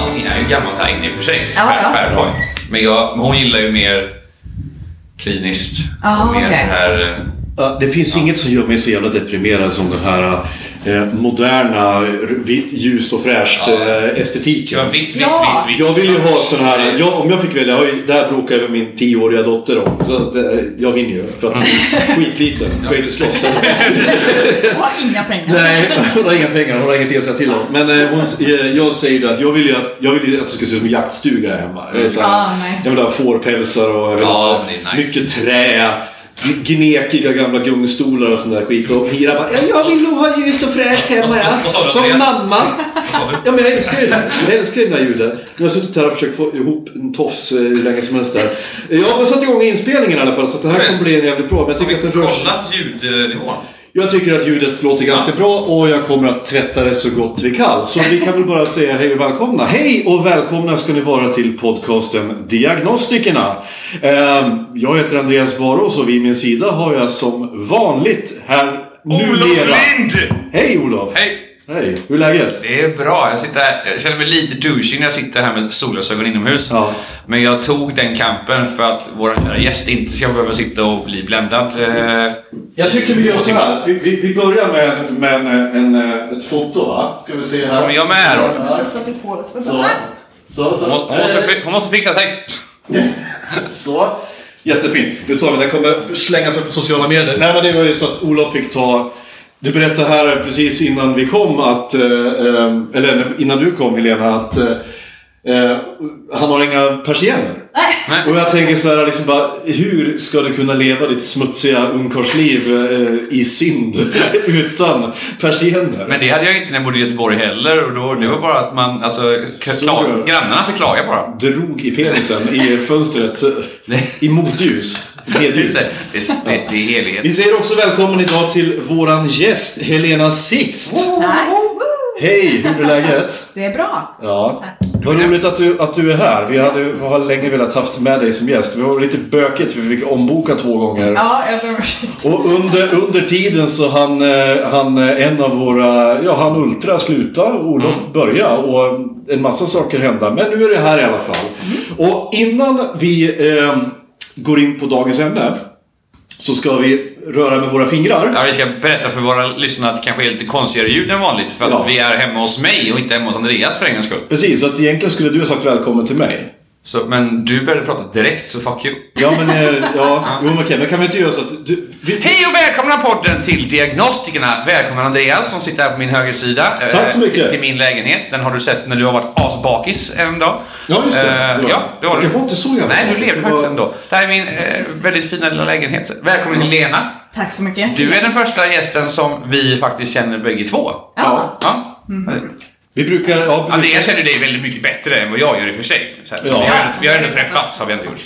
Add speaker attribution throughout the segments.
Speaker 1: Allting är ju gammalt här inne i och för sig.
Speaker 2: Ja,
Speaker 1: Fair-
Speaker 2: ja.
Speaker 1: fair point. Men, jag, men hon gillar ju mer kliniskt.
Speaker 2: Jaha,
Speaker 1: och mer
Speaker 2: Ah, okej.
Speaker 1: så här... eh,
Speaker 3: Ja, Det finns inget som gör mig så jävla deprimerad som den här eh, moderna, r- vitt, ljust och fräscht
Speaker 1: Ja.
Speaker 3: eh, estetiken.
Speaker 1: Ja, vitt, vitt,
Speaker 2: Ja.
Speaker 1: vitt, vitt.
Speaker 3: Jag vill ju ha sån här, jag, om jag fick välja, oj, det här bråkar jag med min tioåriga dotter om. Så att, eh, jag vinner ju, för att hon är skitliten. Kan ju inte slåss.
Speaker 2: Jag har inga pengar.
Speaker 3: Nej, hon har inga pengar, hon har ingenting att säga till om. Men eh, hon, eh, jag säger det att jag vill ju att, jag vill ju att det ska se ut som en jaktstuga här hemma. Jag, är så här,
Speaker 2: Ah, nice.
Speaker 3: jag vill ha fårpälsar och jag vill
Speaker 1: Ja,
Speaker 3: ha
Speaker 1: Ah, det är nice.
Speaker 3: mycket trä. Gnekiga gamla gungstolar och sån där skit. Och Mira bara, "Ja, jag vill nog ha ljust och fräscht hemma.
Speaker 1: Vad- vad- vad sa
Speaker 3: ja."
Speaker 1: du,
Speaker 3: Som
Speaker 1: Andreas?
Speaker 3: mamma.
Speaker 1: sa du?
Speaker 3: Ja, men jag älskar ju det. Jag älskar ju den där ljuden. Jag har suttit här och försökt få ihop en tofs eh, hur länge som helst där. Jag har satt igång inspelningen i alla fall så att det här kommer bli en jävligt bra. Men jag
Speaker 1: Har vi
Speaker 3: tycker att den rör sig.
Speaker 1: kollat ljudnivån?
Speaker 3: Jag tycker att ljudet låter ganska bra och jag kommer att tvätta det så gott vi kan. Så vi kan väl bara säga hej och välkomna. Hej och välkomna ska ni vara till podcasten Diagnostikerna. Ehm, Jag heter Andreas Barås och vid min sida har jag som vanligt här numera...
Speaker 1: Lind!
Speaker 3: Hej Olof!
Speaker 1: Hej!
Speaker 3: Hej! Hur är läget?
Speaker 1: Det är bra. Jag, sitter här, jag känner mig lite douchig när jag sitter här med solglasögon inomhus.
Speaker 3: Ja.
Speaker 1: Men jag tog den kampen för att vår kära gäst inte ska behöva sitta och bli bländad. eh,
Speaker 3: Jag tycker vi gör så här. Vi, vi, vi börjar med, med en, en, eh, ett foto va? Ska vi se här.
Speaker 1: Kommer jag med då?
Speaker 4: Precis satt i håret. Men så
Speaker 3: Så.
Speaker 4: här.
Speaker 3: Så, så.
Speaker 1: Hon, hon, måste, fi- hon måste fixa sig.
Speaker 3: Så. Jättefint. Nu tar vi den. kommer slängas upp på sociala medier. Nej, men det var ju så att Olof fick ta... Du berättade här precis innan vi kom att... eh, eh, Eller innan du kom Helena att... eh, eh, Han har inga persienner.
Speaker 1: Nej.
Speaker 3: Och jag tänker så här, liksom bara, hur ska du kunna leva ditt smutsiga ungkarlsliv eh, i synd utan persienner?
Speaker 1: Men det hade jag inte när jag bodde i Göteborg heller. Och då, det var bara att man... Alltså, k-
Speaker 3: Så
Speaker 1: kla-
Speaker 3: gör.
Speaker 1: grannarna fick klaga bara.
Speaker 3: Drog i penisen i fönstret.
Speaker 1: Nej.
Speaker 3: I motljus. Medljus.
Speaker 1: Det, det, det är
Speaker 3: Vi
Speaker 1: helhet.
Speaker 3: säger också välkommen idag till våran gäst Helena Sixt.
Speaker 2: Nej.
Speaker 3: Hej, hur är läget?
Speaker 2: Det är bra.
Speaker 3: Ja. Vad roligt att du, att du är här. Vi, hade, vi har länge velat haft med dig som gäst. Det var lite bökigt för vi fick omboka två gånger.
Speaker 2: Ja, jag ber om ursäkt.
Speaker 3: Och under, under tiden så han, han eh, en av våra, ja han Ultra sluta, Olof börja och en massa saker hända. Men nu är det här i alla fall. Och innan vi eh, går in på dagens ämne så ska vi röra med våra fingrar.
Speaker 1: Ja, vi ska berätta för våra lyssnare att det kanske är lite konstigare ljud än vanligt. För att
Speaker 3: Ja.
Speaker 1: vi är hemma hos mig och inte hemma hos Andreas för en gångs skull.
Speaker 3: Precis, så att egentligen skulle du ha sagt välkommen till mig.
Speaker 1: Så, men du började prata direkt, så fuck you.
Speaker 3: Ja, men eh, ja, jo, men okej, men kan vi inte göra så att du... Vi,
Speaker 1: Hej och välkomna podden till Diagnostikerna! Välkommen Andreas som sitter här på min högersida. eh,
Speaker 3: Tack så mycket.
Speaker 1: Till, till min lägenhet. Den har du sett när du har varit asbakis en dag.
Speaker 3: ja, just det.
Speaker 1: Eh, ja, det var
Speaker 3: Jag var inte så jävla
Speaker 1: Nej, du
Speaker 3: bra.
Speaker 1: levde faktiskt ändå. Det här är min eh, väldigt fina lilla lägenhet. Välkommen Lena.
Speaker 2: Tack så mycket.
Speaker 1: Du är den första gästen som vi faktiskt känner bägge två.
Speaker 3: Ja,
Speaker 1: Ja.
Speaker 3: Mm-hmm. vi brukar... Ja, precis.
Speaker 1: Andreas känner dig väldigt mycket bättre än vad jag gör i och för sig. Så här,
Speaker 3: Ja.
Speaker 1: vi, har, ändå- vi har ändå träffats, har vi ändå gjort.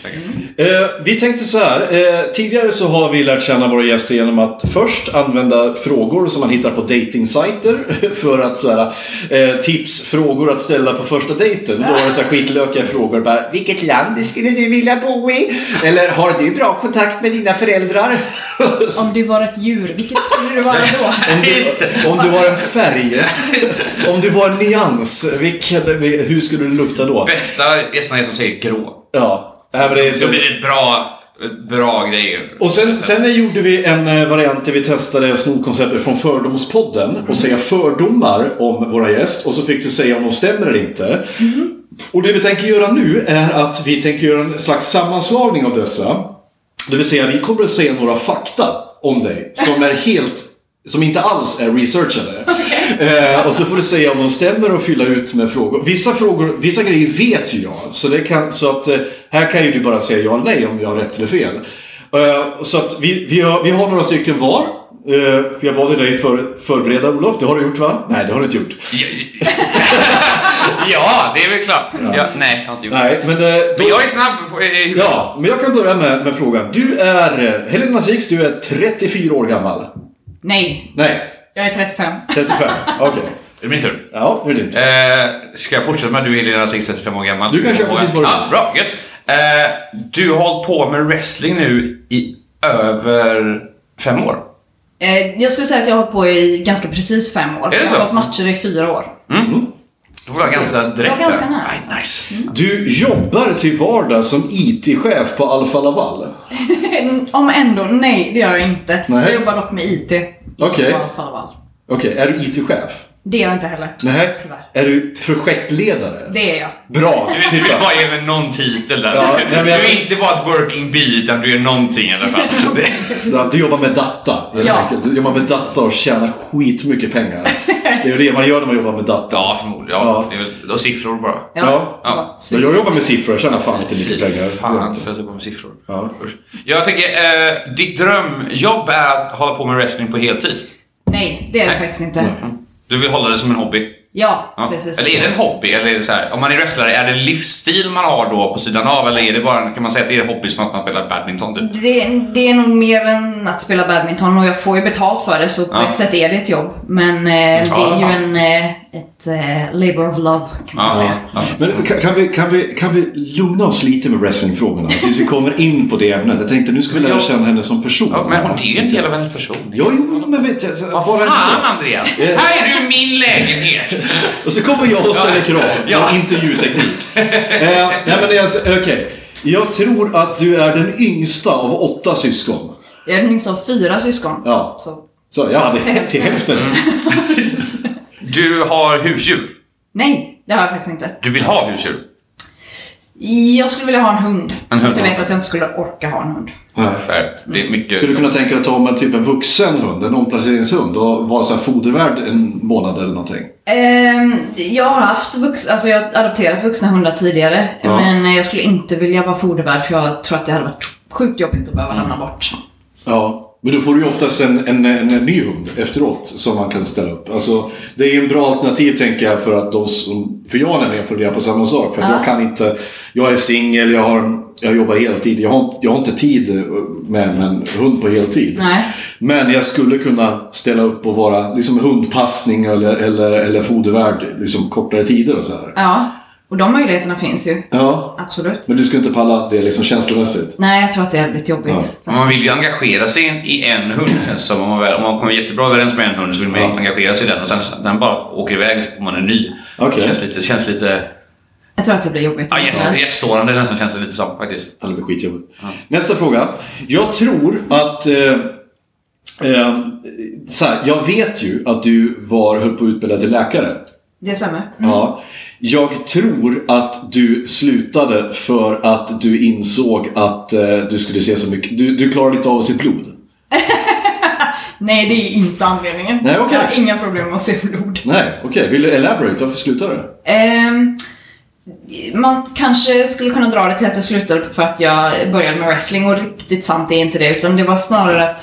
Speaker 3: Eh, vi tänkte så här. Eh, tidigare så har vi lärt känna våra gäster genom att först använda frågor som man hittar på dating-sajter för att så här, eh, tips, frågor att ställa på första dejten. Då var det så här skitlökiga frågor. Bara, Vilket land skulle du vilja bo i? Eller har du bra kontakt med dina föräldrar?
Speaker 2: Om du var ett djur, vilket skulle du vara då?
Speaker 3: Om du,
Speaker 1: Just det.
Speaker 3: om du var en färg, om du var en nyans, vilken, hur skulle du lukta då?
Speaker 1: Bästa gästerna är som säger grå.
Speaker 3: Ja. Nej, men det är så...
Speaker 1: Då blir det bra, bra grejer.
Speaker 3: Och sen, sen gjorde vi en eh, variant där vi testade snorkonceptet från Fördomspodden och säga fördomar om våra gäst och så fick du säga om de stämmer eller inte. Och det vi tänker göra nu är att vi tänker göra en slags sammanslagning av dessa. Det vill säga, vi kommer att se några fakta om dig som är helt som inte alls är researchade. Eh, och så får du säga om de stämmer och fylla ut med frågor. Vissa, frågor, vissa grejer vet ju jag, så, det kan, så att, eh, här kan ju du bara säga ja eller nej om jag har rätt eller fel. Eh, så att vi, vi, har, vi har några stycken var. Eh, för jag bad ju dig för, förbereda Olof, det har du gjort va? Nej, det har du inte gjort.
Speaker 1: ja, det är väl klart. Ja, nej, jag har inte gjort det.
Speaker 3: Nej, men, eh, då-
Speaker 1: Men jag är snabb på, i huvudet.
Speaker 3: Ja, men jag kan börja med, med frågan. Du är... eh, Helena Six, du är 34 år gammal.
Speaker 2: Nej,
Speaker 3: Nej,
Speaker 2: jag är 35.
Speaker 3: 35. Okej.
Speaker 1: Det är min tur.
Speaker 3: Ja, nu är det din tur.
Speaker 1: Eh, ska jag fortsätta med att du är Helena 35 år gammal?
Speaker 3: Du kan köra precis vad
Speaker 1: du
Speaker 3: du vill.
Speaker 1: ah, Bra, gött. Eh, du har hållit på med wrestling nu i över fem år.
Speaker 2: Eh, jag skulle säga att jag har hållit på i ganska precis fem år.
Speaker 1: det
Speaker 2: jag
Speaker 1: så?
Speaker 2: har gått matcher i fyra år.
Speaker 1: Du var ganska
Speaker 3: Mm.
Speaker 1: direkt
Speaker 2: Jag var ganska
Speaker 1: där.
Speaker 2: nära. Mm.
Speaker 1: Aj, nice.
Speaker 3: Du jobbar till vardag som IT-chef på Alfa Laval.
Speaker 2: Om ändå, nej det gör jag inte.
Speaker 3: Nej.
Speaker 2: Jag jobbar dock med IT.
Speaker 3: Okej.
Speaker 2: I alla fall.
Speaker 3: Okej, är du IT-chef?
Speaker 2: Det är jag inte heller.
Speaker 3: Nej.
Speaker 2: Tyvärr.
Speaker 3: Är du projektledare?
Speaker 2: Det är jag.
Speaker 3: Bra,
Speaker 1: Du vill
Speaker 3: titta.
Speaker 1: bara ge mig någon titel där.
Speaker 3: Ja, nej, men jag-
Speaker 1: Du är inte bara ett working bee, utan du är någonting i alla fall. Det-
Speaker 3: Ja, Du jobbar med data, helt
Speaker 2: Ja.
Speaker 3: enkelt. Du jobbar med data och tjänar skitmycket pengar. Det är ju det man gör när man jobbar med data.
Speaker 1: ja, förmodligen. Ja, det är väl då siffror bara.
Speaker 3: Ja.
Speaker 1: Ja.
Speaker 3: Men Jag jobbar med siffror, jag tjänar fan inte mycket pengar.
Speaker 1: fan för att jag på med siffror.
Speaker 3: Ja.
Speaker 1: Usch. Jag tänker, eh, ditt drömjobb är att hålla på med wrestling på heltid.
Speaker 2: Nej, det är det
Speaker 1: Nej.
Speaker 2: faktiskt inte.
Speaker 1: Du vill hålla det som en hobby.
Speaker 2: Ja,
Speaker 1: Ja.
Speaker 2: precis.
Speaker 1: Eller är det en hobby? Eller är det så här, om man är wrestlare, är det en livsstil man har då på sidan av? Eller är det bara, en- kan man säga att det är en hobby som att man spelar badminton typ?
Speaker 2: Det, det är nog mer än att spela badminton och jag får ju betalt för det så på
Speaker 1: Ja.
Speaker 2: ett sätt är det ett jobb. Men eh,
Speaker 1: Ja,
Speaker 2: det är ju
Speaker 1: ja.
Speaker 2: en, eh, ett eh, labor of love kan man
Speaker 1: Ja,
Speaker 2: säga.
Speaker 1: ja.
Speaker 3: Men kan, kan, vi, kan, vi, kan vi lugna oss lite med wrestlingfrågorna tills vi kommer in på det ämnet? Jag tänkte nu ska vi lära
Speaker 1: Ja.
Speaker 3: känna henne som person.
Speaker 1: Ja, men hon det är ju inte hela hennes person.
Speaker 3: Ja, jo, men vet jag. så-
Speaker 1: Vad
Speaker 3: bara-
Speaker 1: fan Andreas! Här är du i min lägenhet!
Speaker 3: Och så kommer jag och ställer krav.
Speaker 1: Ja.
Speaker 3: Ja. Intervjuteknik. eh, nej, men alltså, okej. Jag tror att du är den yngsta av åtta syskon.
Speaker 2: Jag är den yngsta av fyra syskon.
Speaker 3: Ja.
Speaker 2: Så,
Speaker 3: Så jag hade hä- till hälften.
Speaker 1: Mm. Du har husdjur.
Speaker 2: nej, det har jag faktiskt inte.
Speaker 1: Du vill ha husdjur.
Speaker 2: Jag skulle vilja ha en hund.
Speaker 1: En
Speaker 2: Fast jag
Speaker 1: hund.
Speaker 2: vet att jag inte skulle orka ha en hund.
Speaker 1: Ungefär. Det är mycket...
Speaker 3: Skulle du kunna tänka dig att ta om en typ en vuxen hund, en omplaceringshund och vara så här fodervärd en månad eller någonting?
Speaker 2: Ehm, jag har haft vux- alltså jag har adopterat vuxna hundar tidigare.
Speaker 3: Ja.
Speaker 2: Men eh, jag skulle inte vilja vara fodervärd för jag tror att det hade varit sjukt jobbigt att behöva lämna bort.
Speaker 3: Ja. Men då får du ju oftast en, en, en, ny hund efteråt som man kan ställa upp. Alltså, det är ju en bra alternativ tänker jag för att de som... För jag nämligen funderar på samma sak. För att jag kan inte... Jag är singel, jag, har, jag jobbar heltid. Jag har, inte- jag har inte tid eh, med, med en hund på heltid.
Speaker 2: Nej.
Speaker 3: Men jag skulle kunna ställa upp och vara liksom hundpassning eller, eller, eller fodervärd liksom kortare tider och så här.
Speaker 2: Ja, och de möjligheterna finns ju.
Speaker 3: Ja.
Speaker 2: Absolut.
Speaker 3: Men du skulle inte palla det liksom känslomässigt?
Speaker 2: Nej, jag tror att det hade blivit jobbigt.
Speaker 1: Men Man vill ju engagera sig i en hund känns det som. Om man, väl, om man kommer jättebra överens med en hund så vill man
Speaker 3: Ja.
Speaker 1: engagera sig i den och sen så- den bara åker iväg så får man en ny.
Speaker 3: Okej.
Speaker 1: Det känns lite, känns lite
Speaker 2: Jag tror att det blir jobbigt.
Speaker 1: ja, hjärt- hjärtsårande nästan känns det lite som faktiskt.
Speaker 3: Ja, det blir skitjobbigt. Nästa fråga. Jag tror att... Eh, eh, så här, jag vet ju att du var, höll på att utbilda till läkare.
Speaker 2: Det stämmer.
Speaker 3: Ja. Jag tror att du slutade för att du insåg att eh, du skulle se så mycket. Du, du klarade inte av att se blod.
Speaker 2: Nej, det är inte anledningen.
Speaker 3: Nej, okej.
Speaker 2: Jag har inga problem med att se blod.
Speaker 3: Nej, okej. Vill du elaborate? Varför slutade du?
Speaker 2: Ehm, man kanske skulle kunna dra det till att jag slutade för att jag började med wrestling och riktigt sant är inte det utan det var snarare att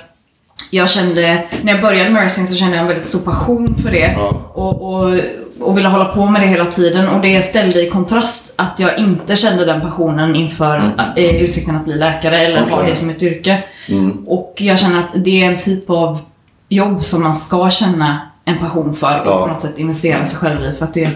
Speaker 2: jag kände, när jag började med wrestling så kände jag en väldigt stor passion för det
Speaker 3: Ja.
Speaker 2: och, och, och ville hålla på med det hela tiden och det ställde i kontrast att jag inte kände den passionen inför eh, utsikten att bli läkare eller ha
Speaker 3: Mm. Okej. Mm.
Speaker 2: det som ett yrke. Och jag känner att det är en typ av jobb som man ska känna en passion för och
Speaker 3: Ja.
Speaker 2: på något sätt investera sig själv i för att det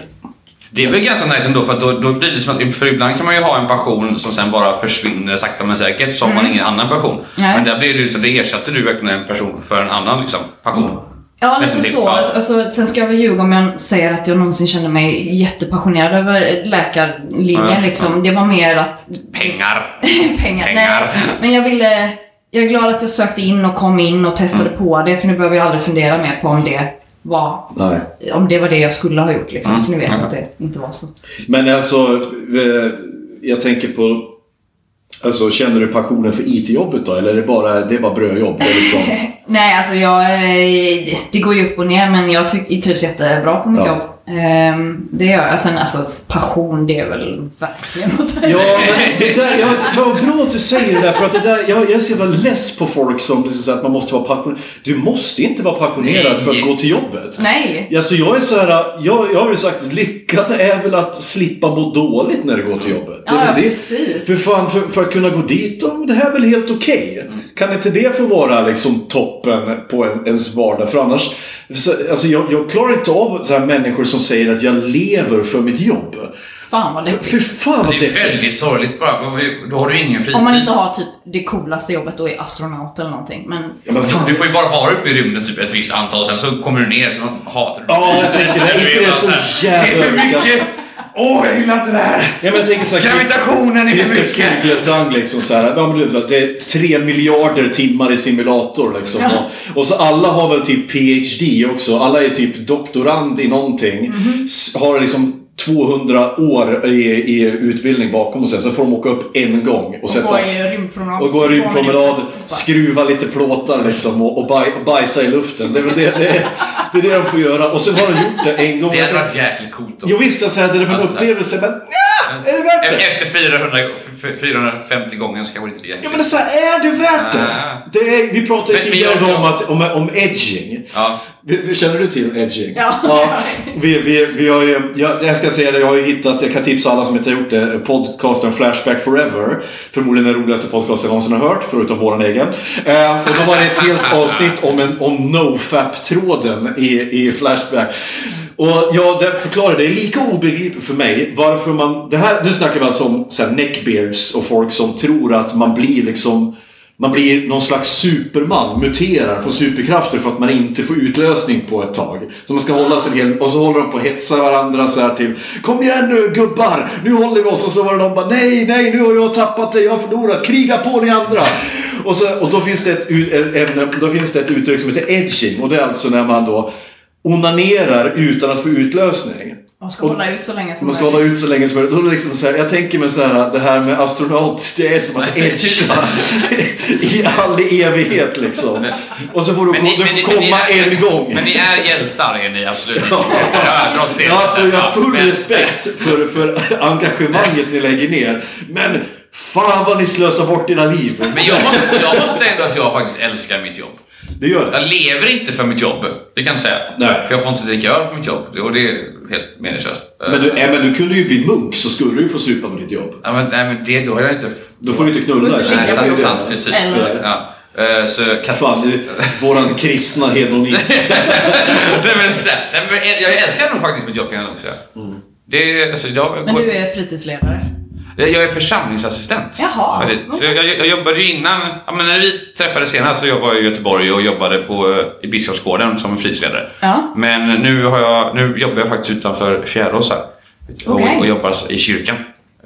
Speaker 1: Det är väl ganska nice ändå för att då, då blir det som att, för ibland kan man ju ha en passion som sen bara försvinner sakta men säkert så har man ingen annan passion.
Speaker 2: Mm. Nej.
Speaker 1: Men där blir det ju så det ersatte du verkligen en person för en annan liksom,
Speaker 3: Mm.
Speaker 1: passion.
Speaker 2: Ja,
Speaker 1: Nästan
Speaker 2: lite
Speaker 1: till-
Speaker 2: så.
Speaker 1: ja.
Speaker 2: Alltså, sen ska jag väl ljuga om jag säger att jag någonsin kände mig jättepassionerad över läkarlinjen.
Speaker 1: Ja, ja.
Speaker 2: liksom. Det var mer att
Speaker 1: Pengar!
Speaker 2: pengar.
Speaker 1: Pengar.
Speaker 2: Nej, men jag ville... Jag är glad att jag sökte in och kom in och testade på det, för nu behöver jag aldrig fundera mer på om det var,
Speaker 3: Nej.
Speaker 2: om det, var det jag skulle ha gjort. Liksom. För nu vet jag att det inte var så.
Speaker 3: Men alltså, eh, jag tänker på... Alltså, känner du passionen för IT-jobbet då? Eller är det bara, det är bara brödjobb? Det är liksom...
Speaker 2: Nej, alltså jag... eh, Det går ju upp och ner, men jag tyck, jag trivs jättebra på mitt
Speaker 3: Ja.
Speaker 2: jobb. Ehm, det gör jag. Sen alltså, passion, det är väl verkligen något.
Speaker 3: Ja, men det där, ja, vad bra att du säger det där, för att det där, jag, jag är så jävla less på folk som precis säger att man måste vara passionerad. Du måste inte vara passionerad för att gå till jobbet.
Speaker 2: Nej.
Speaker 3: Alltså jag är så här, jag, jag har ju sagt lyckan är väl att slippa må dåligt när du går till jobbet. Det är
Speaker 2: Ja,
Speaker 3: väl
Speaker 2: ja,
Speaker 3: det.
Speaker 2: precis.
Speaker 3: För fan, för, för att kunna gå dit, då, men det här är väl helt okej? Kan inte det få vara liksom toppen på en, ens vardag? För annars, så, alltså jag, jag klarar inte av så här människor som säger att jag lever för mitt jobb.
Speaker 2: Fan vad
Speaker 3: Fy
Speaker 2: deppigt.
Speaker 3: fan vad
Speaker 1: Det är
Speaker 3: deppigt.
Speaker 1: väldigt sorgligt bara. Vad- Då har du ingen fritid.
Speaker 2: Om man inte har typ det coolaste jobbet då är astronaut eller någonting. Men
Speaker 3: Ja, men fan.
Speaker 1: Du får ju bara vara uppe i rymden typ ett visst antal, sen så kommer du ner, sen hatar du
Speaker 3: Ja, jag tänker det. Inte det är så jävla
Speaker 1: Det är för mycket!
Speaker 3: överskattat.
Speaker 1: Åh, jag gillar inte det här!
Speaker 3: Ja, men jag tänker så här,
Speaker 1: Gravitationen är för
Speaker 3: Christer
Speaker 1: mycket!
Speaker 3: Fuglesang liksom så här, ja, men du, vet, det är tre miljarder timmar i simulator liksom. Och, och så alla har väl typ PhD också. Alla är typ doktorand i någonting.
Speaker 1: Mhm.
Speaker 3: S- Har liksom 200 år i, i utbildning bakom sig. Så får de åka upp en gång och, sätta...
Speaker 2: gå i rymdpromenad.
Speaker 3: Och gå en rymdpromenad,
Speaker 2: Skru-
Speaker 3: skruva lite plåtar liksom och, och, baj, och bajsa i luften. Det är väl det, det, är- det, är det de får göra. Och sen har de gjort det en gång.
Speaker 1: Det hade varit jäkligt coolt då.
Speaker 3: Jo visst, jag säger att det är en
Speaker 1: Alltså,
Speaker 3: upplevelse, men nja, är det värt det?
Speaker 1: Efter 400, f- f- 450 gånger så kanske det inte är
Speaker 3: Ja men så här, är det värt det?
Speaker 1: Ah.
Speaker 3: det är, vi pratade ju
Speaker 1: Men- men jag-
Speaker 3: tidigare om, att, om, om edging.
Speaker 1: Ja.
Speaker 3: Vi- vi- Känner du till edging?
Speaker 2: Ja.
Speaker 3: vi, vi, vi har ju, jag, jag ska säga det, jag har ju hittat, jag kan tipsa alla som inte har gjort det, podcasten Flashback Forever. Förmodligen den roligaste podcasten jag någonsin har hört, förutom våran egen. Eh, och då var det ett helt avsnitt om, en, om nofap-tråden i, i Flashback. Och jag det förklarar, det är lika obegripligt för mig varför man... Det här, nu snackar vi alltså om så här, neckbeards och folk som tror att man blir liksom... Man blir någon slags superman, muterar, får superkrafter för att man inte får utlösning på ett tag. Så man ska hålla sig hel... Och så håller de på att hetsa varandra så här till Kom igen nu gubbar! Nu håller vi oss! Och så var det någon bara Nej, nej, nu har jag tappat det, jag har förlorat, kriga på ni andra! Och, så, och då, finns det ett, u- en, en- då finns det ett uttryck som heter edging och det är alltså när man då onanerar utan att få utlösning.
Speaker 2: Man ska hålla ut så länge som
Speaker 3: Man ska hålla ut så länge som möjligt. Och då liksom så här, jag tänker mig så här, det här med astronaut, det är som att edga i all evighet liksom. Och så får du, gå, du får komma
Speaker 1: är-
Speaker 3: en gång.
Speaker 1: Men ni är hjältar är ni absolut. Ja, trots det.
Speaker 3: Jag har alltså, jag har full
Speaker 1: Men-
Speaker 3: respekt för, för engagemanget ni lägger ner. Men fan vad ni slösar bort era liv.
Speaker 1: Men jag måste, jag måste säga ändå att jag faktiskt älskar mitt jobb.
Speaker 3: Det gör det.
Speaker 1: Jag lever inte för mitt jobb, det kan jag säga.
Speaker 3: Nej.
Speaker 1: För jag får inte dricka öl på mitt jobb och det är helt meningslöst.
Speaker 3: Men du, äh, men du kunde ju bli munk så skulle du ju få supa på ditt jobb.
Speaker 1: Nej men, nej, men det, då har jag inte... f-
Speaker 3: Då får du inte knulla.
Speaker 2: Nej,
Speaker 1: Nej,
Speaker 3: Det är
Speaker 1: sant,
Speaker 3: det.
Speaker 1: sant, precis.
Speaker 2: Eller-
Speaker 1: Ja. Eh, Så kan...
Speaker 3: Fan, det är våran kristna hedonist.
Speaker 1: nej, men, så här, nej, men jag älskar nog faktiskt mitt jobb kan jag nog säga.
Speaker 3: Mm.
Speaker 1: Det, är- alltså, jag,
Speaker 2: Men du är fritidsledare.
Speaker 1: jag, jag är församlingsassistent.
Speaker 2: Jaha.
Speaker 1: Ja, det- Så jag, jag, jag jobbade ju innan, ja, men när vi träffades senast så jobbade jag i Göteborg och jobbade på, eh, i Biskopsgården som en fritidsledare.
Speaker 2: Ja.
Speaker 1: Men nu, har jag, nu jobbar jag faktiskt utanför Fjärås här.
Speaker 2: Okej.
Speaker 1: Och, och jobbar i kyrkan.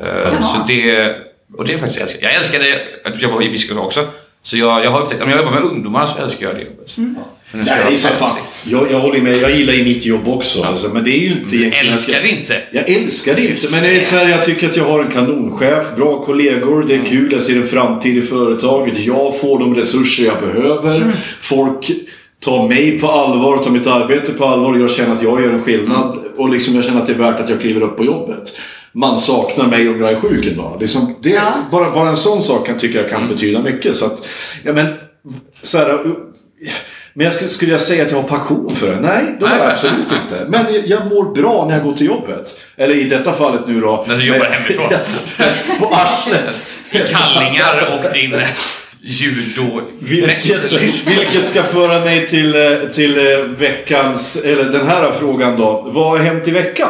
Speaker 1: Eh, så det, och det är faktiskt jag älskar. Jag älskar det, att jobba i Biskopsgården också. Så jag, jag har upptäckt, om jag jobbar med ungdomar så älskar jag det jobbet.
Speaker 2: Mm.
Speaker 1: För nu ska
Speaker 3: Nej,
Speaker 1: jag
Speaker 3: det är så
Speaker 1: vara
Speaker 3: fan.
Speaker 1: fancy.
Speaker 3: Jag, jag håller med, jag gillar ju mitt jobb också. Alltså, men det är ju inte egentligen-
Speaker 1: Älskar det inte.
Speaker 3: Jag älskar det
Speaker 1: Just
Speaker 3: inte, men det är
Speaker 1: det.
Speaker 3: så här, jag tycker att jag har en kanonchef, bra kollegor, det är kul, jag ser en framtid i företaget, jag får de resurser jag behöver, folk tar mig på allvar, tar mitt arbete på allvar, jag känner att jag gör en skillnad och liksom jag känner att det är värt att jag kliver upp på jobbet. Man saknar mig om jag är sjuk en dag. Liksom, det,
Speaker 2: Ja.
Speaker 3: bara, bara en sån sak kan tycka jag kan betyda mycket. Så att, ja, men, så här, men jag skulle, skulle jag säga att jag har passion för det? Nej, det har
Speaker 1: Nej,
Speaker 3: jag
Speaker 1: för-
Speaker 3: absolut
Speaker 1: nej.
Speaker 3: inte inte. Men jag- jag mår bra när jag går till jobbet. Eller i detta fallet nu då.
Speaker 1: När du jobbar
Speaker 3: med-
Speaker 1: hemifrån.
Speaker 3: Yes. på arslet.
Speaker 1: I kallingar och din judo
Speaker 3: Vilket, vilket ska föra mig till, eh, till eh, veckans, eller den här frågan då. Vad har hänt i veckan?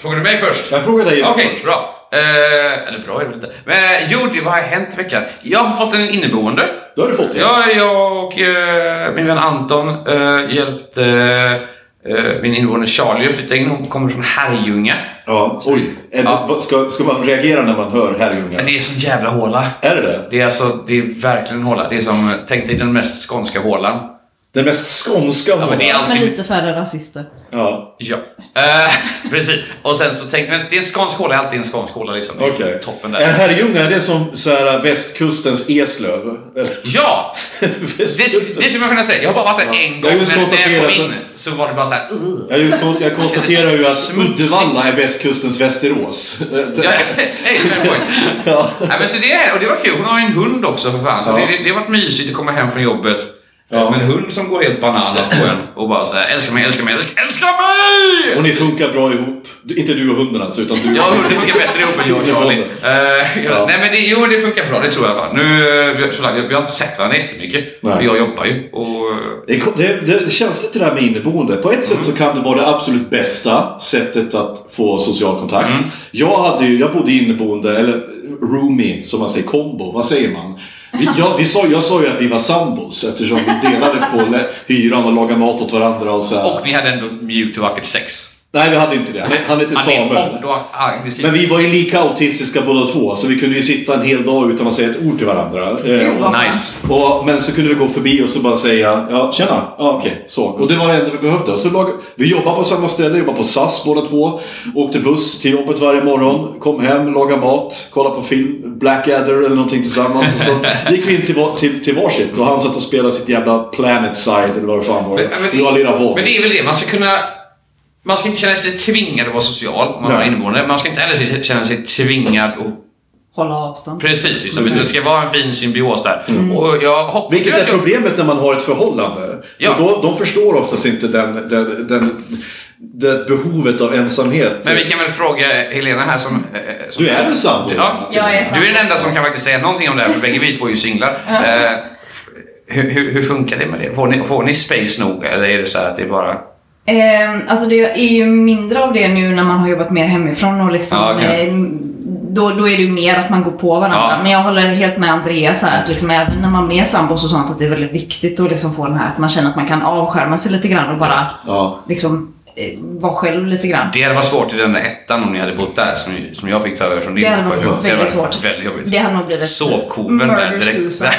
Speaker 1: Frågar du mig först?
Speaker 3: Jag frågar dig
Speaker 1: Okej,
Speaker 3: först.
Speaker 1: bra. Eh, eller bra är det väl inte. Men jo, det, vad har hänt i veckan? Jag har fått en inneboende.
Speaker 3: Då har du fått det.
Speaker 1: Ja, jag och eh, min vän Anton eh, hjälpte eh, min inneboende Charlie att flytta in. Hon kommer från Herrljunga.
Speaker 3: Ja, oj. Är det-
Speaker 1: Ja.
Speaker 3: vad- Ska, ska man reagera när man hör Herrljunga?
Speaker 1: Men det är som jävla håla.
Speaker 3: Är det det?
Speaker 1: eh, Det är alltså, det är verkligen en håla. Det är som, tänk dig den mest skånska hålan.
Speaker 3: Den mest skånska
Speaker 1: Ja, men det är
Speaker 3: honan.
Speaker 2: Med
Speaker 1: alltid
Speaker 2: lite färre rasister.
Speaker 3: Ja.
Speaker 1: Ja, eh, precis. Och sen så tänkte men det är en skånsk håla, alltid en skånsk håla liksom. Det är
Speaker 3: Okej.
Speaker 1: Toppen
Speaker 3: Är
Speaker 1: där.
Speaker 3: Herrljunga, är det som så här, eh, västkustens Eslöv? Eller-
Speaker 1: Ja! Det,
Speaker 3: Västkusten.
Speaker 1: det skulle man kunna säga. Jag har bara varit där en gång,
Speaker 3: Jag har
Speaker 1: men
Speaker 3: just
Speaker 1: när jag kom in
Speaker 3: konstaterat
Speaker 1: så var det bara så här. "Ugh."
Speaker 3: Jag, just, konst- jag konstaterar ju att
Speaker 1: Smutsigt.
Speaker 3: Uddevalla är västkustens Västerås.
Speaker 1: Ja, Hej, fair point.
Speaker 3: Ja.
Speaker 1: Nej, men så det, är- och det var kul. Hon har ju en hund också för fan. Så
Speaker 3: Ja.
Speaker 1: det, det har varit mysigt att komma hem från jobbet
Speaker 3: Ja.
Speaker 1: eh, med en hund som går helt bananas på en och bara så här, älskar mig, älskar mig, älskar, älskar
Speaker 3: Och
Speaker 1: mig!
Speaker 3: ni funkar bra ihop. Du- Inte du och hunden alltså, utan du
Speaker 1: Ja, hunden funkar bättre ihop än jag och Charlie. Eh,
Speaker 3: Ja.
Speaker 1: Nej men det, jo, det funkar bra, det tror jag i alla fall. Nu, eh, vi- som sagt, vi har inte sett varandra jättemycket,
Speaker 3: Nej.
Speaker 1: för jag jobbar ju. Och,
Speaker 3: Det, är- det, det är känsligt det där med inneboende. På ett sätt
Speaker 1: Mm.
Speaker 3: så kan det vara det absolut bästa sättet att få social kontakt.
Speaker 1: Mm.
Speaker 3: Jag, hade ju, jag bodde inneboende, eller roomie som man säger, kombo, vad säger man? Vi, jag, vi sa, jag sa ju att vi var sambos eftersom vi delade på lä- hyran och lagade mat åt varandra och så här.
Speaker 1: och ni hade ändå mjukt och vackert sex.
Speaker 3: Nej, vi hade inte det. Han, han heter
Speaker 1: Han är
Speaker 3: Samuel.
Speaker 1: hård och aggressiv.
Speaker 3: Men vi var ju lika autistiska båda två, så vi kunde ju sitta en hel dag utan att säga ett ord till varandra. Eh,
Speaker 2: Gud, vad skönt.
Speaker 1: Nice.
Speaker 3: Och, men så kunde vi gå förbi och så bara säga ja, tjena, ja, okej, så. Och det var det enda vi behövde. Så lag, vi jobbade på samma ställe, jobbade på SAS båda två. Åkte buss till jobbet varje morgon, kom hem, lagade mat, kollade på film, Blackadder eller någonting tillsammans. Och så gick vi in till, va- till, till varsitt och han satt och spelade sitt jävla Planetside eller vad det fan var.
Speaker 1: Men-
Speaker 3: Och jag lirade Volvo.
Speaker 1: Men det är väl det, man ska kunna... Man ska inte känna sig tvingad att vara social om man
Speaker 3: Nej.
Speaker 1: har inneboende. Man ska inte heller känna sig tvingad och
Speaker 2: Hålla avstånd.
Speaker 1: Precis, liksom, utan det ska vara en fin symbios där. Och jag hoppas ju
Speaker 3: Mm. Vilket är
Speaker 1: att jag...
Speaker 3: problemet när man har ett förhållande.
Speaker 1: Ja.
Speaker 3: Och då, de förstår oftast inte den, den, den, det behovet av ensamhet.
Speaker 1: Men vi kan väl fråga Helena här som... eh, som
Speaker 3: Du är väl sambo?
Speaker 1: Ja.
Speaker 2: Jag är
Speaker 1: Du
Speaker 2: sambo.
Speaker 1: är den enda som kan faktiskt säga någonting om det här, för bägge vi två är ju singlar. Eh, hur, hur, hur funkar det med det? Får ni, får ni space nog, eller är det så här att det är bara...
Speaker 2: Ehm, alltså det är ju mindre av det nu när man har jobbat mer hemifrån och liksom
Speaker 1: Ja, okej.
Speaker 2: eh, då, då är det ju mer att man går på varandra.
Speaker 1: Ja.
Speaker 2: Men jag håller helt med Andreas här att liksom även när man är sambos och sånt att det är väldigt viktigt att liksom få den här att man känner att man kan avskärma sig lite grann och bara
Speaker 3: Ja.
Speaker 2: liksom eh, vara själv lite grann.
Speaker 1: Det hade varit svårt i den där ettan om ni hade bott där, som, som jag fick ta över från din.
Speaker 2: Det hade varit
Speaker 1: Det hade
Speaker 2: väldigt
Speaker 1: varit
Speaker 2: svårt.
Speaker 1: Väldigt jobbigt.
Speaker 2: Det hade nog blivit
Speaker 1: Sovkoven där
Speaker 2: murder
Speaker 1: direkt.
Speaker 2: suicide.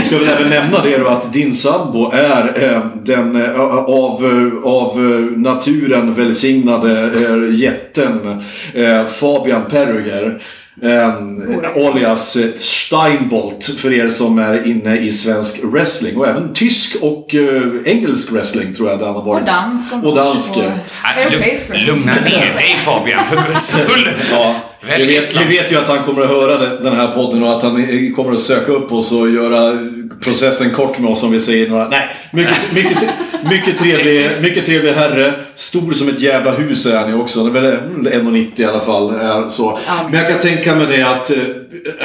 Speaker 3: Ska vi även nämna det då att din sambo är eh, den eh, av, eh, av eh, naturen välsignade eh, jätten eh, Fabian Peruger. Eh, alias eh, Steinbolt för er som är inne i svensk wrestling och även tysk och eh, engelsk wrestling tror jag där han har varit.
Speaker 2: Och dansk
Speaker 3: Och dansk.
Speaker 1: Nej,
Speaker 2: norsk
Speaker 1: Äh, lugn-
Speaker 2: europeisk wrestling.
Speaker 1: Lugna ner dig Fabian, för guds skull!
Speaker 3: Ja, vi
Speaker 1: Välj ett
Speaker 3: vet, vi
Speaker 1: land.
Speaker 3: vet ju att han kommer att höra det- den här podden och att han eh, kommer att söka upp oss och göra processen kort med oss om vi säger några... Nej, mycket, mycket, mycket, trevlig, mycket trevlig herre. Stor som ett jävla hus är han ju också. Det är väl 1,90 i alla fall. eh, Så. Men jag kan tänka mig det att eh,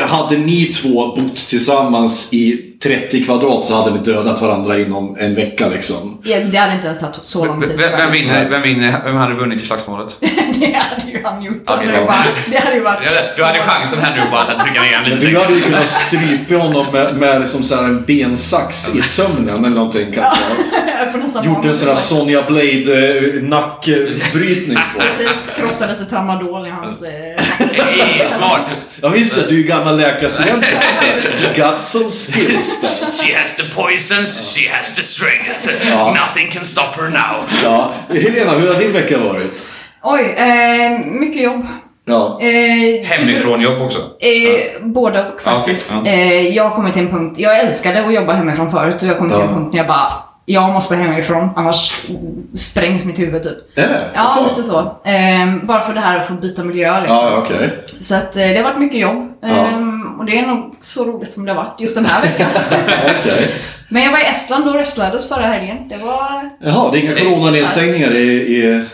Speaker 3: hade ni två bott tillsammans i 30 kvadrat så hade ni dödat varandra inom en vecka liksom.
Speaker 2: Ja, det hade inte ens tagit så lång tid.
Speaker 1: Vem, vem, vinner, vem vinner? Vem hade vunnit i slagsmålet?
Speaker 2: Det hade ju han gjort.
Speaker 1: Okej,
Speaker 2: det,
Speaker 1: då.
Speaker 2: bara, det hade ju varit...
Speaker 1: Du hade chansen här nu att bara trycka ner honom
Speaker 3: Men du
Speaker 1: lite.
Speaker 3: hade ju kunnat strypa honom med, med som så här en bensax i sömnen eller någonting kanske.
Speaker 2: Jag får nästan
Speaker 3: Gjort en sån här Sonja Blade-nackbrytning på.
Speaker 2: Precis, krossa lite tramadol i hans... Eh,
Speaker 1: Hey, smart!
Speaker 3: Ja visst det, du är ju gammal läkarstudent. Got some skills. där.
Speaker 1: She has the poisons, she has the strength. Nothing can stop her now.
Speaker 3: Ja. Helena, hur har din vecka varit?
Speaker 2: oj, eh, mycket jobb.
Speaker 3: Ja.
Speaker 2: Eh,
Speaker 1: Hemifrån jobb också.
Speaker 2: Eh, Både och faktiskt.
Speaker 1: Ja, okej,
Speaker 2: eh, jag har kommit till en punkt, jag älskade att jobba hemifrån förut och jag har kommit till
Speaker 3: Ja.
Speaker 2: en punkt när jag bara, jag måste hemifrån annars sprängs mitt huvud typ.
Speaker 3: Eh, Är det?
Speaker 2: Ja,
Speaker 3: Så?
Speaker 2: lite så. Eh, bara för det här att få byta miljö liksom.
Speaker 3: Ja, okej.
Speaker 2: Så att, eh, det har varit mycket jobb.
Speaker 3: Ja.
Speaker 2: Ehm, och det är nog så roligt som det har varit just den här veckan.
Speaker 3: Okej.
Speaker 2: Men jag var i Estland och wrestlades förra helgen. Det var
Speaker 3: Jaha, det är inga coronanedstängningar i, i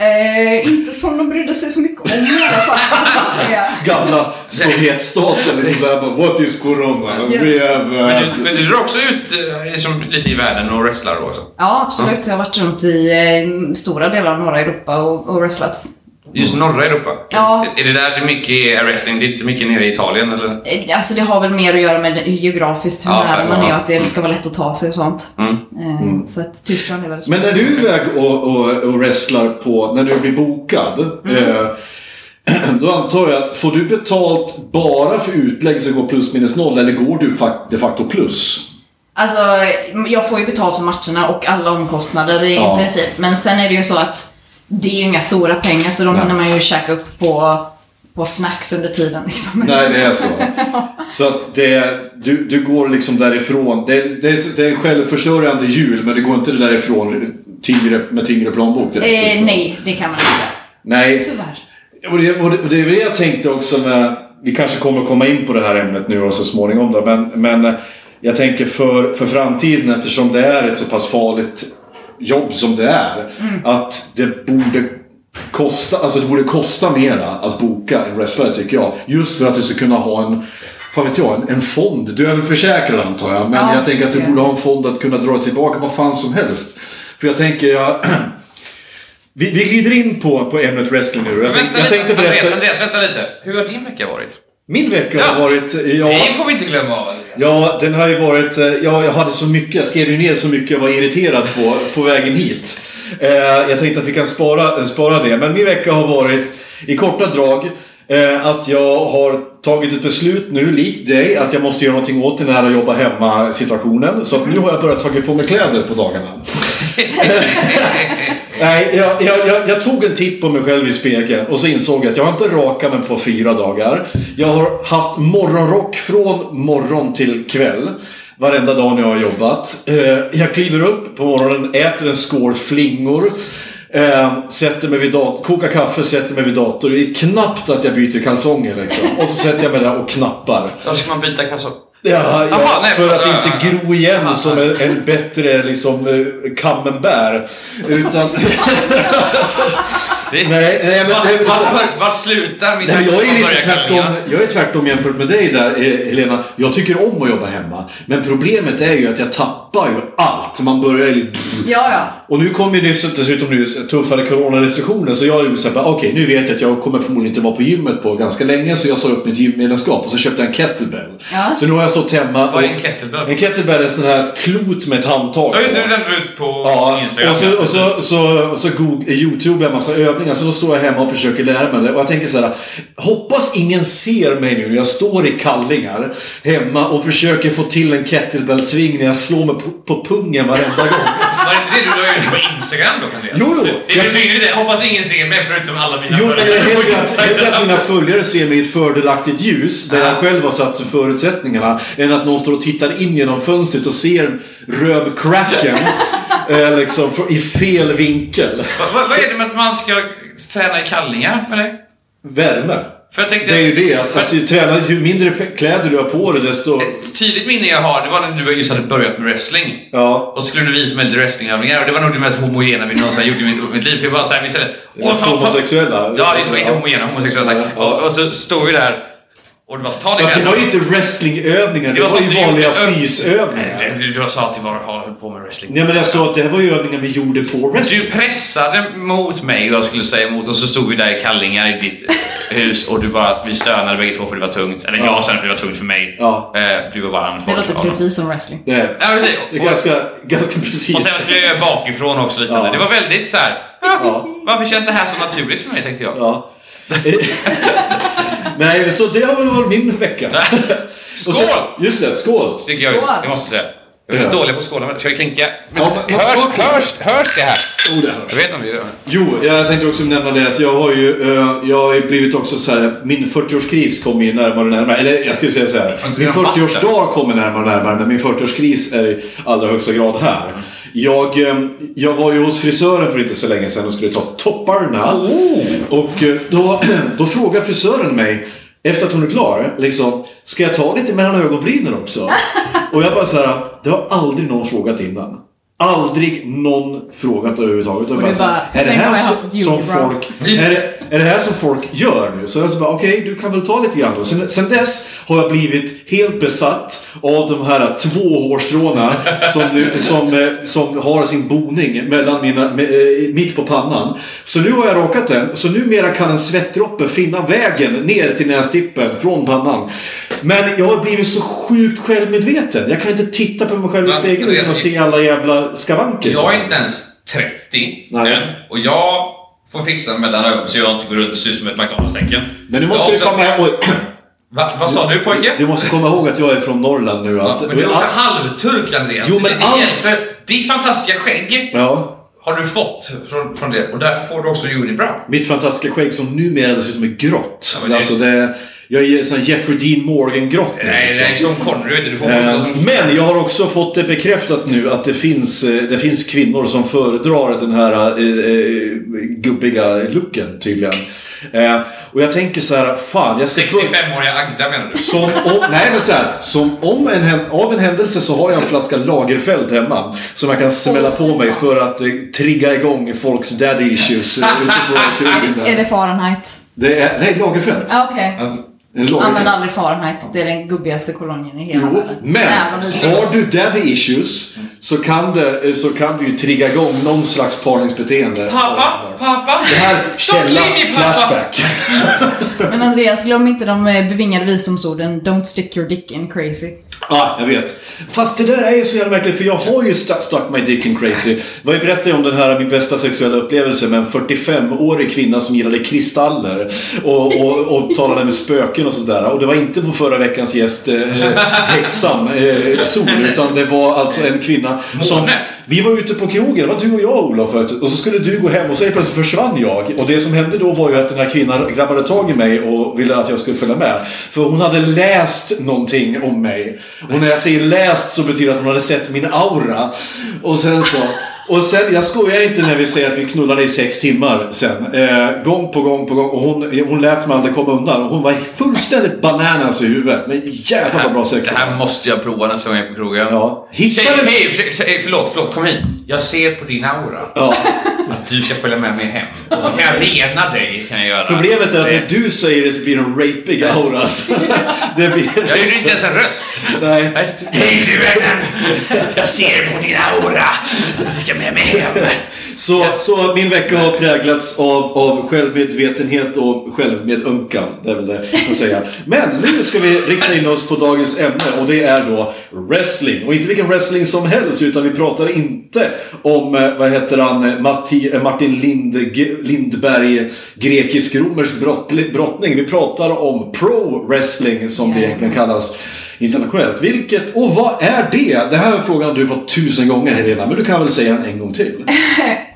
Speaker 2: eh, inte som de brydde sig så mycket om i alla fall. kan man säga.
Speaker 3: gamla Sovjetstaten. Liksom såhär bara, what is corona? We
Speaker 2: Yes.
Speaker 3: have...
Speaker 1: Men
Speaker 3: eh,
Speaker 1: du, men du drar också ut eh, som, lite i världen och wrestlar då också.
Speaker 2: Ja, absolut. Jag har varit runt i eh, stora delar av norra Europa och, och wrestlats.
Speaker 1: Just norra Europa.
Speaker 2: Ja.
Speaker 1: Är det där det mycket är wrestling? Det är inte mycket nere i Italien eller?
Speaker 2: Eh, Alltså det har väl mer att göra med det- geografiskt hur
Speaker 1: Ja,
Speaker 2: nära
Speaker 1: fan,
Speaker 2: man
Speaker 1: ja.
Speaker 2: är och att det ska vara lätt att ta sig och sånt.
Speaker 1: Mm.
Speaker 2: Eh, Så att Tyskland är väl så.
Speaker 3: Men när du är iväg och, och, och wrestlar på, när du blir bokad. Eh, då antar jag att, får du betalt bara för utlägg så går plus minus noll eller går du fak- de facto plus?
Speaker 2: Alltså, jag får ju betalt för matcherna och alla omkostnader i
Speaker 3: Ja.
Speaker 2: princip. Men sen är det ju så att det är ju inga stora pengar så de
Speaker 3: Nej.
Speaker 2: hinner man ju käka upp på, på snacks under tiden liksom.
Speaker 3: Nej, det är så. Så att det, du, du går liksom därifrån. Det, det, är, det är en självförsörjande jul, men du går inte därifrån tyngre, med tyngre plånbok direkt.
Speaker 2: Eh,
Speaker 3: liksom.
Speaker 2: nej, det kan man inte.
Speaker 3: Nej,
Speaker 2: Tyvärr.
Speaker 3: Och det, och det, och det är väl det jag tänkte också med... Vi kanske kommer att komma in på det här ämnet nu och så småningom då, men, men eh, jag tänker för, för framtiden eftersom det är ett så pass farligt jobb som det är.
Speaker 1: Mm.
Speaker 3: Att det borde kosta, alltså det borde kosta mera att boka en wrestlare tycker jag. Just för att du ska kunna ha en, fan vet jag, en, en fond. Du är väl försäkrad antar jag, men
Speaker 2: Ja,
Speaker 3: jag tänker att du
Speaker 2: det.
Speaker 3: borde ha en fond att kunna dra tillbaka vad fan som helst. För jag tänker, jag... Vi, vi glider in på, på ämnet wrestling nu. Jag,
Speaker 1: Men
Speaker 3: tänkte-
Speaker 1: vänta
Speaker 3: jag
Speaker 1: lite,
Speaker 3: tänkte
Speaker 1: Andreas,
Speaker 3: berätta...
Speaker 1: Andreas, vänta lite. Hur har din vecka varit?
Speaker 3: Min vecka har
Speaker 1: Ja.
Speaker 3: varit... eh, Ja,
Speaker 1: Det får vi inte glömma av, Andreas.
Speaker 3: ja, den har ju varit... eh, Ja, jag hade så mycket. Jag skrev ju ner så mycket jag var irriterad på, på vägen hit. Eh, jag tänkte att vi kan spara, eh, spara det. Men min vecka har varit, i korta drag, eh, att jag har tagit ett beslut nu, likt dig, att jag måste göra någonting åt den här jobba hemma-situationen. Så att nu har jag börjat ta på mig kläder på dagarna. Nej, jag, jag, jag, jag tog en titt på mig själv i spegeln och så insåg jag att jag har inte rakat mig på fyra dagar. Jag har haft morgonrock från morgon till kväll. Varenda dag när jag har jobbat. Eh, Jag kliver upp på morgonen, äter en skål flingor. eh, Sätter mig vid datorn, kokar kaffe, sätter mig vid datorn. Det är knappt att jag byter kalsonger liksom. Och så sätter jag mig där och knappar.
Speaker 1: Då ska man byta kassa.
Speaker 3: Ja, ja,
Speaker 1: Aha, nej,
Speaker 3: för att
Speaker 1: ja,
Speaker 3: inte
Speaker 1: ja, ja.
Speaker 3: gro igen som en, en bättre liksom eh, camembert. Utan...
Speaker 1: Det-
Speaker 3: nej, nej, men det är
Speaker 1: Var,
Speaker 3: väl så-
Speaker 1: var, var slutar mina
Speaker 3: Nej, men jag är liksom
Speaker 1: börjarkallingar?
Speaker 3: tvärtom, jag är tvärtom jämfört med dig där eh, Helena. Jag tycker om att jobba hemma. Men problemet är ju att jag tappar ju allt. Man börjar ju...
Speaker 2: Ja, ja.
Speaker 3: Och nu kommer ju dess- dessutom nu tuffare coronarestriktioner så jag är ju såhär, bara, okej nu vet jag att jag kommer förmodligen inte vara på gymmet på ganska länge så jag sa upp mitt gymmedlemskap och så köpte jag en kettlebell.
Speaker 2: Ja.
Speaker 3: Så nu har jag stått hemma
Speaker 1: Vad är en kettlebell?
Speaker 3: En kettlebell är en sån här ett klot med ett handtag.
Speaker 1: Ja, just det.
Speaker 3: på.
Speaker 1: Du lämnade ut på
Speaker 3: Ja,
Speaker 1: Instagram.
Speaker 3: och så, och så, och så, och så Google, eh, YouTube en massa övningar, så då står jag hemma och försöker lära mig det. Och jag tänker så här, hoppas ingen ser mig nu när jag står i kallingar hemma och försöker få till en kettlebell-sving när jag slår mig på, på pungen varenda gång.
Speaker 1: Var det inte det du la ut på Instagram då, Andreas?
Speaker 3: Jo, jo.
Speaker 1: Det betyder inte... Hoppas ingen ser mig förutom alla mina
Speaker 3: Jo, men jag
Speaker 1: följare på
Speaker 3: hellre, hellre att
Speaker 1: Instagram.
Speaker 3: mina följare ser mig i ett fördelaktigt ljus, där
Speaker 1: Ja.
Speaker 3: jag själv har satt förutsättningarna, än att någon står och tittar in genom fönstret och ser rövcracken eh, liksom, för- i fel vinkel.
Speaker 1: Vad- Vad vad är det med att man ska träna i kallingar med dig?
Speaker 3: Värme.
Speaker 1: För jag tänkte,
Speaker 3: Det är ju det, att, Eh,
Speaker 1: för
Speaker 3: att ju, träna, ju mindre pe- kläder du har på dig desto...
Speaker 1: Ett tydligt minne jag har, det var när du just hade börjat med wrestling.
Speaker 3: Ja.
Speaker 1: Och så skulle du visa mig lite wrestlingövningar och det var nog det mest homogena vi någonsin gjort i mitt, mitt liv. För jag bara såhär, vi ställde...
Speaker 3: var homosexuella.
Speaker 1: Ja, det var inte homogena, homosexuella tack.
Speaker 3: Ja.
Speaker 1: Och, och så stod vi där och du bara, ta det
Speaker 3: Fast det
Speaker 1: här.
Speaker 3: var ju inte wrestlingövningar, det, var
Speaker 1: sånt du
Speaker 3: ju vanliga
Speaker 1: gjorde.
Speaker 3: fysövningar.
Speaker 1: Nej, Du, du sa att det var höll på med wrestling.
Speaker 3: Nej men jag sa att det här var ju övningar vi gjorde på wrestling.
Speaker 1: Du pressade mot mig och jag skulle säga emot och så stod vi där i kallingar i ditt hus och du bara, vi stönade bägge två för det var tungt. Eller jag sen för det var tungt för mig.
Speaker 3: Ja.
Speaker 1: Eh, Du var bara andfådd.
Speaker 2: Det låter precis som wrestling.
Speaker 3: Nej.
Speaker 1: Ja, precis.
Speaker 3: Det är
Speaker 1: Och-
Speaker 3: ganska, ganska precis.
Speaker 1: Och sen skulle jag göra bakifrån också lite.
Speaker 3: Ja.
Speaker 1: Det var väldigt så här.
Speaker 3: Ja.
Speaker 1: Varför känns det här så naturligt för mig tänkte jag.
Speaker 3: Ja. Nej, så det har väl varit min vecka. Och sen-
Speaker 1: Skål!
Speaker 3: Just det, skål!
Speaker 1: Tycker jag
Speaker 2: Skål!
Speaker 1: Jag måste säga. Jag är
Speaker 3: Ja.
Speaker 1: dålig på att skåla men ska vi klinka? Men,
Speaker 3: Ja, men-
Speaker 1: hörs,
Speaker 3: skål.
Speaker 1: hörs, hörs det här?
Speaker 3: Oh, det hörs.
Speaker 1: Jag vet inte om vi gör det.
Speaker 3: Jo, jag tänkte också nämna det att jag har ju eh, jag har ju blivit också så här, min 40-årskris kommer ju närmare och närmare. Eller jag skulle säga så här,
Speaker 1: du
Speaker 3: min
Speaker 1: redan fattat?
Speaker 3: 40-årsdag kommer närmare och närmare, men min 40-årskris är i allra högsta grad här. Jag, eh, jag var ju hos frisören för inte så länge sedan och skulle ta topparna. Och eh, då, då frågar frisören mig, efter att hon är klar, liksom, ska jag ta lite mellan ögonbrynen också? Och jag bara så här, det har aldrig någon frågat innan. Aldrig någon frågat överhuvudtaget. Och
Speaker 2: du
Speaker 3: bara, så här,
Speaker 2: bara,
Speaker 3: är det
Speaker 2: "Tänk om
Speaker 3: här
Speaker 2: jag
Speaker 3: så-
Speaker 2: haft ett
Speaker 3: som
Speaker 2: unibrow?"
Speaker 3: folk är det, är det här som folk gör nu? Så jag så bara, okej, du kan väl ta lite grann då. Sen, sen dess har jag blivit helt besatt av de här två hårstråna som, nu, som, eh, som har sin boning mellan mina, med, eh, mitt på pannan. Så nu har jag rakat den, så numera kan en svettdroppe finna vägen ner till nästippen från pannan. Men jag har blivit så sjukt självmedveten. Jag kan inte titta på mig själv i
Speaker 1: Men,
Speaker 3: spegeln utan att
Speaker 1: Andreas,
Speaker 3: se alla jävla skavanker.
Speaker 1: Jag är inte ens 30
Speaker 3: Nej.
Speaker 1: än och jag får fixa mellan ögonen så jag inte går runt och ser ut som ett McDonalds-tecken.
Speaker 3: Men nu måste
Speaker 1: Jag
Speaker 3: du
Speaker 1: har också-
Speaker 3: komma här och...
Speaker 1: Va, vad sa du pojke?
Speaker 3: Du måste komma ihåg att jag är från Norrland nu. Att,
Speaker 1: ja, men du är också halvturk Andreas.
Speaker 3: Jo, men
Speaker 1: det, det,
Speaker 3: allt-
Speaker 1: hjälpte. ditt fantastiska skägg
Speaker 3: Ja.
Speaker 1: har du fått från, från det och därför får du också unibrow.
Speaker 3: Mitt fantastiska skägg som numera dessutom är grått.
Speaker 1: Ja, men det-
Speaker 3: Alltså det... Jag är sån Jeffrey Dean Morgan-grått nu.
Speaker 1: Nej,
Speaker 3: liksom.
Speaker 1: nej, som Connery vet du. Du får
Speaker 3: Eh,
Speaker 1: också som...
Speaker 3: Men jag har också fått det bekräftat nu att det finns, eh, det finns kvinnor som föredrar den här eh, eh, gubbiga looken tydligen. Eh, och jag tänker så här, fan. Jag ska-
Speaker 1: 65-åriga Agda menar du?
Speaker 3: Som om, nej men så här, som om en, hän- av en händelse så har jag en flaska Lagerfeld hemma. Som jag kan smälla på mig för att eh, trigga igång folks daddy issues eh, ute på krogen
Speaker 2: Är, är
Speaker 3: där.
Speaker 2: det Fahrenheit?
Speaker 3: Det är, nej, Lagerfeld.
Speaker 2: Ja, Okej.
Speaker 3: En Lagerfeld.
Speaker 2: Använd aldrig Fahrenheit. Det är den gubbigaste kolonien i hela
Speaker 3: Jo,
Speaker 2: världen.
Speaker 3: men
Speaker 2: Även i-
Speaker 3: har du daddy issues så kan, det, eh, så kan du ju trigga igång någon slags parningsbeteende.
Speaker 1: Pappa, pappa!
Speaker 3: Det här källa Flashback.
Speaker 2: Men Andreas, glöm inte de eh, bevingade visdomsorden Don't stick your dick in crazy.
Speaker 3: Ja, jag vet. Fast det där är ju så jävla märkligt för jag har ju stu- stuck my dick in crazy. Vad jag berättade om den här min bästa sexuella upplevelse med en 45-årig kvinna som gillade kristaller och, och, och talade med spöken och sådär. Och det var inte på förra veckans gäst eh, häxan eh, Sol utan det var alltså en kvinna som...
Speaker 1: Måne.
Speaker 3: Vi var ute på krogen, det var du och jag Olof förut. och så skulle du gå hem och så helt plötsligt försvann jag. Och det som hände då var ju att den här kvinnan grabbade tag i mig och ville att jag skulle följa med. För hon hade läst någonting om mig. Och när jag säger läst så betyder det att hon hade sett min aura. Och sen så... Och sen, jag skojar inte när vi säger att vi knullade i sex timmar sen. Eh, gång på gång på gång. Och hon, hon lät mig aldrig komma undan. Och hon var fullständigt bananas i huvudet. Men jävlar vad bra sex
Speaker 1: Det
Speaker 3: det var.
Speaker 1: här måste jag prova nästa gång jag är på krogen.
Speaker 3: Ja.
Speaker 1: Säg,
Speaker 3: Hittade vi...
Speaker 1: hej, för- säg, förlåt, förlåt, kom hit. Jag ser på din aura
Speaker 3: Ja.
Speaker 1: att du ska följa med mig hem. Och så kan jag rena dig, kan jag göra.
Speaker 3: Problemet är att
Speaker 1: Nej.
Speaker 3: när du säger det så blir det en rapig aura. alltså. det blir...
Speaker 1: Jag gjorde inte ens en röst.
Speaker 3: Nej.
Speaker 1: Hej du vännen! Jag ser på din aura att du ska med mig hem.
Speaker 3: Så, så min vecka har präglats av, av självmedvetenhet och självmedunkan. Det är väl det man säga. Men nu ska vi rikta in oss på dagens ämne och det är då wrestling. Och inte vilken wrestling som helst utan vi pratar inte om, eh, vad heter han, eh, Matti, eh, Martin Lind, G- Lindberg, grekisk-romersk brott, brottning. Vi pratar om pro-wrestling som det egentligen kallas internationellt. Vilket, och vad är det? Det här är frågan du fått tusen gånger Helena, men du kan väl säga den en gång till?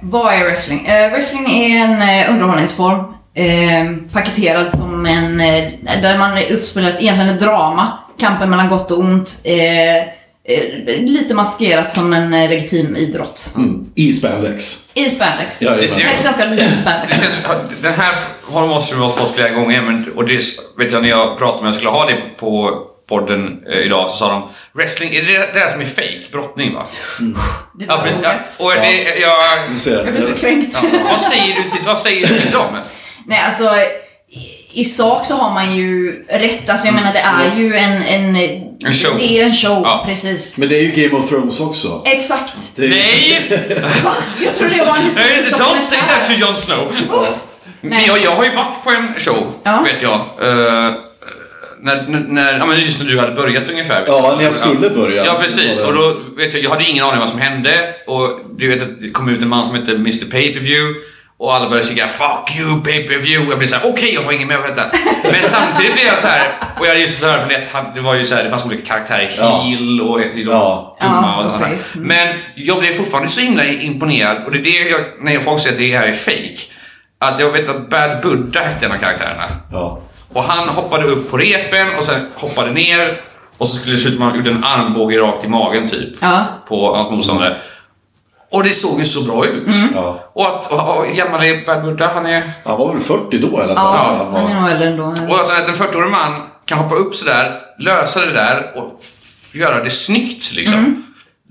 Speaker 2: Vad är wrestling? Eh, wrestling är en eh, underhållningsform. Eh, paketerad som en... Eh, där man är uppspelat egentligen ett drama. Kampen mellan gott och ont. Eh, eh, lite maskerat som en eh, legitim idrott.
Speaker 3: I spandex.
Speaker 2: I spandex.
Speaker 3: Ja,
Speaker 1: Det-
Speaker 2: Helst ganska lite
Speaker 1: Det
Speaker 2: spandex.
Speaker 1: känns, den här har måste vi ha fått flera gånger, men, och det vet jag när jag pratade med jag skulle ha det på podden eh, idag så sa de Wrestling, är det det där som är fake brottning va?
Speaker 2: Det
Speaker 1: Ja,
Speaker 2: var
Speaker 1: precis.
Speaker 2: ordet.
Speaker 1: Ja, och det, jag,
Speaker 3: ser.
Speaker 2: Jag blir så kränkt.
Speaker 1: ja, vad säger du till, vad säger du till dem?
Speaker 2: Nej, alltså i, i sak så har man ju rätt. Alltså jag menar det är ju en... En,
Speaker 1: Mm. En show.
Speaker 2: Det är en show,
Speaker 1: Ja.
Speaker 2: precis.
Speaker 3: Men det är ju Game of Thrones också.
Speaker 2: Exakt.
Speaker 3: Det är,
Speaker 1: Nej!
Speaker 2: Va? Jag trodde det var en
Speaker 1: Nej,
Speaker 2: historisk
Speaker 1: Don't say that to
Speaker 2: dokumentär.
Speaker 1: Jon Snow!
Speaker 2: Oh. Nej.
Speaker 1: Men jag, jag har ju varit på en show,
Speaker 2: Ja.
Speaker 1: vet jag. Eh, när, när, när, ja, men just när du hade börjat ungefär.
Speaker 3: Ja, när jag skulle börja.
Speaker 1: Ja, precis. Och då, vet jag, jag hade ingen aning vad som hände. Och du vet att det kom ut en man som hette Mr Pay-Per-View Och alla började skrika 'Fuck you Pay-Per-View Jag blev såhär, okej jag har ingen med på detta. Men samtidigt blev jag så här och jag hade just fått höra från det att han- det var ju så här, det fanns olika karaktärer,
Speaker 3: Ja.
Speaker 1: heel och de
Speaker 3: Ja.
Speaker 2: Ja, Mm.
Speaker 1: dumma och
Speaker 2: och
Speaker 1: sånt här.
Speaker 2: face.
Speaker 1: Men jag blev fortfarande så himla imponerad och det är det jag, när folk säger att det här är fake Att jag vet att Bad Buddha hette en av karaktärerna.
Speaker 3: Ja.
Speaker 1: Och han hoppade upp på repen och sen hoppade ner och så skulle det se ut som han gjorde en armbåge rakt i magen typ.
Speaker 2: Ja.
Speaker 1: På hans motståndare. Och det såg ju så bra ut.
Speaker 3: Ja.
Speaker 1: Och att, och, och hur gammal är Bad Buddha? Han är...
Speaker 3: Han var väl 40 då i alla fall?
Speaker 2: Ja,
Speaker 3: han
Speaker 2: han är
Speaker 3: var...
Speaker 2: nog äldre ändå.
Speaker 1: Och alltså att en 40-årig man kan hoppa upp sådär, lösa det där och f- göra det snyggt liksom.
Speaker 2: Mm.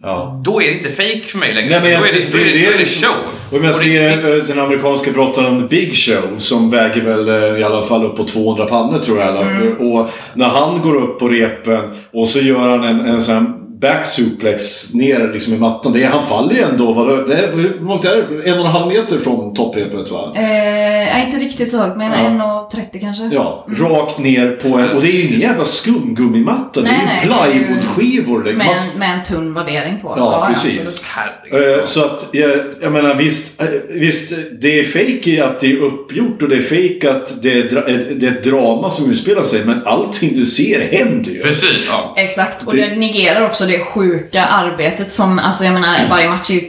Speaker 3: ja.
Speaker 1: Då är det inte fake för mig längre.
Speaker 3: Nej, men jag
Speaker 1: då är
Speaker 3: ser-
Speaker 1: det, då är det, då är det
Speaker 3: liksom-
Speaker 1: show.
Speaker 3: Och om jag
Speaker 1: det är riktigt.
Speaker 3: ser eh, den amerikanska brottaren Big Show som väger väl eh, i alla fall upp på 200
Speaker 2: Mm.
Speaker 3: pannor tror jag. eller? Och när han går upp på repen och så gör han en, en sån här back suplex ner liksom i mattan. Det är, han faller ju ändå. Vadå? Det är, hur långt är det? En och en halv meter från topprepet va?
Speaker 2: Eh, nej, inte riktigt så högt, men 1,30 kanske.
Speaker 3: Ja, rakt ner på en... Och det är ju ingen jävla skumgummimatta. Det
Speaker 2: Nej,
Speaker 3: är ju
Speaker 2: nej, det är ju-
Speaker 3: plywoodskivor. Det är
Speaker 2: Med,
Speaker 3: mass-
Speaker 2: en, med en tunn värdering på.
Speaker 3: Ja, precis.
Speaker 2: absolut.
Speaker 1: Herregud.
Speaker 3: Eh, Så att, jag, jag menar visst, eh, visst, det är fake i att det är uppgjort och det är fake att det är, dra, eh, det är ett drama som utspelar sig. Men allting du ser händer ju.
Speaker 1: Precis, ja.
Speaker 2: Exakt, och
Speaker 3: Det-
Speaker 2: det, negerar också det sjuka arbetet som, alltså jag menar, varje match är ju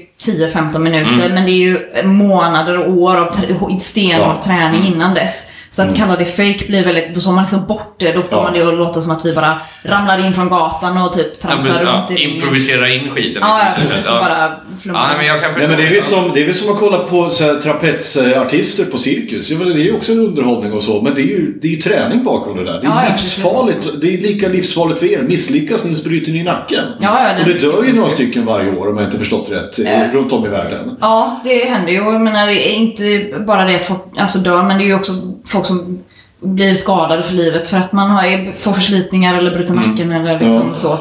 Speaker 2: 10-15 minuter, men det är ju månader och år av tr- stenhård
Speaker 3: Ja.
Speaker 2: träning innan dess. Så att kalla det fake blir väldigt, då såg man liksom bort det, då får
Speaker 3: Ja.
Speaker 2: man det att låta som att vi bara ramlar in från gatan och typ
Speaker 1: Ja,
Speaker 2: tramsar
Speaker 1: precis, ja.
Speaker 2: runt i ringen.
Speaker 1: Improvisera in skiten.
Speaker 2: Ja, ja,
Speaker 1: liksom, så
Speaker 2: precis.
Speaker 1: att-
Speaker 2: Och
Speaker 1: ja.
Speaker 2: bara
Speaker 1: Ja,
Speaker 2: flummar
Speaker 1: nej, men jag kan förstå.
Speaker 3: Nej, men det, är liksom-
Speaker 1: det.
Speaker 3: väl som, det är väl som att kolla på så här, trapetsartister på cirkus. Jag menar, det är ju också en underhållning och så, men det är ju, det är ju träning bakom det där. Det är
Speaker 2: Ja, ja,
Speaker 3: livsfarligt. Det är lika livsfarligt för er. Misslyckas ni så bryter ni nacken.
Speaker 2: Ja, ja, det-
Speaker 3: och det dör ju några stycken varje år om jag inte förstått rätt, eh, runt om i världen.
Speaker 2: Ja, det händer ju. Och Jag menar, det är inte bara det att folk alltså, dör, men det är ju också folk som blir skadade för livet för att man har, får förslitningar eller bryter nacken eller liksom
Speaker 3: Ja.
Speaker 2: så.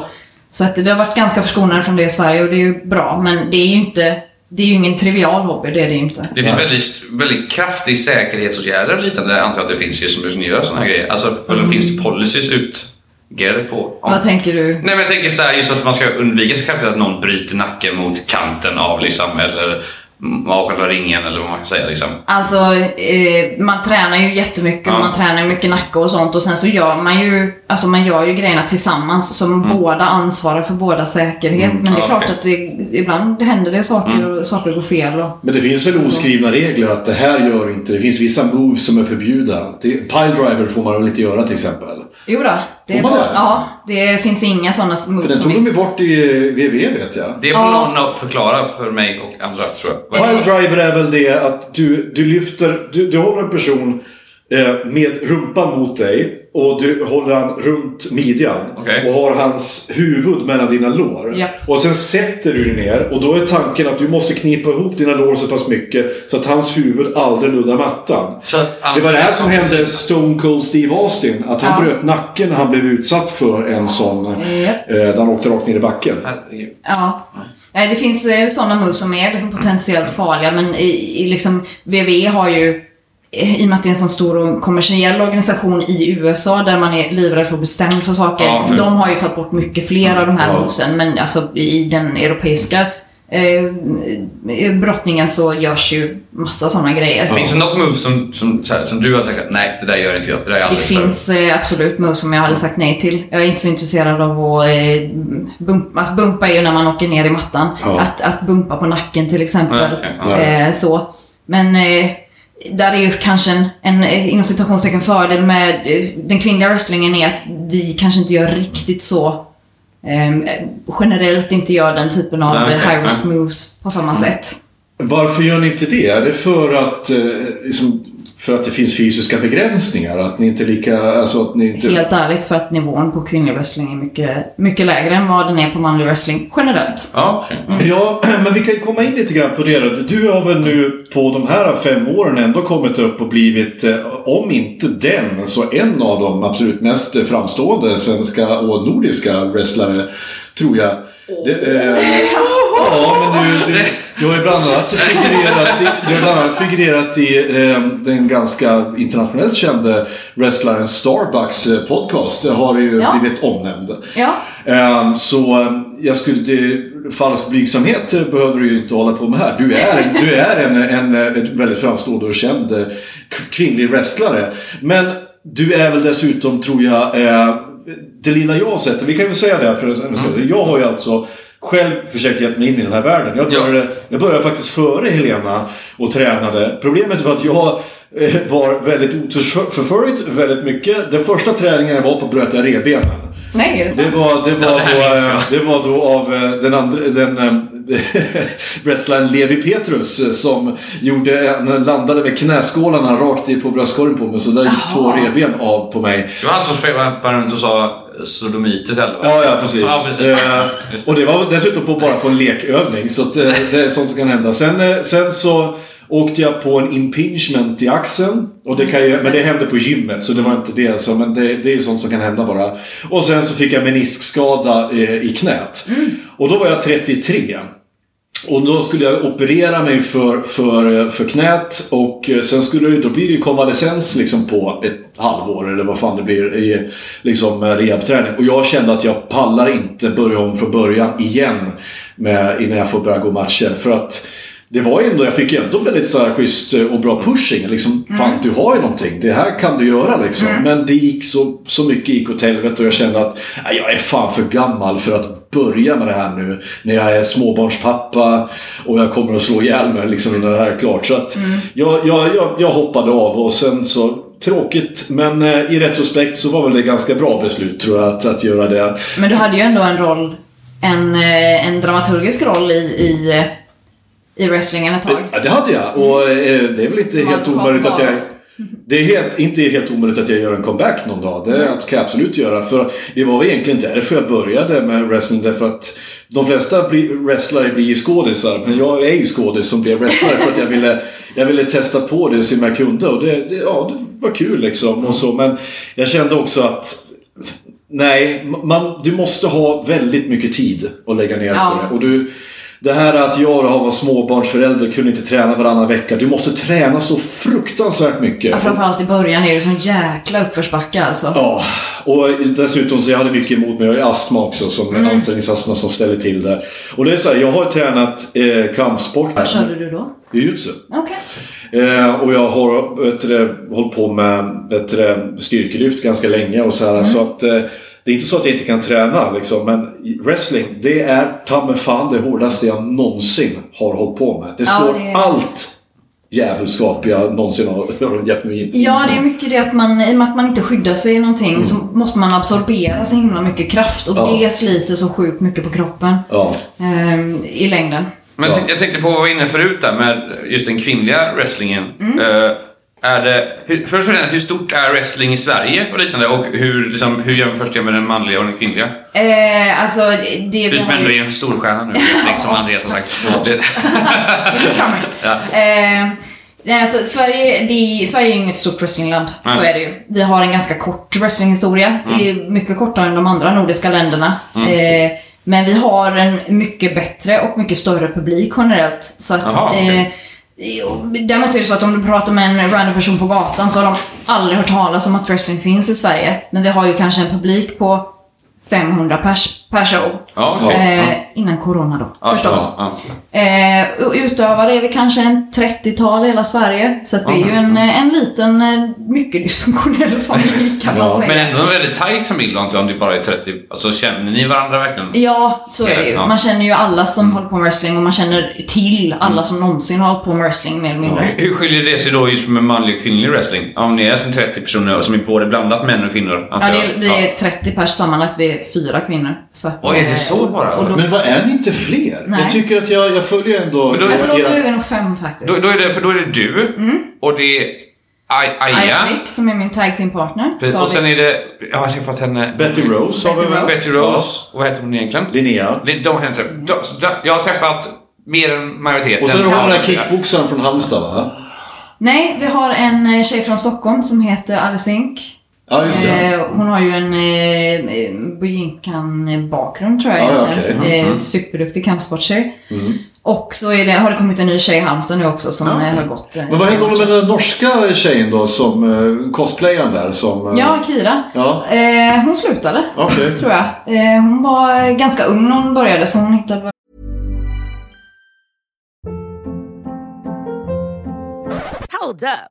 Speaker 2: Så att vi har varit ganska förskonade från det i Sverige och det är ju bra, men det är ju inte det är ju ingen trivial hobby, det är det ju inte.
Speaker 1: Det finns väldigt, väldigt kraftig säkerhetsåtgärder och liknande antar jag att det finns ju som som gör sådana här grejer. Alltså, eller finns det policies utger på? Om...
Speaker 2: Mm. Vad tänker du?
Speaker 1: Nej men jag tänker så här, just att man ska undvika så kanske att någon bryter nacken mot kanten av liksom, eller mm, av själva ringen eller vad man kan säga liksom.
Speaker 2: Alltså, eh, man tränar ju jättemycket
Speaker 1: Ja.
Speaker 2: och man tränar ju mycket nacke och sånt och sen så gör man ju, alltså man gör ju grejerna tillsammans som
Speaker 3: Mm.
Speaker 2: båda ansvarar för båda säkerhet. Men det är
Speaker 1: ja,
Speaker 2: klart
Speaker 1: okej.
Speaker 2: att det, ibland händer det saker
Speaker 3: Mm.
Speaker 2: och saker går fel och
Speaker 3: Men det finns väl oskrivna regler att det här gör inte... Det finns vissa moves som är förbjudna. Det- Piledriver får man väl inte göra till exempel.
Speaker 2: Jo då, det, är
Speaker 3: Får man
Speaker 2: bara,
Speaker 3: det?
Speaker 2: ja, det finns inga sådana
Speaker 3: För
Speaker 2: moves
Speaker 3: den
Speaker 2: som
Speaker 3: tog de
Speaker 2: vi...
Speaker 3: ju bort i VV vet jag.
Speaker 1: Det får
Speaker 2: Ja.
Speaker 1: någon att förklara för mig och andra tror jag. Vad är det?
Speaker 3: Piledriver är väl det att du, du lyfter... Du, du håller en person eh, med rumpan mot dig och du håller han runt midjan.
Speaker 1: Okej.
Speaker 3: Och har hans huvud mellan dina lår.
Speaker 2: Japp.
Speaker 3: Och sen sätter du dig ner och då är tanken att du måste knipa ihop dina lår så pass mycket så att hans huvud aldrig nuddar mattan.
Speaker 1: Så att-
Speaker 3: Det var det här som hände Stone Cold Steve Austin. Att han
Speaker 2: Ja.
Speaker 3: bröt nacken när han blev utsatt för en sån...
Speaker 2: Japp.
Speaker 3: Eh, där han åkte rakt ner i backen.
Speaker 1: Äh, Herregud.
Speaker 2: Ja. Nej, det finns eh, sådana moves som är liksom potentiellt farliga, men i, i liksom, WWE har ju, eh, i och med att det är en sån stor och kommersiell organisation i USA där man är livrädd för att bli stämd för saker,
Speaker 1: Ja, för-
Speaker 2: de har ju tagit bort mycket fler av de här
Speaker 3: Ja.
Speaker 2: movesen, men alltså i den europeiska eh, brottningen så görs ju massa sådana grejer.
Speaker 1: Finns det något move som, som, så här, som du har sagt att nej, det där gör inte jag, det där är
Speaker 2: Det
Speaker 1: alldeles för-
Speaker 2: finns eh, absolut moves som jag hade sagt nej till. Jag är inte så intresserad av att eh, bumpa. Alltså bumpa är ju när man åker ner i mattan.
Speaker 3: Ja.
Speaker 2: Att, att bumpa på nacken till exempel.
Speaker 1: Ja, okej, ja.
Speaker 2: Eh, så. Men eh, där är ju kanske en, en eh, inom citationstecken fördel med eh, den kvinnliga wrestlingen är att vi kanske inte gör riktigt så ehm, eh, generellt inte gör den typen av
Speaker 1: Nej, okej,
Speaker 2: eh, high risk
Speaker 1: nej. Mm.
Speaker 2: moves på samma sätt.
Speaker 3: Varför gör ni inte det? Är det för att, eh, liksom, för att det finns fysiska begränsningar? Att ni inte lika... Alltså att ni inte...
Speaker 2: Helt ärligt för att nivån på kvinnlig wrestling är mycket, mycket lägre än vad den är på manlig wrestling generellt.
Speaker 1: Ja, okej.
Speaker 2: Mm.
Speaker 3: Ja, men vi kan ju komma in lite grann på det. då. Du har väl nu på de här fem åren ändå kommit upp och blivit, eh, om inte den, så en av de absolut mest framstående svenska och nordiska wrestlare, tror jag. Det, eh, ja, men du, du, du har ju bland annat figurerat i, du har bland annat figurerat i eh, den ganska internationellt kände wrestlaren Starbucks eh, podcast. Det har ju
Speaker 2: Ja.
Speaker 3: blivit omnämnd.
Speaker 2: Ja.
Speaker 3: Ehm, Så ehm, jag skulle det- falsk blygsamhet eh, behöver du ju inte hålla på med här. Du är, du är en, en, eh, ett väldigt framstående och känd eh, k- kvinnlig wrestlare. Men du är väl dessutom, tror jag, eh, det lilla jag har sett, och vi kan väl säga det här för en skull. Jag har ju alltså själv försökt ge mig in i den här världen. Jag
Speaker 1: Ja.
Speaker 3: började, jag började faktiskt före Helena och tränade. Problemet var att jag eh, var väldigt otursförföljd väldigt mycket. Den första träningen jag var på bröt jag revbenen.
Speaker 2: Nej, är det så?
Speaker 3: Det var, det var,
Speaker 1: Ja, det här
Speaker 3: då,
Speaker 1: minns
Speaker 3: eh, det var då av eh, den andra, den eh, wrestlaren Levi Petrus eh, som gjorde, en- landade med knäskålarna rakt i på bröstkorgen på mig så där gick två revben av på mig.
Speaker 1: Det var han som sprang runt och sa sodomiter eller vad?
Speaker 3: Ja, ja precis.
Speaker 1: Så, ja, precis.
Speaker 3: Eh, och det var dessutom på, bara på en lekövning så att, eh, det är sånt som kan hända. Sen, eh, sen så åkte jag på en impingement i axeln. Och det kan ju, men det hände på gymmet, så det var inte det. Så, men det, det är ju sånt som kan hända bara. Och sen så fick jag meniskskada eh, i knät.
Speaker 1: Mm.
Speaker 3: Och då var jag 33. Och då skulle jag operera mig för, för, för knät och eh, sen skulle det, då blir det ju konvalescens liksom på ett halvår eller vad fan det blir i liksom eh, rehabträning. Och jag kände att jag pallar inte börja om från början igen med, innan jag får börja gå matcher. För att det var ju ändå, jag fick ju ändå väldigt så här schysst eh, och bra pushing. Liksom, Fan, du har ju någonting. Det här kan du göra liksom. Men det gick så, så mycket gick åt helvete och jag kände att "Nej, jag är fan för gammal för att börja med det här nu. När jag är småbarnspappa och jag kommer att slå ihjäl mig liksom, när det här är klart. Så att jag, jag, jag, jag hoppade av och sen så Tråkigt, men eh, i retrospekt så var väl det ganska bra beslut tror jag att, att göra det.
Speaker 2: Men du hade ju ändå en roll, en, eh, en dramaturgisk roll i, i, eh, i wrestlingen ett tag.
Speaker 3: Ja, det hade jag. Och eh, det är väl inte
Speaker 2: Typ. Mm. Som
Speaker 3: helt
Speaker 2: advokat
Speaker 3: omöjligt att jag...
Speaker 2: Varus.
Speaker 3: Det är helt, inte helt omöjligt att jag gör en comeback någon dag. Det
Speaker 2: Mm.
Speaker 3: kan jag absolut göra. För det var väl egentligen därför jag började med wrestling. Därför att de flesta bli, wrestlare blir ju skådisar. Men jag är ju skådis som blev wrestlare. för att jag ville, jag ville testa på det så jag kunde. Och det, det, ja, det var kul liksom. Och så. Men jag kände också att Nej, man, du måste ha väldigt mycket tid att lägga ner
Speaker 2: Ja.
Speaker 3: på det. Och du, det här att jag och var småbarnsförälder kunde inte träna varannan vecka. Du måste träna så fruktansvärt mycket.
Speaker 2: Ja, framförallt i början är det sån jäkla uppförsbacke alltså.
Speaker 3: Ja, och dessutom så jag hade mycket emot mig. Jag har astma också, som
Speaker 2: Mm.
Speaker 3: anställningsastma som ställer till det. Och det är så här, jag har tränat eh, kampsport.
Speaker 2: Vad körde du då?
Speaker 3: Jujutsu.
Speaker 2: Okej.
Speaker 3: Eh, och jag har vet du, det, hållit på med vet du, det, styrkelyft ganska länge och så här.
Speaker 2: Mm.
Speaker 3: Så att, eh, det är inte så att jag inte kan träna liksom, men wrestling det är ta mig fan det hårdaste jag någonsin har hållit på med. Det
Speaker 2: Ja,
Speaker 3: slår
Speaker 2: det är-
Speaker 3: allt djävulskap jag någonsin har, har gett mig in i.
Speaker 2: Ja, det är mycket det att man, i och med att man inte skyddar sig i någonting så måste man absorbera så himla mycket kraft och
Speaker 3: Ja.
Speaker 2: det sliter så sjukt mycket på kroppen.
Speaker 3: Ja.
Speaker 2: Ehm, I längden.
Speaker 1: Men jag
Speaker 3: Ja.
Speaker 1: tänkte- jag tänkte på vad vi var inne förut där med just den kvinnliga wrestlingen.
Speaker 2: Mm.
Speaker 1: Eh, är det, hur, först och främst, hur stort är wrestling i Sverige och liknande? Och hur, liksom, hur jämförs det med den manliga och den kvinnliga?
Speaker 2: Eh, alltså, det...
Speaker 1: Du
Speaker 2: vi
Speaker 1: som
Speaker 2: har
Speaker 1: ändå
Speaker 2: ju-
Speaker 1: är en storstjärna nu, wrestling, som Andreas har sagt. Det,
Speaker 2: Coming. Eh, nej, alltså, Sverige, det, Sverige är ju inget stort wrestlingland. Så
Speaker 1: Nej. Mm.
Speaker 2: är det ju. Vi har en ganska kort wrestlinghistoria. Det är mycket kortare än de andra nordiska länderna. Eh, men vi har en mycket bättre och mycket större publik generellt. Så att,
Speaker 1: Jaha, okej.
Speaker 2: eh, Jo, Däremot är det så att om du pratar med en random person på gatan så har de aldrig hört talas om att wrestling finns i Sverige. Men vi har ju kanske en publik på 500 pers per show.
Speaker 1: ja, okej.
Speaker 2: Eh, innan corona då,
Speaker 1: Ja,
Speaker 2: förstås.
Speaker 1: ja,
Speaker 2: Eh, och utövare är vi kanske en 30-tal i hela Sverige. Så att det är ju en, eh, en liten, eh, mycket dysfunktionell familj kan man
Speaker 3: Ja,
Speaker 2: säga.
Speaker 1: Men ändå en väldigt tajt familj antar jag, om det bara är 30. Alltså känner ni varandra verkligen?
Speaker 2: Ja, så är det ju.
Speaker 1: Ja. Mm.
Speaker 2: Man känner ju alla som håller på med wrestling och man känner till alla som någonsin har hållit på med wrestling mer eller mindre.
Speaker 1: Hur skiljer det sig då just med manlig och kvinnlig wrestling? Om ni är som 30 personer och som är både blandat män och kvinnor
Speaker 2: Ja,
Speaker 1: antar
Speaker 2: det
Speaker 1: jag.
Speaker 2: är, vi är 30 pers sammanlagt, vi är fyra kvinnor. Så att,
Speaker 1: Oj, är det så
Speaker 2: eh,
Speaker 1: bara?
Speaker 2: Och då,
Speaker 3: Men vad är ni inte fler?
Speaker 2: Nej.
Speaker 3: Jag tycker att jag, jag följer ändå...
Speaker 1: Men då-
Speaker 2: nej, förlåt,
Speaker 3: era-
Speaker 2: nu är vi nog fem faktiskt.
Speaker 1: Då, då, är det, för då är det du
Speaker 2: Mm.
Speaker 1: och det är Ai- Aja.
Speaker 2: Ivanick, som är min tag team partner.
Speaker 1: Precis,
Speaker 2: så har
Speaker 1: Och
Speaker 2: vi-
Speaker 1: sen är det... Jag har träffat henne...
Speaker 3: Betty Rose har
Speaker 2: Betty
Speaker 3: vi väl?
Speaker 2: Rose.
Speaker 1: Betty Rose. Vad heter hon egentligen?
Speaker 3: Ja. Linnea.
Speaker 1: Det- De har jag inte träffat. De- så där- Jag har träffat mer än majoriteten.
Speaker 3: Och sen har vi
Speaker 1: av
Speaker 3: den där
Speaker 1: dem.
Speaker 3: kickboxaren från Halmstad va?
Speaker 2: Nej, vi har en eh, tjej från Stockholm som heter Alice Inc.
Speaker 3: Ja, just det.
Speaker 2: Eh, hon har ju en eh, Bujinkan-bakgrund tror jag
Speaker 3: Ja, ja,
Speaker 2: egentligen.
Speaker 3: okej. Mm,
Speaker 2: Eh, superduktig kampsporttjej. Och så är det, har det kommit en ny tjej i Halmstad nu också som eh, har gått... eh,
Speaker 3: Men vad hände med den där norska tjejen då, som eh, cosplayaren där? Som, eh,
Speaker 2: Ja, Kira.
Speaker 3: Ja.
Speaker 2: Eh, hon slutade,
Speaker 3: Okej.
Speaker 2: tror jag. Eh, hon var ganska ung när hon började så hon hittade
Speaker 4: Hold up.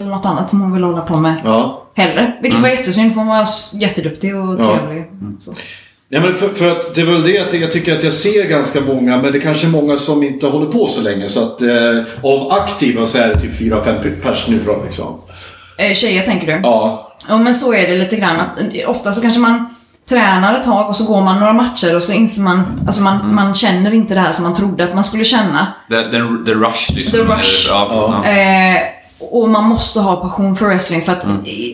Speaker 2: Eller något annat som hon vill hålla på med.
Speaker 3: Ja. Mm.
Speaker 2: Hellre. Vilket var jättesynd för hon var s- jätteduktig och
Speaker 3: Ja. Mm.
Speaker 2: trevlig. Så.
Speaker 3: Nej, men för, för att det är väl det jag, ty- jag tycker att jag ser ganska många, men det är kanske är många som inte håller på så länge. Så att eh, av aktiva så är det typ 4-5 pers nu då liksom.
Speaker 2: Eh, Tjejer tänker du?
Speaker 3: Ja.
Speaker 2: Ja men så är det lite grann att eh, ofta så kanske man tränar ett tag och så går man några matcher och så inser man, alltså man, man känner inte det här som man trodde att man skulle känna.
Speaker 1: The, the, the rush liksom.
Speaker 2: The rush.
Speaker 1: Ja, ja.
Speaker 2: Eh, och man måste ha passion för wrestling för att,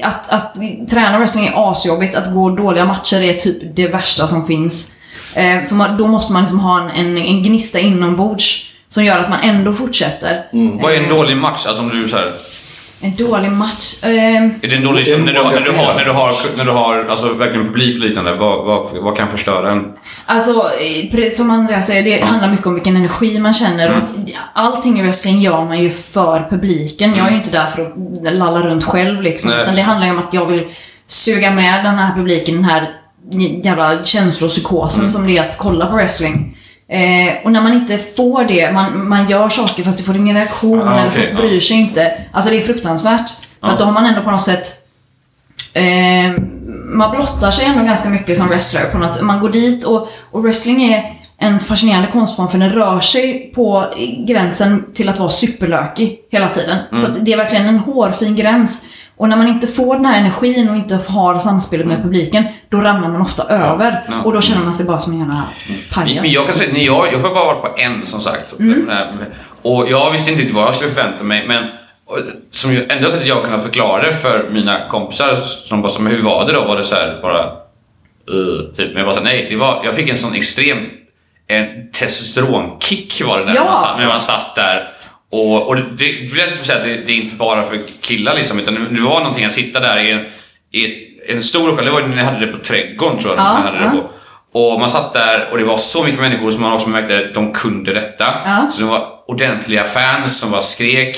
Speaker 2: att, att, träna wrestling är asjobbigt. Att gå dåliga matcher är typ det värsta som finns. Eh, så man, då måste man liksom ha en, en, en gnista inombords som gör att man ändå fortsätter.
Speaker 1: Vad är en
Speaker 2: Eh.
Speaker 1: dålig match? Alltså om du så här,
Speaker 2: En dålig match. Eh,
Speaker 1: Är det en dålig
Speaker 3: En
Speaker 1: när du, har- när du har,
Speaker 3: engagerad.
Speaker 1: när du har, när du har alltså, verkligen publik och liknande, vad, vad, vad kan förstöra en?
Speaker 2: Alltså, eh, pre- som Andreas säger, det handlar mycket om vilken energi man känner.
Speaker 1: Mm.
Speaker 2: Och att allting i wrestling gör man ju för publiken. Jag är ju inte där för att lalla runt själv liksom.
Speaker 1: Mm. Nej.
Speaker 2: Utan det handlar ju om att jag vill suga med den här publiken, den här j- jävla känslopsykosen
Speaker 1: Mm.
Speaker 2: som det är att kolla på wrestling. Eh, och när man inte får det, man, man gör saker fast det får ingen reaktion
Speaker 1: Ah,
Speaker 2: eller
Speaker 1: okej,
Speaker 2: folk bryr
Speaker 1: ja.
Speaker 2: sig inte. Alltså det är fruktansvärt. För att då har man ändå på något sätt Eh, man blottar sig ändå ganska mycket som wrestler på något Man går dit och, och wrestling är en fascinerande konstform för den rör sig på gränsen till att vara superlökig hela tiden.
Speaker 1: Mm.
Speaker 2: Så att det är verkligen en hårfin gräns. Och när man inte får den här energin och inte har samspelet med publiken, då ramlar man ofta över.
Speaker 1: Mm. Ja.
Speaker 2: Och då känner man sig bara som en jävla pajas. Mm.
Speaker 1: Men jag kan säga, när jag, jag har bara varit på en som sagt. eh, Och jag visste inte riktigt vad jag skulle förvänta mig men och, som ju, enda sättet jag kunde förklara det för mina kompisar som bara sa, men hur var det då? Var det så här bara... "Eh", typ. Men jag bara så här, nej, det var, jag fick en sån extrem en testosteronkick var det där
Speaker 2: Ja.
Speaker 1: när, man satt, när man satt där. Och, och det, det vill jag typ säga att det, det är inte bara för killar liksom utan det, det var någonting att sitta där i, en- i ett, en stor lokal. Det var ju när ni hade det på trädgården tror jag.
Speaker 2: Ja,
Speaker 1: ni hade det
Speaker 2: ja.
Speaker 1: på. Och man satt där och det var så mycket människor som man också märkte att de kunde detta.
Speaker 2: Ja.
Speaker 1: Så det var ordentliga fans som bara skrek.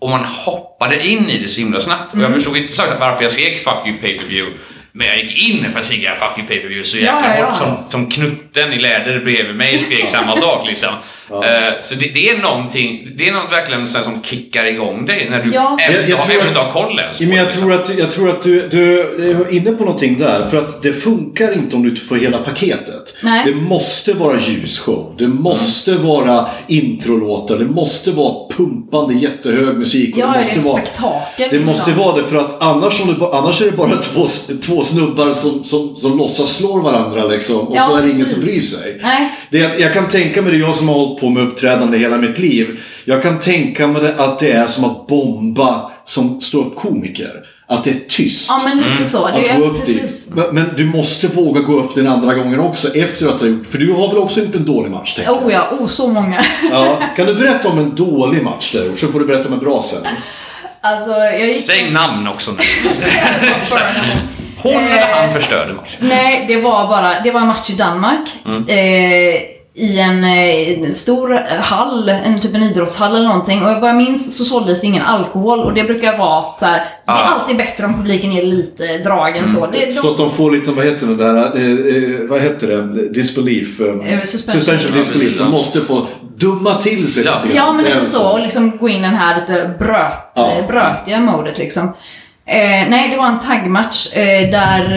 Speaker 1: Och man hoppade in i det så himla snabbt.
Speaker 2: Mm.
Speaker 1: Och jag förstod inte sagt varför jag skrek 'fuck you pay-per-view Men jag gick in för att skrika 'fuck you pay-per-view så jäkla
Speaker 2: ja, ja.
Speaker 1: hårt som, som knutten i läder bredvid mig skrek samma sak liksom. Eh, så det, det är någonting, det är något verkligen så här som kickar igång dig när du
Speaker 2: Ja.
Speaker 1: även,
Speaker 3: Jag- jag tror
Speaker 1: även om
Speaker 3: att-
Speaker 1: du har koll ens.
Speaker 3: Ja,
Speaker 1: på
Speaker 3: Men
Speaker 1: det,
Speaker 3: jag
Speaker 1: liksom.
Speaker 3: tror att, jag tror att du, du är inne på någonting där. För att det funkar inte om du inte får hela paketet.
Speaker 2: Nej.
Speaker 3: Det måste vara ljusshow. Det måste vara introlåtar. Det måste vara pumpande jättehög musik. och
Speaker 2: Ja,
Speaker 3: det
Speaker 2: det är
Speaker 3: måste
Speaker 2: ett
Speaker 3: vara,
Speaker 2: spektakel,
Speaker 3: Det måste
Speaker 2: liksom.
Speaker 3: vara det. För att annars, om du, ba- annars är det bara två, två snubbar som, som, som låtsas slår varandra liksom. Och
Speaker 2: Ja,
Speaker 3: så är det ingen
Speaker 2: precis.
Speaker 3: som bryr sig.
Speaker 2: Nej.
Speaker 3: Det är att jag kan tänka mig det, jag som har hållit på med uppträdande hela mitt liv. Jag kan tänka mig det att det är som att bomba som ståuppkomiker. Att det är tyst.
Speaker 2: Ja, men
Speaker 1: Mm.
Speaker 2: lite så. Det
Speaker 3: att gå
Speaker 2: är,
Speaker 3: upp
Speaker 2: precis.
Speaker 3: dit. Men, men du måste våga gå upp den andra gången också efter att du har gjort... För du har väl också gjort en dålig match? tänker jag.
Speaker 2: Oh ja, oh så många.
Speaker 3: Ja. Kan du berätta om en dålig match där så får du berätta om en bra sen.
Speaker 2: Alltså, jag gick...
Speaker 1: Säg namn också nu. Hon eller han förstörde matchen.
Speaker 2: Nej, det var bara det var en match i Danmark. Eh, I en eh, stor hall, en typ en idrottshall eller någonting. Och vad jag minns så såldes det ingen alkohol och det brukar vara så här. Det är
Speaker 1: Ah.
Speaker 2: alltid bättre om publiken är lite dragen så. Det, de,
Speaker 3: Så att de får lite, vad heter det där, eh, eh, vad heter det, disbelief? Eh,
Speaker 2: Eh, suspension.
Speaker 3: suspension disbelief.
Speaker 1: Ja.
Speaker 3: De måste få dumma till sig
Speaker 1: Ja.
Speaker 3: lite grann.
Speaker 2: ja, men
Speaker 3: Det är
Speaker 2: lite
Speaker 3: väl
Speaker 2: så. Och liksom gå in i den här lite bröt,
Speaker 3: Ja.
Speaker 2: eh, brötiga modet liksom. Eh, nej, det var en taggmatch eh, där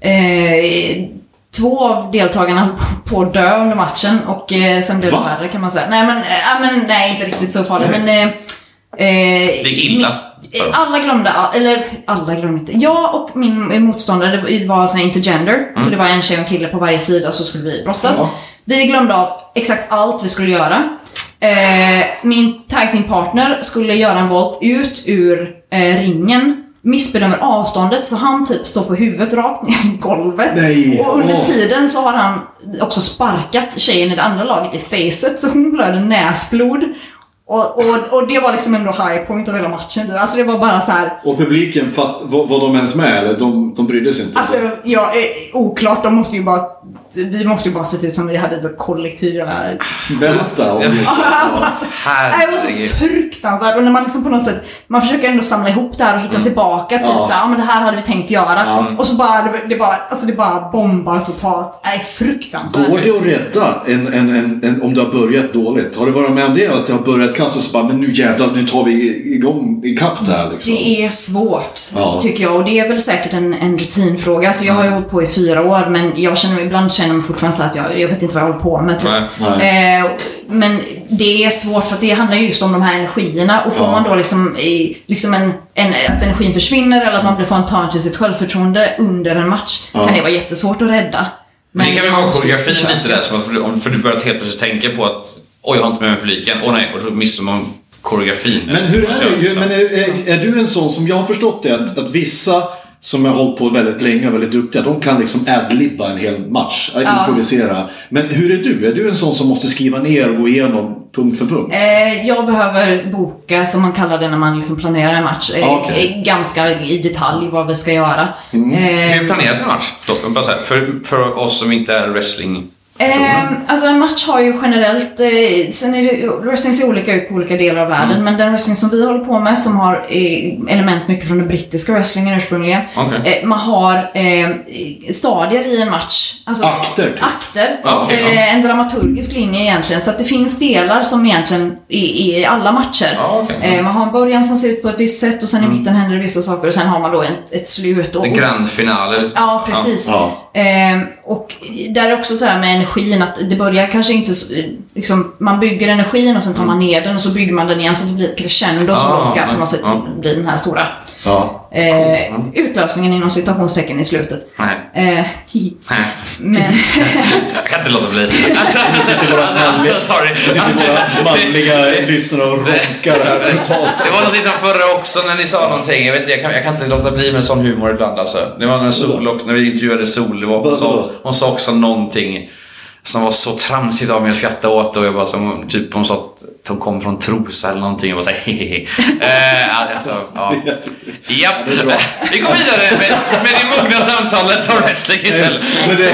Speaker 2: eh, eh, Två av deltagarna höll på att dö under matchen och eh, sen blev
Speaker 3: Va?
Speaker 2: det värre kan man säga. Nej men, eh, men nej inte riktigt så farligt men... Eh, eh,
Speaker 1: Det gick illa.
Speaker 2: Eh, Alla glömde, all- eller alla glömde inte. Jag och min eh, motståndare, det var- det var sån här intergender. Så det var en tjej och en kille på varje sida så skulle vi brottas.
Speaker 3: Ja.
Speaker 2: Vi glömde av exakt allt vi skulle göra. Eh, min tag team partner skulle göra en volt ut ur eh, ringen. Missbedömer avståndet så han typ står på huvudet rakt ner i golvet.
Speaker 3: Nej.
Speaker 2: Och under
Speaker 3: Åh.
Speaker 2: tiden så har han också sparkat tjejen i det andra laget i facet så hon blöder näsblod. Och, och, och det var liksom ändå high point av hela matchen. typ. Alltså det var bara så här.
Speaker 3: Och publiken, fatt, var, var de ens med eller? De, de brydde sig inte.
Speaker 2: Alltså ja, eh, oklart. De måste ju bara... Vi måste ju bara sett ut som vi hade ett kollektiv jävla
Speaker 3: Vänta om ni...
Speaker 2: Alltså, nej, det var
Speaker 1: Herregud.
Speaker 2: så fruktansvärt. Och när man liksom på något sätt, man försöker ändå samla ihop det här och hitta tillbaka. Typ
Speaker 3: Mm. Ja.
Speaker 2: såhär, ja men det här hade vi tänkt göra. Och så bara, det, det bara, alltså det bara bombar totalt. Nej, fruktansvärt.
Speaker 3: Går det att rädda en, en, en, en, om du har börjat dåligt? Har du varit med om det? Att du har börjat kasta och så bara, men nu jävlar, nu tar vi igång, ikapp det här liksom.
Speaker 2: Det är svårt,
Speaker 3: Ja.
Speaker 2: tycker jag. Och det är väl säkert en, en rutinfråga. Alltså, jag
Speaker 1: Mm.
Speaker 2: har ju hållit på i fyra år, men jag känner, mig- ibland känner jag mig fortfarande så att jag, jag vet inte vad jag håller på med. Typ.
Speaker 1: Nej,
Speaker 2: Eh, men det är svårt för att det handlar ju just om de här energierna. Och får
Speaker 3: Ja.
Speaker 2: man då liksom, i, liksom en, en, att energin försvinner eller att man blir får en touch i sitt självförtroende under en match kan det vara jättesvårt att rädda.
Speaker 1: Men det kan väl
Speaker 2: man
Speaker 1: vara
Speaker 2: måste
Speaker 1: koreografin
Speaker 2: försöka.
Speaker 1: lite där, som att, om- för du börjar helt plötsligt tänka på att oj, jag har inte med mig publiken, åh nej, och då missar man koreografin.
Speaker 3: Men hur är
Speaker 1: Kör,
Speaker 3: du?
Speaker 1: så.
Speaker 3: Men är, är, är du en sån som jag har förstått det att, att vissa som har hållit på väldigt länge och väldigt duktiga, de kan liksom adlibba en hel match, äh, improvisera. Men hur är du? Är du en sån som måste skriva ner och gå igenom punkt för punkt?
Speaker 2: Eh, jag behöver boka, som man kallar det när man liksom planerar en match, eh,
Speaker 3: Ah, okej.
Speaker 2: eh, ganska i detalj vad vi ska göra.
Speaker 1: Mm. Hur planeras en match? Förlåt, men bara så här, för, för oss som inte är wrestling
Speaker 2: Eh, alltså en match har ju generellt, eh, sen är det, wrestling ser olika ut på olika delar av
Speaker 1: Mm.
Speaker 2: världen, men den wrestling som vi håller på med som har eh, element mycket från den brittiska wrestlingen ursprungligen.
Speaker 1: Okej.
Speaker 2: Eh, man har eh, stadier i en match. Alltså,
Speaker 3: Akter, typ.
Speaker 2: Akter.
Speaker 1: Ja, okej, ja.
Speaker 2: eh, en dramaturgisk linje egentligen. Så att det finns delar som egentligen är, är i alla matcher.
Speaker 1: Ja, okej. Mm.
Speaker 2: eh, man har en början som ser ut på ett visst sätt och sen i mitten händer det vissa saker och sen har man då ett, ett slut. Och,
Speaker 1: En grand finale.
Speaker 2: Eh, Ja, precis.
Speaker 3: Ja.
Speaker 2: Ehm, och där är också så här med energin att det börjar kanske inte så, liksom, man bygger energin och sen tar man ner den och så bygger man den igen så att det blir ett crescendo som
Speaker 1: Ah,
Speaker 2: då ska på
Speaker 1: nej,
Speaker 2: något sätt
Speaker 1: ja.
Speaker 2: bli den här stora
Speaker 3: Ja.
Speaker 2: eh, utlösningen inom citationstecken i slutet.
Speaker 1: Nej.
Speaker 2: Eh, hihi.
Speaker 1: Nej,
Speaker 2: men,
Speaker 1: jag kan inte låta bli. Alltså,
Speaker 3: våra manliga-
Speaker 1: alltså, sorry.
Speaker 3: Nu sitter våra manliga lyssnare och rockar här totalt.
Speaker 1: Det var någonting som förra också när ni sa någonting. Jag, vet, inte, jag, kan, jag kan inte låta bli med sån humor ibland alltså. Det var när Sol och när vi intervjuade Sol. det var- Hon sa, hon sa också någonting som var så tramsigt av mig att skratta åt. Och jag bara, som, typ, hon sa att hon kom från Trosa eller någonting. Jag bara såhär hehehe. Eh, alltså, ja. Japp. Vi går vidare med, med det mogna samtalet om wrestling istället.
Speaker 3: Men det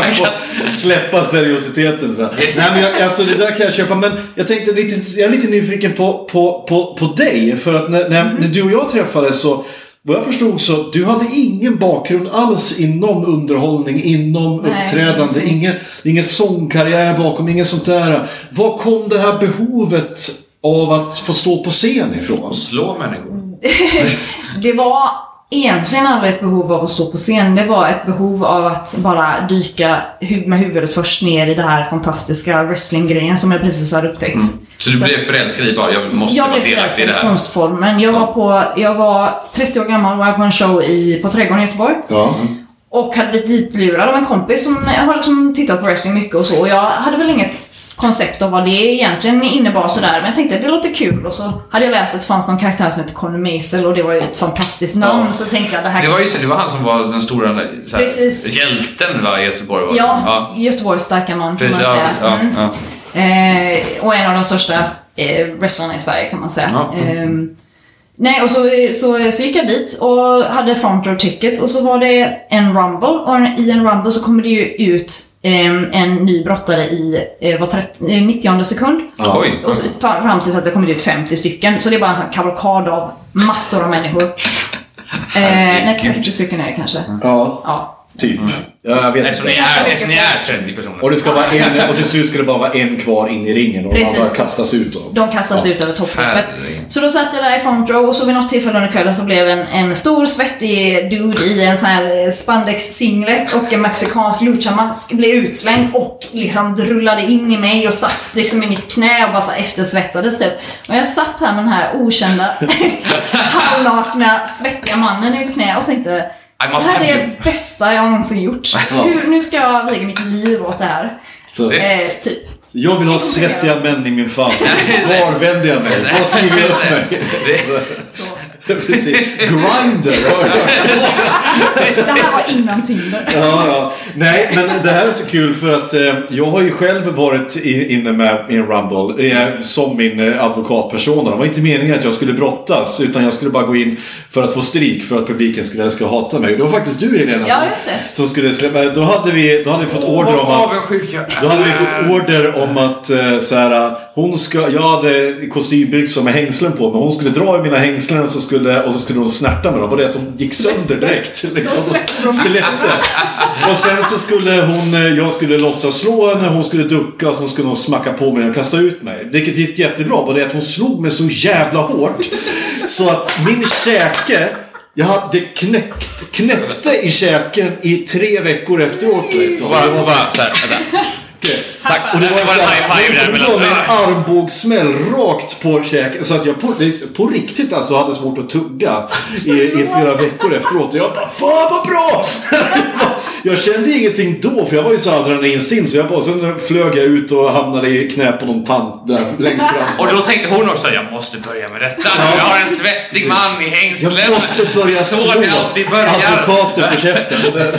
Speaker 3: man kan släppa seriositeten så här. Nej men jag, alltså det där kan jag köpa men jag tänkte lite, jag är lite nyfiken på, på, på, på dig för att när, när, när du och jag träffades så vad jag förstod så, du hade ingen bakgrund alls inom underhållning, inom
Speaker 2: Nej,
Speaker 3: uppträdande,
Speaker 2: ingenting.
Speaker 3: ingen, ingen sångkarriär bakom, inget sånt där. Var kom det här behovet av att få stå på scen ifrån?
Speaker 1: Slå människor.
Speaker 2: det var egentligen aldrig ett behov av att stå på scen. Det var ett behov av att bara dyka hu- med huvudet först ner i det här fantastiska wrestlinggrejen som jag precis har upptäckt.
Speaker 1: Så du blev förälskad i bara, jag måste
Speaker 2: Jag
Speaker 1: vara
Speaker 2: blev
Speaker 1: delaktig i
Speaker 2: förälskad
Speaker 1: det
Speaker 2: i
Speaker 1: här.
Speaker 2: konstformen. Jag var, på, jag var 30 år gammal och var på en show i, på Trädgården i Göteborg.
Speaker 3: Ja.
Speaker 2: Och hade blivit ditlurad av en kompis som har liksom tittat på wrestling mycket och så. Och jag hade väl inget koncept av vad det egentligen innebar sådär. Men jag tänkte det låter kul. Och så hade jag läst att det fanns någon karaktär som hette Conny Maisel och det var ju ett fantastiskt namn. Så tänkte jag det här
Speaker 1: Det var, just, det, det var han som var den stora så här,
Speaker 2: Precis.
Speaker 1: hjälten va, i Göteborg. Var det?
Speaker 2: Ja, Göteborgs starka man kan
Speaker 1: Precis,
Speaker 2: man
Speaker 1: ja,
Speaker 2: säga.
Speaker 1: precis, ja,
Speaker 2: Mm.
Speaker 1: ja.
Speaker 2: Eh, och en av de största eh, wrestlarna i Sverige kan man säga.
Speaker 1: Ja.
Speaker 2: Ehm, nej, och så, så, så gick jag dit och hade front row tickets och så var det en rumble och en, i en rumble så kommer det ju ut ehm, en ny brottare i eh, var 30, eh, 90 sekund.
Speaker 1: Oj.
Speaker 2: Och så, fram, fram tills att det kommit ut 50 stycken. Så det är bara en sån här kavalkad av massor av människor. Eh, nej, 30 stycken är det kanske.
Speaker 3: Ja,
Speaker 2: Ja.
Speaker 3: typ. Ja, jag vet inte.
Speaker 1: Eftersom ni är,
Speaker 2: ganska mycket
Speaker 1: eftersom ni är 30 personer.
Speaker 3: Och, det ska vara en, och till slut ska det bara vara en kvar in i ringen och
Speaker 2: Precis.
Speaker 3: de andra kastas ut. Då.
Speaker 2: De kastas ut över topprepet.
Speaker 1: Herregud.
Speaker 2: Så då satt jag där i front row och så vid något tillfälle under kvällen så blev en, en stor svettig dude i en sån här eh, spandex singlet och en mexikansk luchamask blev utslängd och liksom rullade in i mig och satt liksom i mitt knä och bara så här eftersvettades typ. Och jag satt här med den här okända halvnakna svettiga mannen i mitt knä och tänkte
Speaker 1: I
Speaker 2: det
Speaker 1: must
Speaker 2: här
Speaker 1: have
Speaker 2: är
Speaker 1: you."
Speaker 2: det bästa jag någonsin gjort. Hur, nu ska jag viga mitt liv åt det här.
Speaker 3: Så.
Speaker 2: Eh, typ.
Speaker 3: Jag vill ha svettiga män i min famn. Var vänder jag mig? Var skriver jag upp mig?
Speaker 1: det,
Speaker 2: Så.
Speaker 3: Precis. Grinder har jag hört.
Speaker 2: Det här var innan Tinder.
Speaker 3: Ja, ja. Nej, men det här är så kul för att eh, jag har ju själv varit i- inne med i en Rumble eh, som min eh, advokatpersona. Det var inte meningen att jag skulle brottas utan jag skulle bara gå in för att få stryk för att publiken skulle älska och hata mig. Det var faktiskt du Helena
Speaker 2: Ja,
Speaker 3: som,
Speaker 2: just det.
Speaker 3: som skulle släppa. Då hade vi, då hade vi fått order om
Speaker 1: Vad
Speaker 3: att
Speaker 1: avundsjuk jag
Speaker 3: då hade vi
Speaker 1: är.
Speaker 3: fått order om att eh, så här, hon ska, jag hade kostymbyxor med hängslen på men hon skulle dra i mina hängslen och så skulle, och så skulle hon snärta med dem. Och det att de gick sönder direkt. Liksom. Släppte. Och sen så skulle hon, eh, jag skulle låtsas slå henne, hon skulle ducka och så skulle hon smacka på mig och kasta ut mig. Vilket gick jättebra. Bara det att hon slog mig så jävla hårt så att min käke jag hade knäckt, knäppte i käken i tre veckor efteråt liksom.
Speaker 1: Bara,
Speaker 3: Det var
Speaker 1: bara
Speaker 3: så här-
Speaker 1: så här, vänta.
Speaker 3: Tack.
Speaker 1: Det var en high five där
Speaker 3: Det
Speaker 1: mellan-
Speaker 3: var en armbågssmäll rakt på käken. Så att jag på, på riktigt alltså hade svårt att tugga i, i flera veckor efteråt. Och jag bara Fan vad bra! jag kände ingenting då för jag var ju så adrenalinstinn så jag bara sen flög jag ut och hamnade i knä på någon tant där längst fram.
Speaker 1: Och då tänkte hon också, jag måste börja med detta. Jag har en svettig man i hängslen.
Speaker 3: Jag måste börja slå
Speaker 1: Så det alltid börjar.
Speaker 3: advokater på käften. Och det-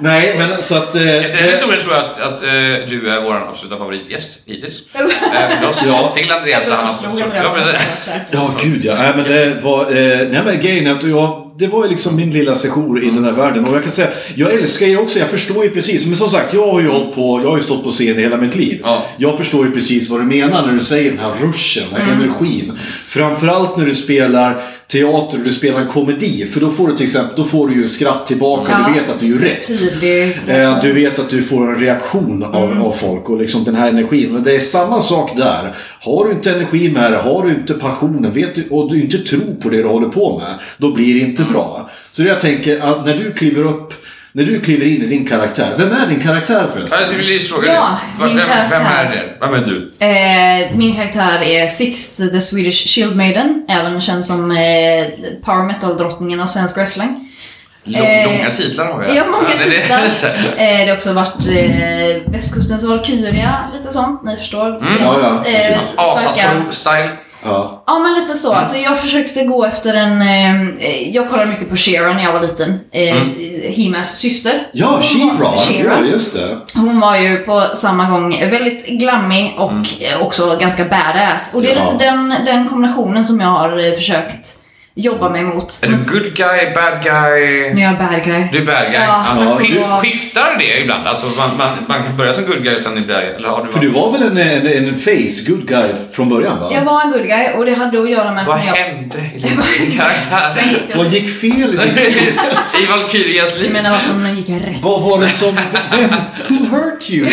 Speaker 3: Nej men så att... eh,
Speaker 1: Efter den historien tror jag att, att eh, du är vår absoluta favoritgäst hittills. Eh, för oss.
Speaker 3: Ja.
Speaker 1: Till Andreas
Speaker 2: Eller de
Speaker 1: Hammarström.
Speaker 2: slog
Speaker 1: Ja, eh,
Speaker 2: Andreas
Speaker 1: precis.
Speaker 3: Ja, gud ja. Nej, men det var... Eh, nej, men grejen är att jag... Det var ju liksom min lilla sejour i den här världen. Och jag kan säga, jag älskar ju också, jag förstår ju precis. Men som sagt, jag har ju hållit på, jag har ju stått på scen i hela mitt liv.
Speaker 1: Ja.
Speaker 3: Jag förstår ju precis vad du menar när du säger den här ruschen, den här energin. Framförallt när du spelar teater och du spelar en komedi. För då får du till exempel, då får du ju skratt tillbaka.
Speaker 2: Ja.
Speaker 3: Du vet att du gör rätt.
Speaker 2: Tydlig.
Speaker 3: Eh, Du vet att du får en reaktion av,
Speaker 2: Mm.
Speaker 3: av folk och liksom den här energin. Men det är samma sak där. Har du inte energi med det, har du inte passionen vet du, och du inte tror på det du håller på med, då blir det inte bra. Så jag tänker att när du kliver upp, när du kliver in i din karaktär. Vem är din karaktär förresten?
Speaker 1: Jag vill just fråga
Speaker 2: Ja,
Speaker 1: dig. Va-
Speaker 2: min
Speaker 1: Vem, vem
Speaker 2: karaktär.
Speaker 1: är det? Vem är du?
Speaker 2: Eh, min karaktär är Sixth, the Swedish Shield Maiden. Även känd som eh, power metal-drottningen av svensk wrestling.
Speaker 1: Lång,
Speaker 2: Eh,
Speaker 1: långa titlar har jag.
Speaker 2: Jag har många
Speaker 1: Ja, det- det-
Speaker 2: titlar.
Speaker 1: så här.
Speaker 2: Eh, det har också varit eh, västkustens Valkyria, lite sånt. Ni förstår. Mm,
Speaker 3: ja, ja, precis.
Speaker 1: Asatro-style.
Speaker 3: Ja.
Speaker 2: Ja, men lite så.
Speaker 1: Mm.
Speaker 2: Alltså, jag försökte gå efter en... Eh, jag kollade mycket på Shira när jag var liten. Eh,
Speaker 1: Mm.
Speaker 2: Himas syster.
Speaker 3: Ja,
Speaker 2: Hon var-
Speaker 3: She-Ra!
Speaker 2: She-Ra.
Speaker 3: Ja, just det.
Speaker 2: Hon var ju på samma gång väldigt glammig och eh, också ganska badass. Och det är
Speaker 3: Ja.
Speaker 2: lite den, den kombinationen som jag har eh, försökt jobba mig mot.
Speaker 1: Är du good guy, bad guy?
Speaker 2: Nu är jag bad guy.
Speaker 1: Du är bad guy.
Speaker 2: Ja,
Speaker 1: Ja,
Speaker 2: tack.
Speaker 1: skif- skiftar det ibland? Alltså man, man, man kan börja som good guy och sen är bad guy. Eller har du
Speaker 3: För du var väl en, en, en face, good guy, från början va?
Speaker 2: Jag var en good guy och det hade att göra med
Speaker 1: Vad
Speaker 2: när jag...
Speaker 1: hände i din karaktär?
Speaker 2: Sänkte-
Speaker 3: Vad gick fel? i ditt-
Speaker 1: I Valkyrias
Speaker 2: Jag
Speaker 1: liv?
Speaker 2: menar vad som gick rätt.
Speaker 3: Vad var det som... Vem? Who hurt you?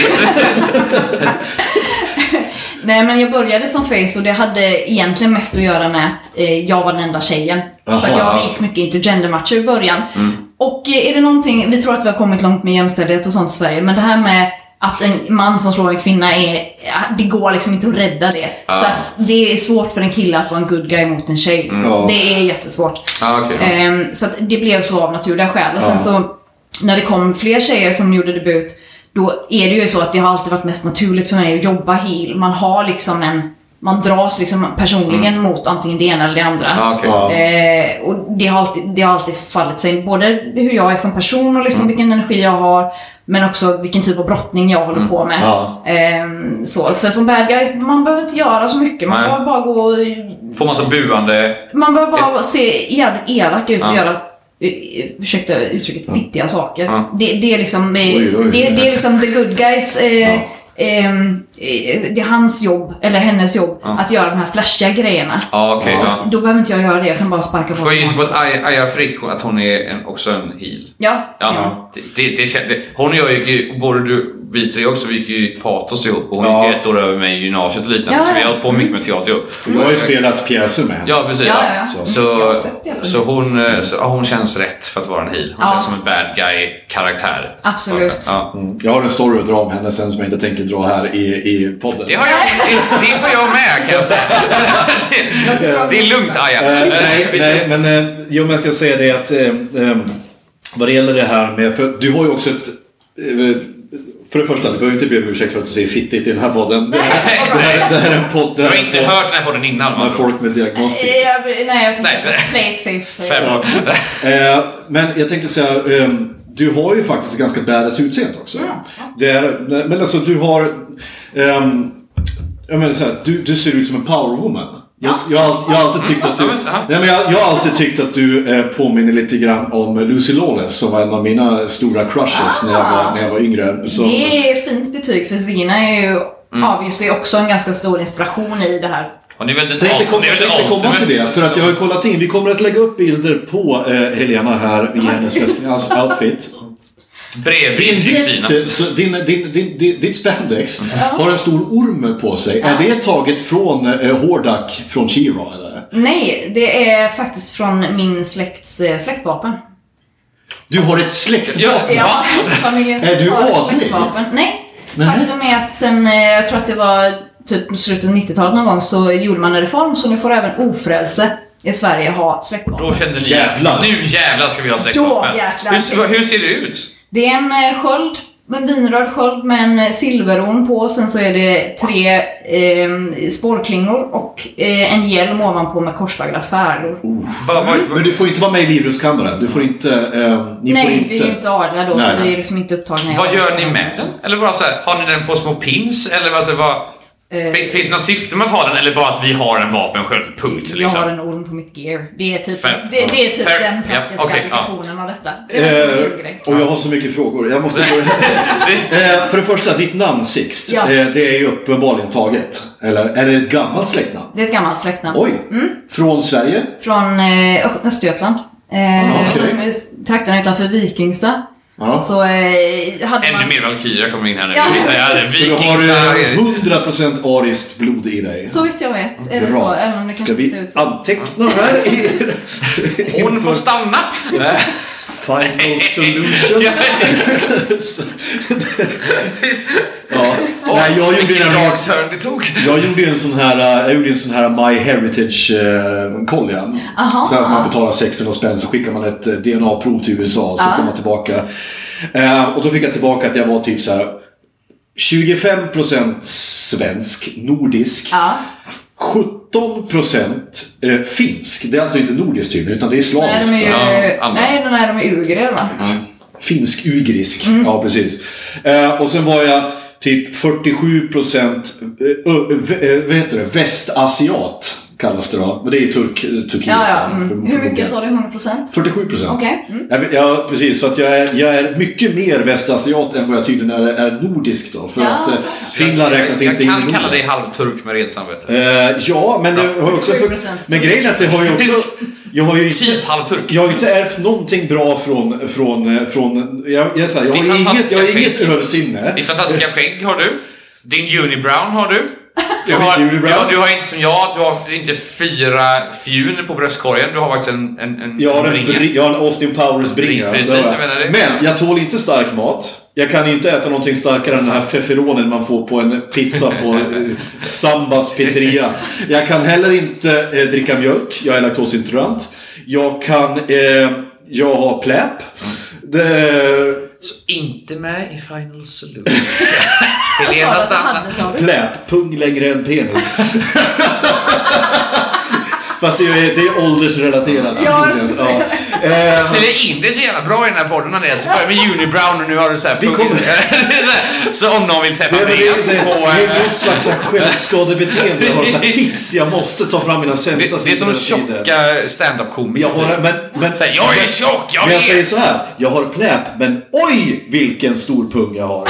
Speaker 2: Nej men jag började som face och det hade egentligen mest att göra med att eh, jag var den enda tjejen. så att
Speaker 3: Jaha. Mm.
Speaker 2: jag gick mycket intergendermatcher i början. Och eh, är det någonting, vi tror att vi har kommit långt med jämställdhet och sånt i Sverige, men det här med att en man som slår en kvinna är, ja, det går liksom inte att rädda det. Så att det är svårt för en kille att vara en good guy mot en tjej.
Speaker 3: Mm. Ja.
Speaker 2: Det är jättesvårt.
Speaker 1: Ja, okej, ja.
Speaker 2: Ehm, så att det blev så av naturliga skäl. Och sen
Speaker 3: Ja.
Speaker 2: så när det kom fler tjejer som gjorde debut, då är det ju så att det har alltid varit mest naturligt för mig att jobba heel. Man har liksom en, man dras liksom personligen mot antingen det ena eller det andra.
Speaker 1: Mm. Ja, okej.
Speaker 3: Ja.
Speaker 2: Eh, och det har, alltid, det har alltid fallit sig. Både hur jag är som person och liksom
Speaker 1: Mm.
Speaker 2: vilken energi jag har. Men också vilken typ av brottning jag
Speaker 1: Mm.
Speaker 2: håller på med.
Speaker 3: Ja.
Speaker 2: Ehm, så. För som bad guys, man behöver inte göra så mycket. Man
Speaker 1: Nej.
Speaker 2: behöver bara gå och
Speaker 1: Får man så buande...
Speaker 2: man behöver bara se jävligt elak ut och
Speaker 1: Ja.
Speaker 2: göra eh, Ursäkta uttrycket, fittiga saker.
Speaker 1: Ja.
Speaker 2: Det, det är liksom eh,
Speaker 3: Oj, oj, oj.
Speaker 2: det, det är liksom the good guys eh,
Speaker 3: Ja.
Speaker 2: ehm, eh, Det är hans jobb, eller hennes jobb, att göra de här flashiga grejerna.
Speaker 1: Ja, okej.
Speaker 2: Så
Speaker 1: ja.
Speaker 2: att, då behöver inte jag göra det, jag kan bara sparka
Speaker 1: Får
Speaker 2: folk.
Speaker 1: jag gissa på att Aja Aja Frick, att hon är en, också en heel?
Speaker 2: Ja.
Speaker 1: Ja,
Speaker 2: ja.
Speaker 1: Det, det, det, kän- det, hon och jag gick ju, både du, vi tre också, vi gick ju i Patos ihop och hon
Speaker 3: Ja.
Speaker 1: gick ett år över mig i gymnasiet och liknande.
Speaker 2: Ja,
Speaker 1: Så vi
Speaker 2: ja. Mm.
Speaker 1: har hållit på mycket med teater ihop.
Speaker 3: Jag har ju spelat pjäser med henne.
Speaker 1: Ja, precis.
Speaker 2: Ja, ja, ja. Jag
Speaker 1: Så,
Speaker 2: har sett, jag har sett.
Speaker 1: så, hon, eh, så ja, hon känns rätt för att vara en heel. Hon
Speaker 2: Ja.
Speaker 1: känns som en bad guy-karaktär.
Speaker 2: Absolut.
Speaker 1: Ja.
Speaker 3: Jag har en story att dra om henne sen som jag inte tänker dra här i, i podden.
Speaker 1: Det har jag, det, det har jag med kan jag säga. Det, det är lugnt Aja.
Speaker 3: Eh,
Speaker 1: Eh,
Speaker 3: nej,
Speaker 1: vi
Speaker 3: nej,
Speaker 1: ser-
Speaker 3: men eh, jo, men jag kan säga det att eh, eh, vad det gäller det här med, för du har ju också ett eh, För det första, du behöver inte be om ursäkt för att du säger fittigt i den här podden. Det här, det här, det här är en podd... Det
Speaker 1: Jag
Speaker 3: här
Speaker 1: har
Speaker 3: är en
Speaker 1: inte
Speaker 3: podd
Speaker 1: hört den här podden innan.
Speaker 3: med
Speaker 1: Man
Speaker 3: folk med diagnostik.
Speaker 2: Eh, jag- nej, jag tänkte
Speaker 1: Nej.
Speaker 2: att play it safe.
Speaker 1: Fem år.
Speaker 3: Eh, men jag tänkte säga, ehm, du har ju faktiskt ett ganska badass utseende också. Det är, men alltså du har... ehm, jag menar så här, du, du ser ut som en powerwoman. Jag, jag, har all- jag har alltid tyckt att du,
Speaker 1: Ja, men så här.
Speaker 3: nej, men jag, jag har alltid tyckt att du eh, påminner lite grann om Lucy Lawless som var en av mina stora crushes när, jag var, när jag var yngre. Så,
Speaker 2: Det är fint betyg för Zina är ju
Speaker 1: Mm.
Speaker 2: obviously också en ganska stor inspiration i det här.
Speaker 1: Och det är väl den
Speaker 3: tänkte komma,
Speaker 1: det är väl
Speaker 3: tänkte
Speaker 1: den
Speaker 3: komma till det,
Speaker 1: ultimate
Speaker 3: för att jag har
Speaker 1: som-
Speaker 3: ju kollat in. Vi kommer att lägga upp bilder på eh, Helena här i hennes alltså, outfit.
Speaker 1: Bredvid
Speaker 3: Din
Speaker 1: Dixina.
Speaker 3: dräkt, så din, din, din, din, ditt spandex har en stor orm på sig. Är det taget från eh, Hordak från She-Ra eller?
Speaker 2: Nej, det är faktiskt från min släkts eh, släktvapen.
Speaker 3: Du har ett släktvapen.
Speaker 1: Ja, ja.
Speaker 2: Ja, familjen
Speaker 3: Är du
Speaker 2: har ett
Speaker 3: adlig?
Speaker 2: släktvapen. Nej,
Speaker 3: Nej.
Speaker 2: faktum är att sen, eh, jag tror att det var typ slutet av 90-talet någon gång, så gjorde man en reform så nu får även ofrälse i Sverige ha släktvapen.
Speaker 1: Då kände ni
Speaker 3: Jävlar.
Speaker 1: Nu jävlar ska vi ha sex
Speaker 2: Då
Speaker 1: vapen.
Speaker 2: jäklar.
Speaker 1: Hur, hur ser det ut?
Speaker 2: Det är en eh, sköld, en vinröd sköld med en eh, silverorn på. Sen så är det tre eh, spårklingor och eh, en hjälm ovanpå med korsflaggade färlor.
Speaker 1: Vad-
Speaker 2: Mm.
Speaker 1: vad-
Speaker 3: Men du får inte vara med i Livrustkammaren. Du får inte... Eh, ni får
Speaker 2: Nej,
Speaker 3: inte...
Speaker 2: vi är ju inte adliga då,
Speaker 3: Nej,
Speaker 2: så
Speaker 3: nej.
Speaker 2: vi är liksom inte upptagna. i
Speaker 1: Vad gör ni
Speaker 2: adelsställning.
Speaker 1: med den? Eller bara så här, har ni den på små pins? Eller alltså, vad...
Speaker 2: Eh.
Speaker 1: fin- Finns det något syfte med att ha den eller bara att vi har en vapensköld? Punkt
Speaker 2: Jag
Speaker 1: liksom.
Speaker 2: har en orm på mitt gear. Det är typ,
Speaker 1: Fair.
Speaker 2: det, det är typ
Speaker 1: Fair.
Speaker 2: den
Speaker 1: Ja,
Speaker 2: praktiska
Speaker 1: okej, ja.
Speaker 2: applikationen av detta. Det är nästan en kul
Speaker 3: Eh,
Speaker 2: grej.
Speaker 3: och jag har så mycket frågor. Jag måste... eh, för det första, ditt namn Sixt.
Speaker 2: Ja.
Speaker 3: Eh, det är ju uppenbarligen taget. Eller är det ett gammalt släktnamn?
Speaker 2: Det är ett gammalt släktnamn.
Speaker 3: Oj! Från Sverige?
Speaker 2: Från eh, Ö- Östergötland. Eh,
Speaker 3: Ah, okej.
Speaker 2: från, eh, Trakterna utanför Vikingstad.
Speaker 3: Ja.
Speaker 2: Så eh, hade man...
Speaker 1: Ännu mer Valkyria kommer in här nu.
Speaker 2: Ja.
Speaker 1: Vi säger
Speaker 3: Så du har
Speaker 1: vikingstark.
Speaker 3: eh, 100% ariskt blod i dig.
Speaker 2: Så vitt jag vet är det
Speaker 3: Bra.
Speaker 2: så, även om det kanske
Speaker 3: Ska
Speaker 2: inte ser
Speaker 3: vi
Speaker 2: ut så.
Speaker 3: anteckna det här? i-
Speaker 1: Hon får stanna!
Speaker 3: Final solution. ja. Nej, jag gjorde
Speaker 1: Vilken
Speaker 3: en
Speaker 1: dark turn det tog.
Speaker 3: jag gjorde ju en sån här, eh, jag gjorde en sån här My Heritage eh, koljan.
Speaker 2: Aha.
Speaker 3: Så här som man betalar 600 spänn så skickar man ett eh, DNA-prov till USA så får man tillbaka. Eh, och då fick jag tillbaka att jag var typ så här 25% svensk, nordisk.
Speaker 2: Ja.
Speaker 3: 17% eh, finsk. Det är alltså inte nordiskt tydligen utan det är
Speaker 2: Nej,
Speaker 3: slaviskt.
Speaker 2: de är ju...
Speaker 1: Ja, andra.
Speaker 2: nej, den är de är ugrier va?
Speaker 3: Finsk-ugrisk.
Speaker 2: Mm.
Speaker 3: Ja, precis. Eh, och sen var jag typ 47 procent eh, vad heter det? västasiat. Kallas det då. Men det är ju turk, eh, Turkiet.
Speaker 2: Ja, ja.
Speaker 3: för-
Speaker 2: Mm.
Speaker 3: för-
Speaker 2: Hur mycket sa du? 100 procent?
Speaker 3: 47 procent.
Speaker 2: Okej. mm.
Speaker 3: Jag, jag, precis, så att jag är, jag är mycket mer västasiat än vad jag tydligen är, är nordisk då. För
Speaker 2: Ja.
Speaker 3: att eh, Finland räknas
Speaker 1: jag,
Speaker 3: inte
Speaker 1: jag
Speaker 3: in i
Speaker 1: kan kalla
Speaker 3: Norden.
Speaker 1: dig halvturk med rent samvete.
Speaker 3: Eh, ja, men det har också...
Speaker 2: 47%
Speaker 3: För, men grejen är att det har ju också... Jag har ju inte,
Speaker 1: Typ halvturk.
Speaker 3: Jag har ju inte ärvt någonting bra från... från, från jag, jag, är så här, jag,
Speaker 1: Ditt
Speaker 3: har inget,
Speaker 1: fantastiska
Speaker 3: jag har inget
Speaker 1: skägg.
Speaker 3: översinne.
Speaker 1: Ditt fantastiska skägg har du. Din unibrown har du. Du
Speaker 3: Jag har
Speaker 1: har,
Speaker 3: ett
Speaker 1: du,
Speaker 3: unibrow.
Speaker 1: har, du har inte som jag, du har inte fyra fjun på bröstkorgen. Du har faktiskt en, en, en
Speaker 3: Jag har, en,
Speaker 1: bringa.
Speaker 3: bri- jag har en Austin Powers-bringa.
Speaker 1: Precis,
Speaker 3: Det har
Speaker 1: jag menar det.
Speaker 3: Men jag tål inte stark mat. Jag kan inte äta någonting starkare än den här feferonen man får på en pizza på eh, Sambas pizzeria. Jag kan heller inte eh, dricka mjölk. Jag är laktosintolerant. Jag kan... Eh, jag har pläp. Det,
Speaker 1: Inte med i Final Solution. Helena
Speaker 2: Sa du att du
Speaker 1: stannar.
Speaker 2: hade, sa du?
Speaker 3: Pläp, pung längre än penis. Fast det är, det är åldersrelaterat.
Speaker 2: Ja, jag skulle säga
Speaker 3: Ja. Eh,
Speaker 1: Säljer in Alltså, det så jävla bra i den här podden Andreas. Du börjar med unibrown och nu har du så här
Speaker 3: Vi kommer-
Speaker 1: Det är så här, så om någon vill träffa
Speaker 3: Det är, det,
Speaker 1: Andreas
Speaker 3: det,
Speaker 1: på...
Speaker 3: det är
Speaker 1: eh,
Speaker 3: något slags så här självskadebeteende. Jag har så här, tics, jag måste ta fram mina
Speaker 1: Det,
Speaker 3: sämsta
Speaker 1: det är
Speaker 3: sidor
Speaker 1: som
Speaker 3: hela tiden.
Speaker 1: tjocka
Speaker 3: Men
Speaker 1: standup-komiker.
Speaker 3: Jag har, men, men,
Speaker 1: Säg, jag är tjock, jag
Speaker 3: men jag
Speaker 1: vet!
Speaker 3: säger så här, jag har pläp, men oj vilken stor pung jag har.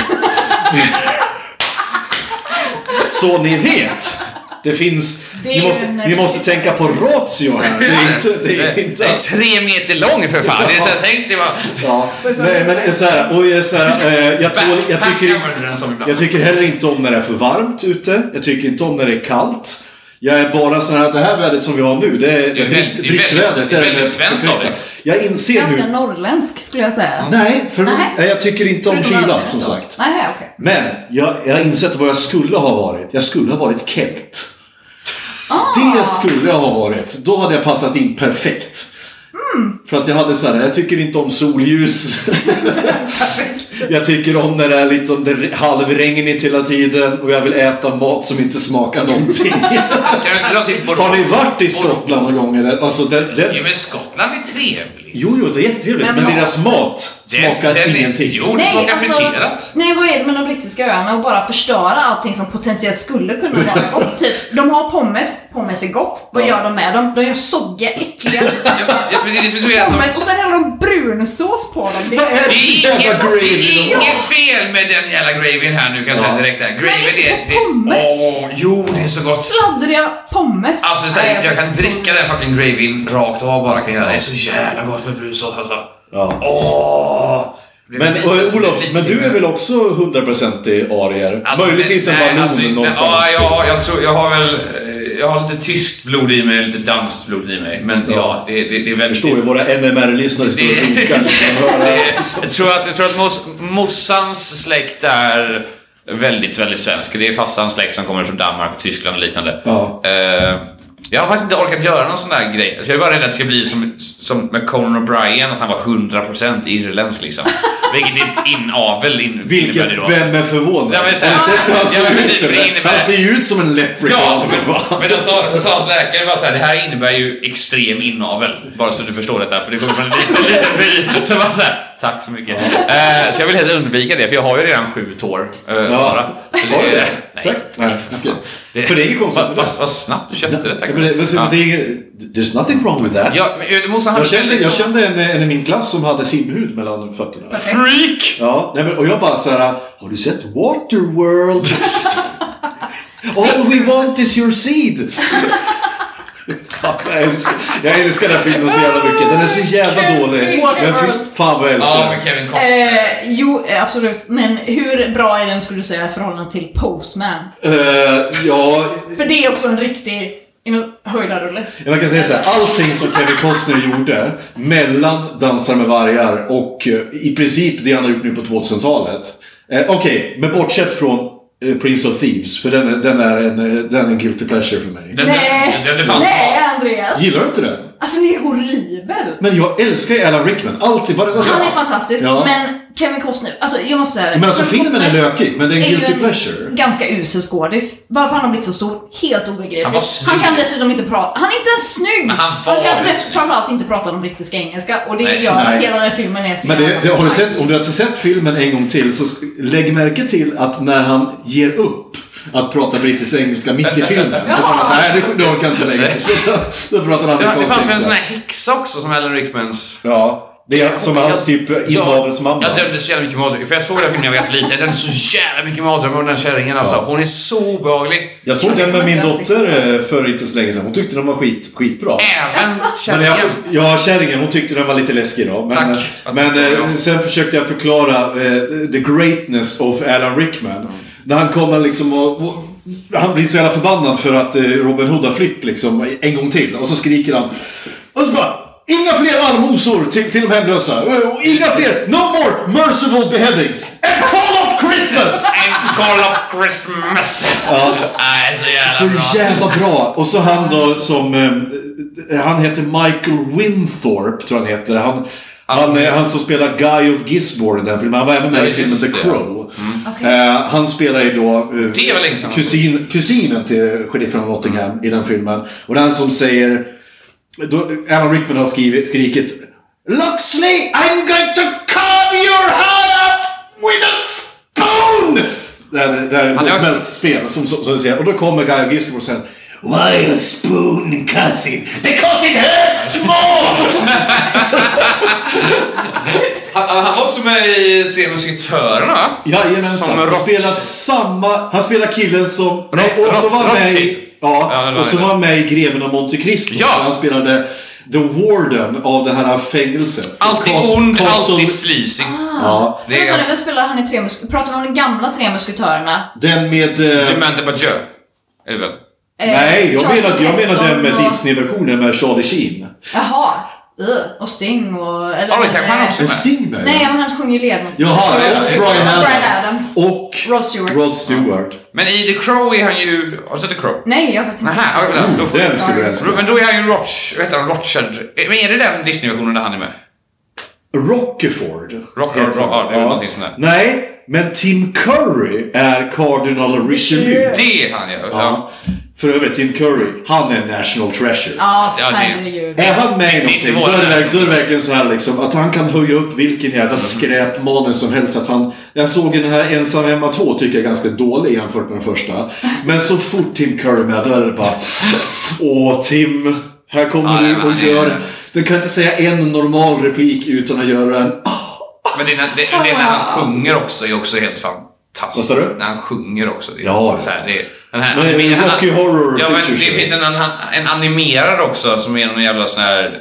Speaker 3: så ni vet. Det finns,
Speaker 2: Det är
Speaker 3: ni, måste,
Speaker 2: en-
Speaker 3: ni måste tänka på ratio här. Det är inte, det är inte
Speaker 1: Det är tre meter lång för fan. Det är så här, tänk dig vad...
Speaker 3: Ja, nej men så här, och jag, är så här, eh, jag, tål, jag, tycker,
Speaker 1: Backpackers är den som ibland.
Speaker 3: jag tycker heller inte om när det är för varmt ute. Jag tycker inte om när det är kallt. Jag är bara så här, det här vädret som vi har nu, det är, det är
Speaker 1: väldigt-
Speaker 3: britt-
Speaker 1: det är väldigt-
Speaker 3: brittvädret,
Speaker 1: det är
Speaker 3: det är
Speaker 1: väldigt
Speaker 3: mest
Speaker 1: svenskt av
Speaker 3: perfekta.
Speaker 1: dig.
Speaker 3: Jag inser
Speaker 2: Ganska
Speaker 3: nu...
Speaker 2: norrländsk skulle jag säga.
Speaker 3: Nej, för
Speaker 2: Nej.
Speaker 3: nej, jag tycker inte om
Speaker 2: Förutom
Speaker 3: kylan
Speaker 2: Östergötland.
Speaker 3: som sagt.
Speaker 2: Nej, okej.
Speaker 3: Men jag, jag har insett vad jag skulle ha varit. Jag skulle ha varit kelt. Det skulle jag ha varit. Då hade jag passat in perfekt. För att jag hade så här, jag tycker inte om solljus. jag tycker om när det är lite om det är halvregnigt hela tiden och jag vill äta mat som inte smakar någonting.
Speaker 1: Kan du dra till Bordeaux?
Speaker 3: Har ni varit i Skottland någon gång eller? Alltså den, den...
Speaker 1: Ja, men Skottland är trevligt.
Speaker 3: Jo, jo, det är jättetrevligt.
Speaker 2: Men
Speaker 3: Men
Speaker 2: mat-
Speaker 3: deras mat
Speaker 1: Den-
Speaker 3: smakar
Speaker 1: den är-
Speaker 3: ingenting.
Speaker 1: Jo, det
Speaker 2: Nej,
Speaker 1: smakar
Speaker 2: alltså,
Speaker 1: friterat.
Speaker 2: nej, vad är det med de brittiska öarna och bara förstöra allting som potentiellt skulle kunna vara gott? Typ, de har pommes, pommes är gott. Vad gör de med dem? De gör soggiga, äckliga
Speaker 1: Ja, ja, men det är liksom så att de-
Speaker 2: pommes och sen häller de brunsås på dem. Det
Speaker 3: Vad är
Speaker 1: Det
Speaker 3: det för
Speaker 1: är
Speaker 3: jävla
Speaker 1: inget,
Speaker 3: gravy
Speaker 1: det är
Speaker 3: de har?
Speaker 1: inget fel med den jävla gravyn här nu kan jag säga
Speaker 3: Ja.
Speaker 1: direkt. Här.
Speaker 2: Men
Speaker 1: Gravyn
Speaker 2: inte
Speaker 1: är...
Speaker 2: på pommes.
Speaker 1: Åh, jo, det är så gott.
Speaker 2: Sladdriga pommes.
Speaker 1: Alltså så
Speaker 2: Nej,
Speaker 1: här, jag kan dricka den fucking gravyn rakt av bara kan jag göra. Det är så jävla gott med brunsås alltså.
Speaker 3: Ja.
Speaker 1: Åh! Det blir
Speaker 3: Men
Speaker 1: lite-
Speaker 3: och, Olof,
Speaker 1: lite-
Speaker 3: men du är väl också 100% i arier?
Speaker 1: Alltså,
Speaker 3: Möjligtvis en
Speaker 1: nej,
Speaker 3: vallon
Speaker 1: alltså, nej,
Speaker 3: någonstans.
Speaker 1: Ja, jag, jag, tror, jag har väl... eh, Jag har lite tyskt blod i mig, lite danskt blod i mig. Men ja, det, det, det är väldigt...
Speaker 3: Jag förstår ju, våra NMR-lyssnare skulle
Speaker 1: Det-
Speaker 3: runka när de hör det.
Speaker 1: Jag tror att, jag tror att mos, mossans släkt är väldigt, väldigt svensk. Det är farsans släkt som kommer från Danmark och Tyskland och liknande.
Speaker 3: Ja.
Speaker 1: Eh, jag har faktiskt inte orkat göra någon sån där grej. Alltså jag är bara rädd att det ska bli som, som med Conan O'Brien, att han var 100% irländsk liksom. Vilket är inavel in, innebär det
Speaker 3: Vilket,
Speaker 1: då.
Speaker 3: vem är förvånad?
Speaker 1: Ja, men så-
Speaker 3: Har du sett hur han
Speaker 1: Ja,
Speaker 3: ser
Speaker 1: men
Speaker 3: ut?
Speaker 1: precis,
Speaker 3: eller?
Speaker 1: det innebär-
Speaker 3: Han ser ju ut som en leprechaun.
Speaker 1: Ja,
Speaker 3: va?
Speaker 1: men, men då sa, då sa hans läkare bara så här, det här innebär ju extrem inavel. Bara så du förstår detta, för det kommer från en liten, liten by. Så bara så här, tack så mycket. Eh, så jag vill helst undvika det, för jag har ju redan sju tår. eh, bara. Så
Speaker 3: Var det det?
Speaker 1: nej.
Speaker 3: Exakt. Nej, okej. För det är inget konstigt
Speaker 1: Vad
Speaker 3: med
Speaker 1: vad-
Speaker 3: det.
Speaker 1: vad snabbt du köpte det, tack.
Speaker 3: Men det- men så-
Speaker 1: Ja.
Speaker 3: det är- There's nothing wrong with that.
Speaker 1: Ja, men vet du, Mosan hade
Speaker 3: Jag kände,
Speaker 1: väldigt-
Speaker 3: jag kände en, en i min klass som hade simhud mellan fötterna.
Speaker 1: Freak!
Speaker 3: Ja, nej men, och jag bara såhär, har du sett Waterworld? All we want is your seed! Fan, jag, älskar, jag älskar den filmen så jävla mycket. Den är så jävla dålig. Men fy- fan vad jag älskar
Speaker 1: Ja,
Speaker 3: den.
Speaker 1: men Kevin Costner.
Speaker 2: Eh, jo, eh, absolut. Men hur bra är den skulle du säga i förhållande till Postman?
Speaker 3: Eh, ja,
Speaker 2: För det är också en riktig inom- höjdarrulle.
Speaker 3: Jag kan säga så här, allting som Kevin Costner gjorde mellan Dansar med vargar och eh, i princip det han har gjort nu på 2000-talet. Eh, Okej, men bortsett från eh, Prince of Thieves, för den, är- den, är en, eh, den är en guilty pleasure för mig.
Speaker 1: Den-
Speaker 2: Nej,
Speaker 1: den- den är fan
Speaker 2: nej
Speaker 1: bra.
Speaker 2: Andreas.
Speaker 3: Gillar du inte det?
Speaker 2: Alltså ni är horribel.
Speaker 3: Men jag älskar ju Alan Rickman, alltid, varenda
Speaker 2: Han är
Speaker 3: sats.
Speaker 2: fantastisk,
Speaker 3: Ja.
Speaker 2: men Kevin Costner, alltså jag måste säga det.
Speaker 3: Men alltså
Speaker 2: Kevin
Speaker 3: filmen är
Speaker 2: Costner
Speaker 3: lökig, men det är en
Speaker 2: ju
Speaker 3: guilty pleasure.
Speaker 2: Ganska usel skådis. Varför han har blivit så stor, helt obegripligt.
Speaker 1: Han var snygg.
Speaker 2: han kan dessutom inte prata, han är inte ens snygg!
Speaker 1: Men han var
Speaker 2: kan
Speaker 1: väl-
Speaker 2: dessutom framförallt inte prata om brittiska engelska och det
Speaker 1: Nej,
Speaker 2: gör
Speaker 3: nej.
Speaker 2: att hela den här filmen är så
Speaker 3: Men det,
Speaker 2: jävla-
Speaker 3: det, har du sett, om du inte sett filmen en gång till så sk- lägg märke till att när han ger upp att prata brittisk engelska mitt i filmen. Då bara så här, "Nej, det, det orkar jag inte längre. Så då, då pratar han
Speaker 1: Det, det
Speaker 3: amerikansk
Speaker 1: fanns väl en sån
Speaker 3: engelska.
Speaker 1: här häxa också som Alan Rickmans
Speaker 3: Ja, det är som hans typ inavelsmamma.
Speaker 1: Jag, jag drömde så jävla mycket mardrömmar. För jag såg den filmen när jag var ganska liten. Jag drömde så jävla mycket mardrömmar om den kärringen alltså. Hon är så obehaglig.
Speaker 3: Jag såg den med min dotter eh, för inte så länge sedan. Hon tyckte den var skit, skitbra.
Speaker 1: Även
Speaker 3: Men
Speaker 1: kärringen.
Speaker 3: jag, ja, kärringen, hon tyckte den var lite läskig då. Men,
Speaker 1: Tack.
Speaker 3: men eh, sen försökte jag förklara eh, the greatness of Alan Rickman. När han kommer liksom och, och... Han blir så jävla förbannad för att eh, Robin Hood har flytt liksom en gång till. Och så skriker han... Och så bara, Inga fler allmosor till, till de hemlösa. Och Inga fler, no more merciful beheadings. And call off Christmas!
Speaker 1: En Call of Christmas. Ja. Nej, så jävla
Speaker 3: Så
Speaker 1: bra.
Speaker 3: jävla bra! Och så han då som... Eh, han heter Michael Winthorpe, tror jag han heter. Han, han, eh, han som spelar Guy of Gisborne i den filmen. Han var även med
Speaker 1: Alltså- Ja,
Speaker 3: i filmen
Speaker 1: just
Speaker 3: The
Speaker 1: det. Mm.
Speaker 3: Crow.
Speaker 2: Okej.
Speaker 3: Eh, han spelar ju då eh,
Speaker 1: Det var länge sedan. alltså.
Speaker 3: kusin, kusinen till sheriffen av Nottingham i den filmen. Och den som säger... Då, Alan Rickman har skrivit, skrikit Luxley, I'm going to carve your heart up with a spoon! Det här det här
Speaker 1: Han
Speaker 3: är
Speaker 1: är
Speaker 3: ett
Speaker 1: också-
Speaker 3: spel som, som, som du säger. Och då kommer Guy of Gisborne och säger Why a spoon cousin? Because it hurts more!
Speaker 1: Han, han var också med i Tre Musketörerna va?
Speaker 3: Jajamensan.
Speaker 1: Som
Speaker 3: Han
Speaker 1: Rops-
Speaker 3: spelar samma... Han spelar killen som...
Speaker 1: Ro-
Speaker 3: Och som var med
Speaker 1: Rotsy.
Speaker 3: i... Ja,
Speaker 1: Ja, det var
Speaker 3: och som
Speaker 1: det.
Speaker 3: var med i Greven av Monte Cristo.
Speaker 1: Ja.
Speaker 3: Han spelade The Warden av det här fängelset.
Speaker 1: Alltid
Speaker 3: Cas-
Speaker 1: ond,
Speaker 3: Castle-
Speaker 1: alltid sleazy.
Speaker 3: Ja.
Speaker 1: Det
Speaker 2: Vänta nu,
Speaker 1: är...
Speaker 2: vem spelar han i Tre Musketörerna? Pratar vi om de gamla Tre Musketörerna?
Speaker 3: Den med... eh,
Speaker 1: Demand Badieu. Är det väl?
Speaker 2: Eh,
Speaker 3: Nej, jag
Speaker 2: Charles
Speaker 3: menar, jag menar
Speaker 2: Preston
Speaker 3: den med
Speaker 2: och-
Speaker 3: Disney-versionen med Charlie Sheen.
Speaker 2: Jaha. Ugh, och Sting och... Eller,
Speaker 1: Ja, det kanske han också
Speaker 3: Men
Speaker 1: är
Speaker 3: Sting med?
Speaker 2: Nej, men han sjunger ju ledmotivet.
Speaker 3: Jaha,
Speaker 1: det är-
Speaker 3: och
Speaker 1: det är-
Speaker 3: Bryan
Speaker 1: Bryan
Speaker 2: Adams.
Speaker 3: Adams. Och
Speaker 2: Rod Stewart.
Speaker 3: Rod Stewart.
Speaker 1: Men i The Crow är han ju... Har du sett The Crow?
Speaker 2: Nej, jag har faktiskt inte.
Speaker 1: Nähä, ja, då får
Speaker 3: Mm, Den skulle du älska.
Speaker 1: Men då är han ju Roch... Vad heter han? Rochard... Eh, Men är det den Disney-versionen där han är med?
Speaker 3: Rockeford.
Speaker 1: Rock-
Speaker 3: heter
Speaker 1: Rock-
Speaker 3: han.
Speaker 1: ja, det är någonting sånt där.
Speaker 3: Nej, men Tim Curry är Cardinal Richelieu.
Speaker 1: Det är han ja. ja.
Speaker 3: Ja. För övrigt, Tim Curry, han är national treasure.
Speaker 2: Ja,
Speaker 1: Ja, det-
Speaker 2: herregud.
Speaker 3: Är han med i
Speaker 1: är inte
Speaker 3: någonting, då
Speaker 1: våra
Speaker 3: är, det, verk-
Speaker 1: national-
Speaker 3: då är det verkligen så här liksom att han kan höja upp vilken
Speaker 1: Mm.
Speaker 3: jävla skräpmanus som helst. Att han, jag såg ju den här Ensam hemma 2, tycker jag är ganska dålig jämfört med den första. Men så fort Tim Curry är med, då är det bara Åh Tim, här kommer
Speaker 1: Ja, nej,
Speaker 3: du
Speaker 1: men
Speaker 3: och
Speaker 1: han är-
Speaker 3: gör... Du kan inte säga en normal replik utan att göra en
Speaker 1: Men det är, när, det, det är när han sjunger också är också helt fantastiskt.
Speaker 3: Vad sa du?
Speaker 1: När han sjunger också. Det är
Speaker 3: Ja, ja.
Speaker 1: så här, det är, den här,
Speaker 3: Men det är ju
Speaker 1: han-
Speaker 3: Rocky Horror
Speaker 1: Ja, men det
Speaker 3: Picture Show.
Speaker 1: finns en, annan- en animerad också som är någon jävla sån här...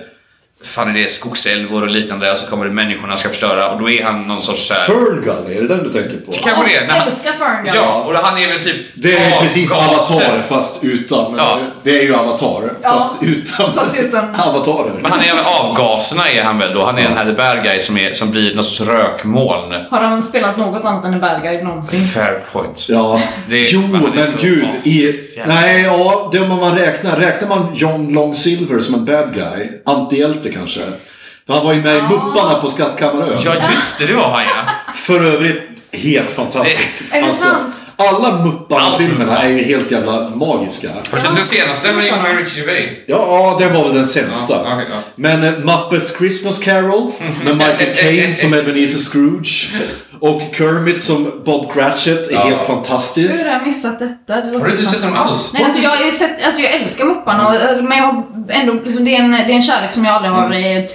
Speaker 1: Fan är det skogsälvor och liknande och så kommer det människorna ska förstöra och då är han någon sorts så här...
Speaker 3: Fern Gully, är det den du tänker på?
Speaker 1: Kanske det. när
Speaker 2: Jag
Speaker 1: han-
Speaker 2: älskar Fern Gully.
Speaker 1: Ja, och han är väl typ...
Speaker 3: Det är i princip
Speaker 1: avgaser.
Speaker 3: Avatar fast utan...
Speaker 1: Ja.
Speaker 3: Det är ju Avatar
Speaker 2: Ja.
Speaker 3: fast utan...
Speaker 2: Fast utan-
Speaker 3: Avatarer.
Speaker 1: Men han är väl avgaserna är han väl då? Han är den här the bad guy som, är, som blir någon sorts rökmoln.
Speaker 3: Mm.
Speaker 2: Har de spelat något annat än en bad guy någonsin?
Speaker 1: Fair point.
Speaker 3: Ja,
Speaker 1: Det-
Speaker 3: jo
Speaker 1: men
Speaker 3: men,
Speaker 1: han är så-
Speaker 3: gud.
Speaker 1: ja,
Speaker 3: I,
Speaker 1: jävlar.
Speaker 3: nej, ja, det om man räknar. Räknar man John Long Silver som en bad guy? Antihjälte kanske? För han var ju med i Mupparna på Skattkammarön.
Speaker 1: Ja, just det. Det var han ja.
Speaker 3: För övrigt, helt fantastisk. Alltså,
Speaker 2: Är det sant?
Speaker 3: alla Mupparna-filmerna
Speaker 1: Allt.
Speaker 3: är ju helt jävla magiska.
Speaker 1: Har du sett den senaste med med Ricky Gervais?
Speaker 3: Ja, det var väl den sämsta.
Speaker 1: Ja, okej, ja.
Speaker 3: Men eh, Muppets Christmas Carol med Michael Caine som Ebenezer Scrooge och Kermit som Bob Cratchit är helt fantastisk.
Speaker 2: Hur har jag missat detta? Det låter
Speaker 1: du inte sett dem alls?
Speaker 2: fantastiskt. Nej, alltså jag, har ju sett, alltså jag älskar Mopparna, och- eh, men jag har ändå, liksom, det, är en, det är en kärlek som jag aldrig har...
Speaker 1: Mm.
Speaker 2: eh,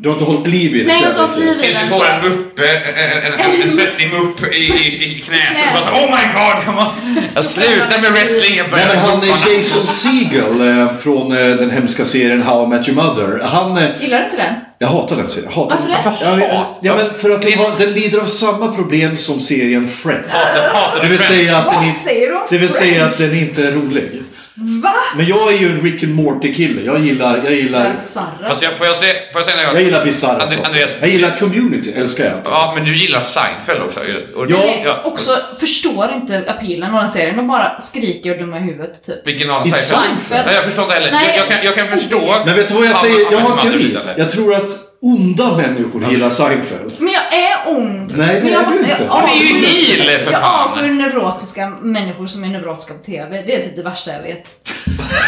Speaker 3: Du har inte hållit liv i det
Speaker 2: Nej, jag har inte hållit
Speaker 3: kärleken.
Speaker 2: liv i
Speaker 1: Tills
Speaker 2: den.
Speaker 1: vi får en muppe, en, en, en, en svettig mupp i, i, i knät. Och bara så, oh my god! jag måste- Jag slutar med wrestling. Jag
Speaker 3: Nej,
Speaker 1: börjar
Speaker 3: men
Speaker 1: med
Speaker 3: han är
Speaker 1: mupparna.
Speaker 3: Jason Segel eh, från eh, den hemska serien How I Met Your Mother. Han, eh,
Speaker 2: Gillar du inte den?
Speaker 3: jag hatar den serien. Hatar
Speaker 2: Varför
Speaker 3: den.
Speaker 2: det?
Speaker 3: Ja, men- ja, men för att den, har, den lider av samma problem som serien Friends.
Speaker 1: Hatar
Speaker 3: Det
Speaker 1: du
Speaker 3: vill
Speaker 1: Friends?
Speaker 3: säga att den,
Speaker 2: Vad
Speaker 3: inte-
Speaker 2: säger du om
Speaker 3: det vill säga att
Speaker 2: Friends?
Speaker 3: den inte är rolig.
Speaker 2: Va?
Speaker 3: Men jag är ju en Rick and Morty-kille. Jag gillar... Jag gillar,
Speaker 2: Sarra.
Speaker 1: Fast jag, får jag se- får jag säga
Speaker 3: jag
Speaker 1: något?
Speaker 3: gillar bisarra
Speaker 1: Andre- Andreas.
Speaker 3: saker. Jag gillar community, älskar jag.
Speaker 1: Ja, men du gillar Seinfeld också. Och,
Speaker 3: Ja.
Speaker 2: Men jag också förstår inte appealen av den serien. De bara skriker och är dumma i huvudet, typ.
Speaker 1: Vilken av
Speaker 3: I
Speaker 1: Seinfeld?
Speaker 2: Seinfeld.
Speaker 1: Nej, jag förstår inte heller.
Speaker 2: Nej.
Speaker 1: Jag, jag, kan, jag kan förstå...
Speaker 3: Men vet du vad jag
Speaker 1: Ja,
Speaker 3: säger?
Speaker 1: men-
Speaker 3: Jag har
Speaker 1: men-
Speaker 3: en teori. Jag tror att onda människor gillar Seinfeld.
Speaker 2: Men jag är ond.
Speaker 3: Nej, det
Speaker 2: Men jag,
Speaker 3: är du inte.
Speaker 2: jag
Speaker 1: Det är ju
Speaker 2: avskyr-
Speaker 1: heal, för
Speaker 2: Jag
Speaker 1: fan.
Speaker 2: avskyr neurotiska människor som är neurotiska på TV. Det är typ det värsta jag vet.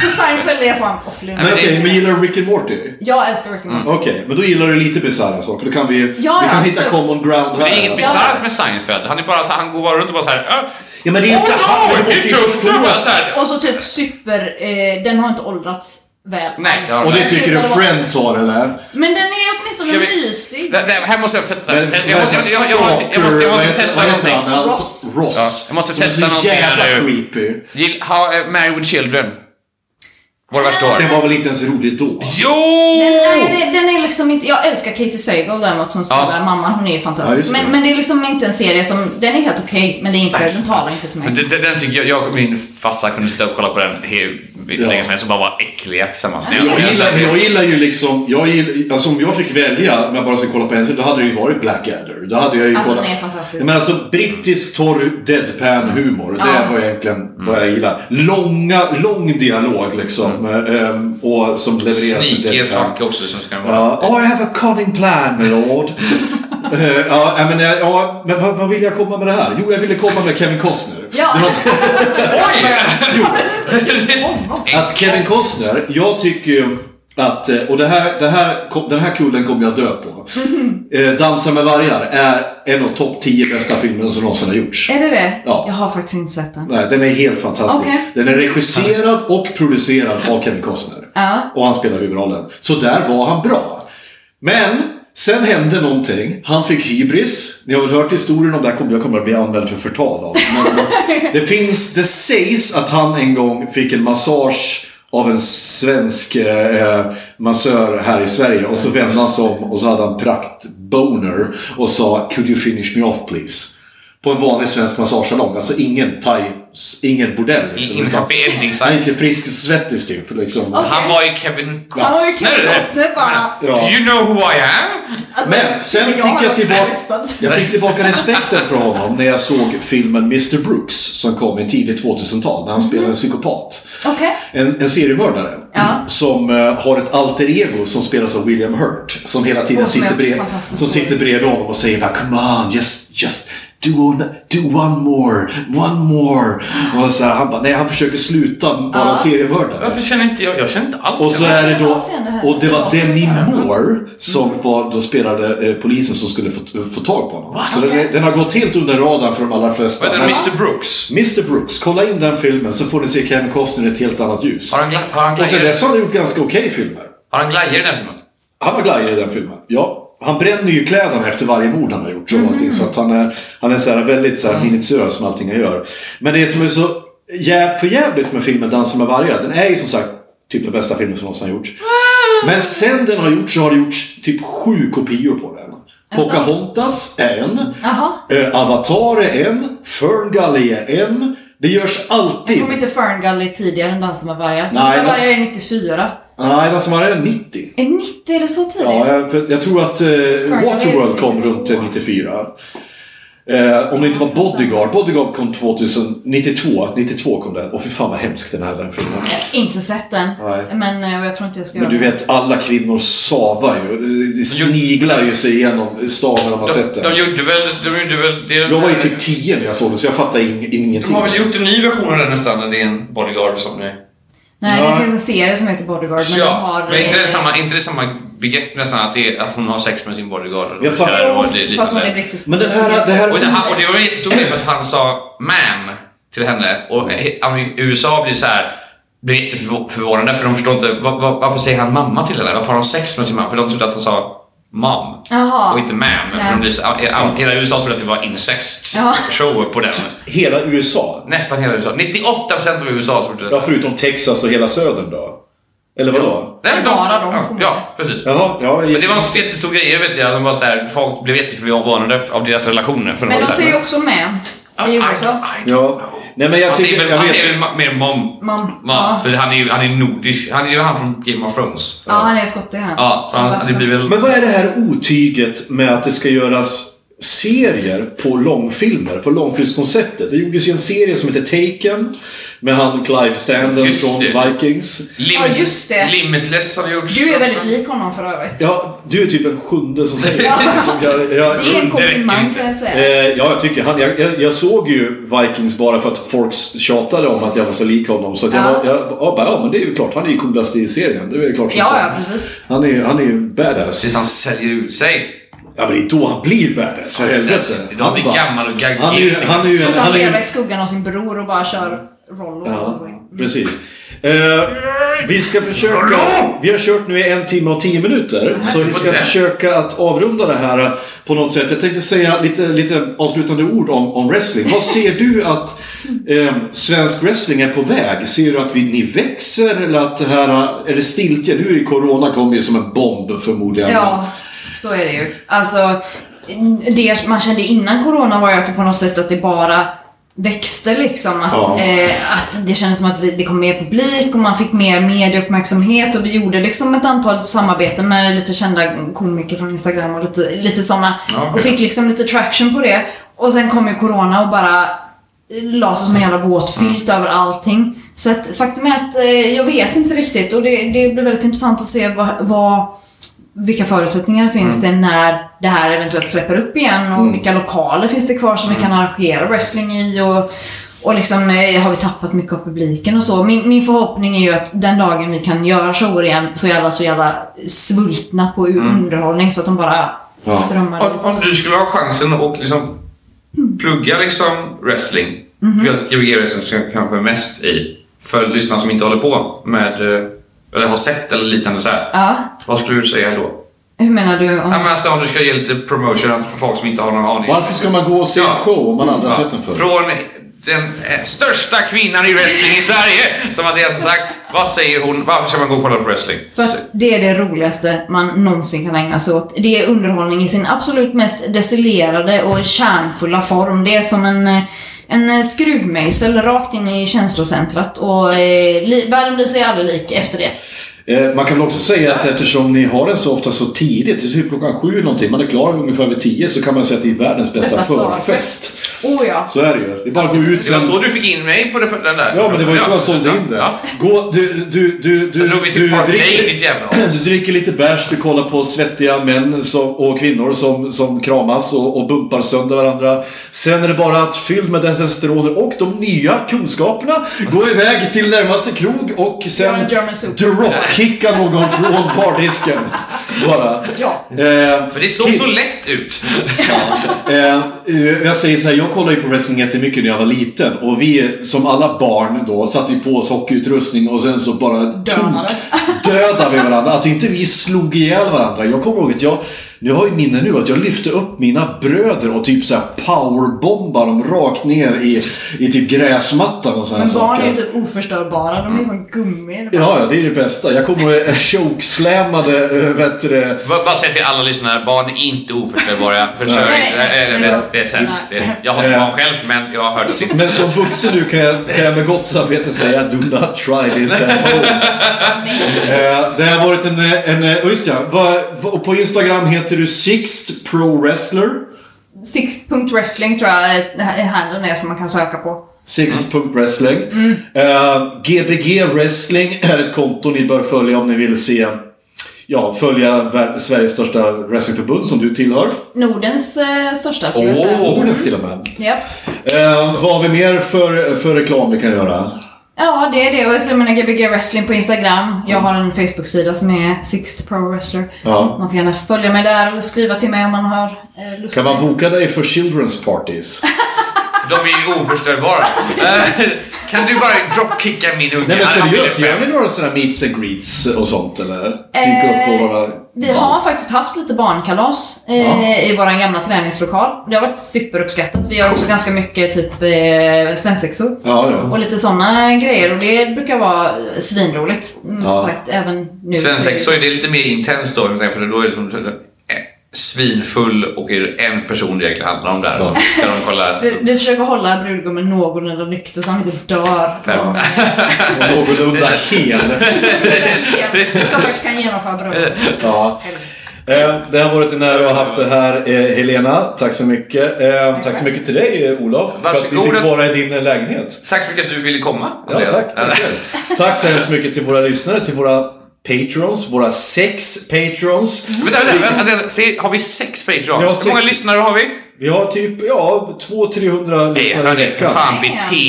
Speaker 2: Så Seinfeld är fan off-limits.
Speaker 3: Men okej, men gillar du Mm. Rick and Morty?
Speaker 2: Jag älskar Rick and Morty.
Speaker 3: Okej, men då gillar du lite bisarra saker. Då kan vi,
Speaker 2: ja,
Speaker 3: vi kan
Speaker 2: absolut.
Speaker 3: hitta common ground här.
Speaker 1: Det är inget bisarrt med Seinfeld. Han är bara så han går bara runt och bara så här. "Äh, "Ö,
Speaker 3: Ja, men det är inte
Speaker 1: oj,
Speaker 3: han.
Speaker 1: oj,
Speaker 3: Du måste
Speaker 1: det
Speaker 3: ju
Speaker 1: är tufft."
Speaker 3: förstå.
Speaker 1: Bara så här,
Speaker 2: Och så typ super... Eh, den har inte åldrats väl
Speaker 1: Nej,
Speaker 2: alls.
Speaker 1: det har
Speaker 3: Och
Speaker 1: den
Speaker 3: det
Speaker 2: Den
Speaker 3: tycker du
Speaker 2: slutade vara-
Speaker 3: Friends har, eller?
Speaker 2: Men den är åtminstone
Speaker 1: Ska vi-
Speaker 2: mysig.
Speaker 1: Nej, nej, här måste jag testa.
Speaker 3: Men-
Speaker 1: Jag måste, jag, jag, jag, måste- jag, måste, jag måste
Speaker 3: Stalker,
Speaker 1: testa
Speaker 3: vad heter
Speaker 1: någonting.
Speaker 3: han? Alltså,
Speaker 2: Ross.
Speaker 3: Ross.
Speaker 1: Ja, jag måste
Speaker 3: som är
Speaker 1: testa
Speaker 3: så
Speaker 1: någonting
Speaker 3: jävla
Speaker 1: här nu.
Speaker 3: creepy.
Speaker 1: Jill, how, uh, married with children. Var det värsta
Speaker 3: Den
Speaker 1: år?
Speaker 3: var väl inte ens rolig då?
Speaker 1: Jo!
Speaker 2: Den, nej, det- den är liksom inte, jag älskar Katie Sagal däremot som spelar
Speaker 1: Ja.
Speaker 2: mamman, hon är ju
Speaker 3: Ja,
Speaker 2: fantastisk.
Speaker 3: just det.
Speaker 2: men, men det är liksom inte en serie som, den är helt okej, men det är inte, den talar inte till mig.
Speaker 1: Men Den, den, den tycker jag, jag och min farsa kunde sitta och kolla på den hur
Speaker 3: Ja.
Speaker 1: länge som helst och bara vara äckliga tillsammans. Nej,
Speaker 3: Jag
Speaker 1: jag-
Speaker 3: gillar, men
Speaker 1: jag-
Speaker 3: jag gillar ju liksom, jag gillar, alltså om jag fick välja, om jag bara skulle kolla på en serie, då hade det ju varit Blackadder. Då hade jag ju
Speaker 2: Alltså,
Speaker 3: kollat.
Speaker 2: den är fantastisk.
Speaker 3: Men alltså brittisk torr deadpan humor, det
Speaker 2: Ja.
Speaker 3: var egentligen
Speaker 1: Mm.
Speaker 3: vad jag gillar. Långa, lång dialog liksom. ehm, Och som levereras med
Speaker 1: Mm. Sneaky as
Speaker 3: deadpan.
Speaker 1: fuck också liksom, som ska vara.
Speaker 3: Ja, oh, I have a cunning plan, my lord. Eh, ja, men, eh, ja, men vad, vad vill jag komma med det här? Jo, jag ville komma med Kevin Costner.
Speaker 2: Ja.
Speaker 3: Det var-
Speaker 1: Oj!
Speaker 3: Jo.
Speaker 1: Precis.
Speaker 3: Att Kevin Costner, jag tycker ju att, eh, och det här, det här, kom- den här kullen kommer jag dö på. Eh, Dansa med vargar är en av topp 10 bästa filmerna som någonsin har gjorts.
Speaker 2: Är det det?
Speaker 3: Ja.
Speaker 2: Jag har faktiskt inte sett den.
Speaker 3: Nej, den är helt fantastisk.
Speaker 2: Okej.
Speaker 3: Den är regisserad och producerad av Kevin Costner.
Speaker 2: Ja.
Speaker 3: Och han spelar huvudrollen. Så där var han bra. Men sen hände någonting. Han fick hybris. Ni har väl hört historien om det här kommer jag kommer att bli anmäld för förtal av. Men eh, det, finns, det sägs att han en gång fick en massage av en svensk eh, massör här i Sverige och så vände han sig om och så hade han praktboner och sa “Could you finish me off please?” på en vanlig svensk massagesalong. Alltså ingen thai, ingen bordell. Liksom,
Speaker 1: Ingen
Speaker 3: utan-
Speaker 1: happy ending
Speaker 3: Han
Speaker 1: sign.
Speaker 3: gick i frisk svettis typ. Liksom.
Speaker 1: Han var ju Kevin
Speaker 2: Han var ju
Speaker 1: Costner.
Speaker 2: Kevin Costner bara.
Speaker 3: Ja.
Speaker 1: Do you know who I am?
Speaker 3: Men sen
Speaker 2: men jag
Speaker 3: fick
Speaker 2: har
Speaker 3: jag
Speaker 2: varit
Speaker 3: tillbaka,
Speaker 2: arrestad.
Speaker 3: jag fick tillbaka respekten för honom när jag såg filmen Mr Brooks som kom i tidigt 2000-tal när han spelade en psykopat.
Speaker 2: Mm. Okej.
Speaker 3: En, en seriemördare
Speaker 2: Ja.
Speaker 3: som eh, har ett alter ego som spelas av William Hurt. Som hela tiden
Speaker 2: Och som är
Speaker 3: sitter, bred,
Speaker 2: fantastisk
Speaker 3: som sitter bredvid honom och säger bara Come on, just, just do, on, do one more, one more. Och så här, han bara, nej han försöker sluta vara seriemördare.
Speaker 1: Varför känner inte jag... Jag känner inte alls
Speaker 3: Och så
Speaker 1: henne.
Speaker 3: är det då,
Speaker 2: Jag känner henne.
Speaker 3: och det var
Speaker 2: Det var
Speaker 3: Demi
Speaker 2: henne.
Speaker 3: Moore som var, då spelade eh, polisen som skulle få, få tag på honom. Så den, är- den har gått helt under radarn för de allra flesta.
Speaker 1: Vad heter
Speaker 3: Men-
Speaker 1: den? Mr Brooks?
Speaker 3: Mr Brooks, kolla in den filmen så får ni se Kevin Costner i ett helt annat ljus.
Speaker 1: Har han gla- har han
Speaker 3: och sen
Speaker 1: glajjor?
Speaker 3: dess har han gjort ganska okej filmer.
Speaker 1: Har han glajjor i den filmen?
Speaker 3: Han har glajjor i den filmen, ja. Han bränner ju kläderna efter varje mord han har gjort. Och allting, Så att han är, han är så här väldigt så här minutiös med allting han gör. Men det som är så jä- för jävligt med filmen Dansa med vargar, den är ju som sagt typ den bästa filmen som någonsin har gjorts. Men sen den har gjorts så har det gjorts typ sju kopior på den. Pocahontas är en. Eh, Avatar är en. Ferngully är en. Det görs alltid.
Speaker 2: Kom inte Ferngully tidigare än Dansa med vargar?
Speaker 3: Nej,
Speaker 2: Dansa med
Speaker 3: men-
Speaker 2: vargar är 94.
Speaker 3: Nej, Dansa med vargar är 90.
Speaker 2: Är 90? Är det så tidigt?
Speaker 3: Ja, jag, för jag tror att eh, Waterworld kom runt eh, 94. Eh, om det inte var Bodyguard. Bodyguard kom 2092. 92 kom den. Och fy fan vad hemsk den här den filmen.
Speaker 2: Inte sett den.
Speaker 3: Nej.
Speaker 2: Men eh, och jag tror inte jag ska
Speaker 3: Men du
Speaker 2: göra det.
Speaker 3: vet, alla kvinnor savar ju. De sniglar ju sig igenom stan när de har sett
Speaker 1: De, de
Speaker 3: den.
Speaker 1: gjorde väl... De gjorde väl det
Speaker 3: Jag var ju typ 10 när jag såg den, så jag fattade ing-
Speaker 1: De
Speaker 3: ingenting.
Speaker 1: har väl gjort en ny version av den nästan, när det är en bodyguard som nu.
Speaker 2: Nej,
Speaker 3: Ja.
Speaker 2: det finns en serie som heter Bodyguard. Men
Speaker 1: ja,
Speaker 2: den har...
Speaker 1: men inte
Speaker 2: eh,
Speaker 1: det, samma, inte det samma begrepp nästan, att, det är, att hon har sex med sin bodyguard. Och
Speaker 3: Jag
Speaker 1: de
Speaker 3: fattar.
Speaker 1: kör och det är lite
Speaker 2: Fast hon
Speaker 1: sådär.
Speaker 2: är brittisk.
Speaker 3: Men den här... Det här är
Speaker 1: Och det,
Speaker 3: så-
Speaker 1: han, och det var en jättestor grej för att han sa ma'am till henne och he- i USA blir så här blir jätteförvånade för de förstår inte va- va- varför säger han mamma till henne? Varför har de sex med sin mamma? För de trodde att hon sa mom
Speaker 2: Jaha.
Speaker 1: och inte ma'am. För
Speaker 2: Nej.
Speaker 1: de blir så, ja, hela USA trodde att det var incest
Speaker 2: Ja.
Speaker 1: show på den.
Speaker 3: Hela USA.
Speaker 1: Nästan hela USA. 98% av USA trodde
Speaker 3: Ja,
Speaker 1: det.
Speaker 3: förutom Texas och hela södern då. Eller vadå?
Speaker 1: Nej, de,
Speaker 2: Bara de
Speaker 1: ja,
Speaker 2: får-
Speaker 1: ja, precis.
Speaker 3: Jaha, ja.
Speaker 1: Men det var en jättestor grej, jag vet jag. De var så här, folk blev jätteförvånade av deras relationer. För
Speaker 2: Men de
Speaker 1: var så här,
Speaker 2: säger ju också med i
Speaker 1: I-
Speaker 2: USA.
Speaker 1: I- I-
Speaker 3: Ja. Nej, men jag
Speaker 1: han
Speaker 3: tycker...
Speaker 1: säger väl,
Speaker 3: Jag
Speaker 1: han
Speaker 3: vet.
Speaker 1: säger väl ma- mer mom.
Speaker 2: Mom. Ja.
Speaker 1: För han är ju han är nordisk. Han är ju han från Game of Thrones.
Speaker 2: Ja, han är skotte här.
Speaker 1: Ja, så han, det blir väl...
Speaker 3: Men vad är det här otyget med att det ska göras serier på långfilmer, på långfilmskonceptet? Det gjordes ju en serie som heter Taken med han Clive Standen
Speaker 1: Just
Speaker 3: från
Speaker 1: det.
Speaker 3: Vikings.
Speaker 1: Limit-
Speaker 2: Ja, just det.
Speaker 1: Limitless har gjorts.
Speaker 2: Du är väldigt
Speaker 1: också.
Speaker 2: lik honom för övrigt.
Speaker 3: Ja, du är typ en sjunde som säger det. Som jag, jag,
Speaker 2: Det är en
Speaker 1: räcker
Speaker 2: komplimang
Speaker 1: inte.
Speaker 2: kan jag
Speaker 3: eh,
Speaker 2: säga.
Speaker 3: ja, jag tycker han. Jag, jag, jag såg ju Vikings bara för att folk tjatade om att jag var så lik honom. Så att jag,
Speaker 2: Ja.
Speaker 3: var, jag, ja, bara, ja, men det är ju klart. Han är ju coolast i serien. Det är väl klart som
Speaker 2: Ja,
Speaker 3: fan.
Speaker 2: ja, precis.
Speaker 3: Han är ju han är ju badass.
Speaker 1: Tills han säljer ut sig.
Speaker 3: Ja, men det är då han blir badass. För helvete.
Speaker 1: Det är då han blir
Speaker 3: bara-
Speaker 1: gammal och gaggig.
Speaker 3: Han är ju- han är ju-
Speaker 2: Och så
Speaker 3: han
Speaker 2: han
Speaker 3: är ju-
Speaker 2: lever i skuggan av sin bror och bara kör Rollo.
Speaker 3: Ja, precis. Eh, vi ska försöka... Vi har kört nu i en timme och tio
Speaker 1: Mm.
Speaker 3: minuter. Så vi ska försöka att avrunda det här på något sätt. Jag tänkte säga lite, lite avslutande ord om, om wrestling. Vad ser du att eh, svensk wrestling är på väg? Ser du att vi, ni växer eller att det här... eh, Är det stiltje? Nu är ju Corona kommer ju som en bomb förmodligen.
Speaker 2: Ja, så är det ju. Alltså, det man kände innan corona var ju att det på något sätt att det bara växte liksom. Att,
Speaker 3: Ja.
Speaker 2: eh, att det kändes som att vi, det kom mer publik och man fick mer medieuppmärksamhet och vi gjorde liksom ett antal samarbeten med lite kända komiker från Instagram och lite, lite sådana.
Speaker 1: Ja,
Speaker 2: Och fick liksom lite traction på det. Och sen kom ju corona och bara la sig som en jävla våt filt över allting. Så att faktum är att eh, jag vet inte riktigt och det, det blir väldigt intressant att se vad, vad vilka förutsättningar finns det när det här eventuellt släpper upp igen och vilka lokaler finns det kvar som vi kan arrangera wrestling i och, och liksom, eh, har vi tappat mycket av publiken och så. Min, min förhoppning är ju att den dagen vi kan göra shower igen så är alla så jävla svultna på underhållning så att de bara strömmar
Speaker 1: Om, om
Speaker 2: dit.
Speaker 1: du skulle ha chansen att liksom plugga liksom wrestling. För jag tycker det är wrestling som jag kanske är mest i. För lyssnare som inte håller på med... eh, Eller har sett eller liknande så här.
Speaker 2: Ja.
Speaker 1: Vad skulle du säga då?
Speaker 2: Hur menar du? Om,
Speaker 1: Ja, men alltså, om du ska ge lite promotion för folk som inte har någon aning.
Speaker 3: Varför ska man gå och se en show om man aldrig har sett den förut?
Speaker 1: Från den eh, största kvinnan i wrestling i Sverige som har deltagit sagt, vad säger hon, varför ska man gå och kolla på wrestling?
Speaker 2: För att det är det roligaste man någonsin kan ägna sig åt. Det är underhållning i sin absolut mest destillerade och kärnfulla form. Det är som en, eh, en skruvmejsel rakt in i känslocentrat och eh, li- världen blir sig aldrig lik efter det.
Speaker 3: Eh, Man kan väl också säga att eftersom ni har den så ofta så tidigt, det är typ klockan sju eller någonting, man är klar ungefär vid tio, så kan man säga att det är världens bästa,
Speaker 2: Bästa
Speaker 3: förfest.
Speaker 2: Oh ja.
Speaker 3: Så är det ju. Det är bara att gå ut
Speaker 1: Det var
Speaker 3: sen.
Speaker 1: så du fick in mig på det för- den där.
Speaker 3: Ja, men det var ju så jag sålde in det.
Speaker 1: Ja.
Speaker 3: Gå, du, du, du, du,
Speaker 1: Sen drog vi till
Speaker 3: du,
Speaker 1: Park Lane, ditt
Speaker 3: dricker,
Speaker 1: jävla as.
Speaker 3: du dricker lite bärs, du kollar på svettiga män som, och kvinnor som, som kramas och, och bumpar sönder varandra. Sen är det bara att fylld med testosteroner och de nya kunskaperna gå iväg till närmaste krog och
Speaker 2: Göra
Speaker 3: sen
Speaker 2: en German soup.
Speaker 3: dropkicka någon från bardisken. Bara.
Speaker 2: Ja.
Speaker 3: Eh,
Speaker 1: För det såg så
Speaker 3: kiss.
Speaker 1: lätt ut.
Speaker 3: Eh, eh, jag säger så här, jag kollade ju på wrestling jättemycket när jag var liten och vi som alla barn då satte ju på oss hockeyutrustning och sen så bara
Speaker 2: Dönade.
Speaker 3: tok- dödade vi varandra. Att inte vi slog ihjäl varandra. Jag kommer ihåg att jag, jag har ju minne nu att jag lyfte upp mina bröder och typ så här powerbombar dem rakt ner i, i typ gräsmattan och sådana
Speaker 2: Men barn
Speaker 3: saker.
Speaker 2: är ju typ oförstörbara. De är som gummi.
Speaker 3: Ja, ja, det är det bästa. Jag kommer ihåg att jag chokeslammade, eh, vet du det,
Speaker 1: Bara bara säg till alla lyssnare, barn är inte oförstörbara. Försörj
Speaker 2: Nej.
Speaker 1: inte. Eller det, det är så här, det, jag har inte barn själv, men jag har hört det.
Speaker 3: Men som vuxen nu kan jag, kan jag med gott samvete säga Do not try this at home. Eh, Det har varit en... eh, en eh, och just ja, vad- vad- på Instagram heter du Sixt Pro Wrestler.
Speaker 2: Six.wrestling tror jag är- är handeln är som man kan söka på.
Speaker 3: Sixt.wrestling. Eh, GBG Wrestling är ett konto ni bör följa om ni vill se... Ja, följa vär- Sveriges största wrestlingförbund som du tillhör.
Speaker 2: Nordens eh, största skulle jag säga.
Speaker 3: Åh, Nordens till och med.
Speaker 2: Ja.
Speaker 3: Eh, vad har vi mer för, för reklam vi kan göra?
Speaker 2: ja, det är det. Och så jag menar Gbg Wrestling på Instagram. Jag har en Facebook-sida som är Sixth Pro Wrestler.
Speaker 3: Ja.
Speaker 2: Man får gärna följa mig där eller skriva till mig om man har eh, lust.
Speaker 3: Kan
Speaker 2: med
Speaker 3: man
Speaker 2: det.
Speaker 3: boka dig för Children's Parties?
Speaker 1: De är ju oförstörbara. Eh, Kan du bara dropkicka min unge?
Speaker 3: Nej men
Speaker 1: Han- han
Speaker 3: seriöst,
Speaker 1: ville
Speaker 3: gör
Speaker 1: fem.
Speaker 3: ni några sådana meets and greets och sånt eller? Dyker upp på våra...
Speaker 2: Vi har faktiskt haft lite barnkalas eh,
Speaker 3: Ja.
Speaker 2: i vår gamla träningslokal. Det har varit superuppskattat. Vi har också ganska mycket typ eh, svensexor.
Speaker 3: Ja, ja.
Speaker 2: Och lite sådana grejer och det brukar vara svinroligt. Mm, Som
Speaker 3: Ja.
Speaker 2: sagt, även nu.
Speaker 1: Svensexa är det lite mer intensst då, för då är det som eh, svinfull och är det en person det egentligen handlar om där. Så kan de kolla.
Speaker 2: Vi, vi försöker hålla brudgummen någorlunda nykter så han inte dör.
Speaker 1: Fem.
Speaker 3: Och någorlunda hel.
Speaker 2: Så att vi kan genomföra bröllop.
Speaker 3: Ja.
Speaker 2: Helst.
Speaker 3: Eh, Det har varit en ära att ha haft det här eh, Helena. Tack så mycket. Eh, Tack så mycket till dig eh, Olof. För att vi
Speaker 1: Varsågoda.
Speaker 3: fick vara i din eh, lägenhet.
Speaker 1: Tack så mycket för att du ville komma.
Speaker 3: Ja,
Speaker 1: Andreas. Eh,
Speaker 3: tack, tack. tack så hemskt mycket till våra lyssnare, till våra patrons, våra sex patrons.
Speaker 1: Vänta, vänta, vänta, vänta. Se, har vi sex
Speaker 3: Vi
Speaker 1: Patreons?
Speaker 3: har sex.
Speaker 1: Hur många lyssnare har vi?
Speaker 3: Vi har typ, ja, 200-300
Speaker 1: Nej,
Speaker 3: lyssnare i
Speaker 1: hörni, för
Speaker 3: veckan.
Speaker 1: fan bete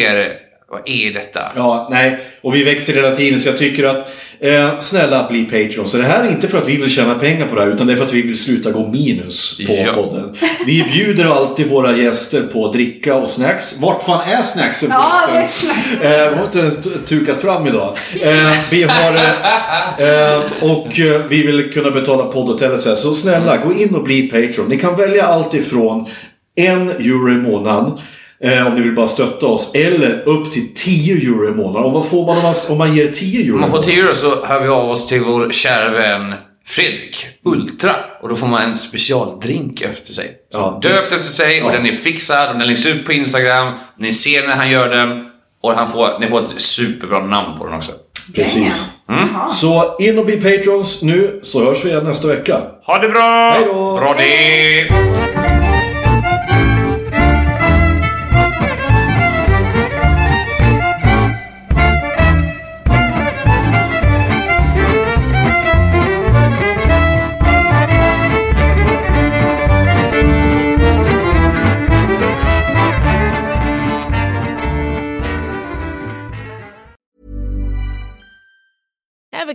Speaker 1: er! Vad är detta?
Speaker 3: Ja, nej. Och vi växer hela tiden så jag tycker att eh, snälla bli Patreon. Så det här är inte för att vi vill tjäna pengar på det här utan det är för att vi vill sluta gå minus på
Speaker 1: Ja.
Speaker 3: podden. Vi bjuder alltid våra gäster på dricka och snacks. Vart fan är snacksen
Speaker 2: Ja, det är
Speaker 3: förresten? Eh, vi har inte ens tukat fram idag. Eh, vi har... Eh, eh, och eh, vi vill kunna betala poddhotell och så här. Så snälla, gå in och bli Patreon. Ni kan välja allt ifrån en euro i månaden eh, om ni vill bara stötta oss. Eller upp till 10 euro i månaden. Och vad får man om man, om man ger 10 euro? i
Speaker 1: Om man får
Speaker 3: månaden?
Speaker 1: 10 euro så hör vi av oss till vår kära vän Fredrik Ultra och då får man en specialdrink efter sig. Som
Speaker 3: Ja,
Speaker 1: döpt
Speaker 3: det-
Speaker 1: efter sig och den är fixad och den läggs ut på Instagram. Ni ser när han gör den och han får, ni får ett superbra namn på den också.
Speaker 3: Precis.
Speaker 2: Jaha.
Speaker 3: Så in och bli Patrons nu så hörs vi igen nästa vecka.
Speaker 1: Ha det bra!
Speaker 3: Hej då!
Speaker 1: Bra det!
Speaker 4: Ever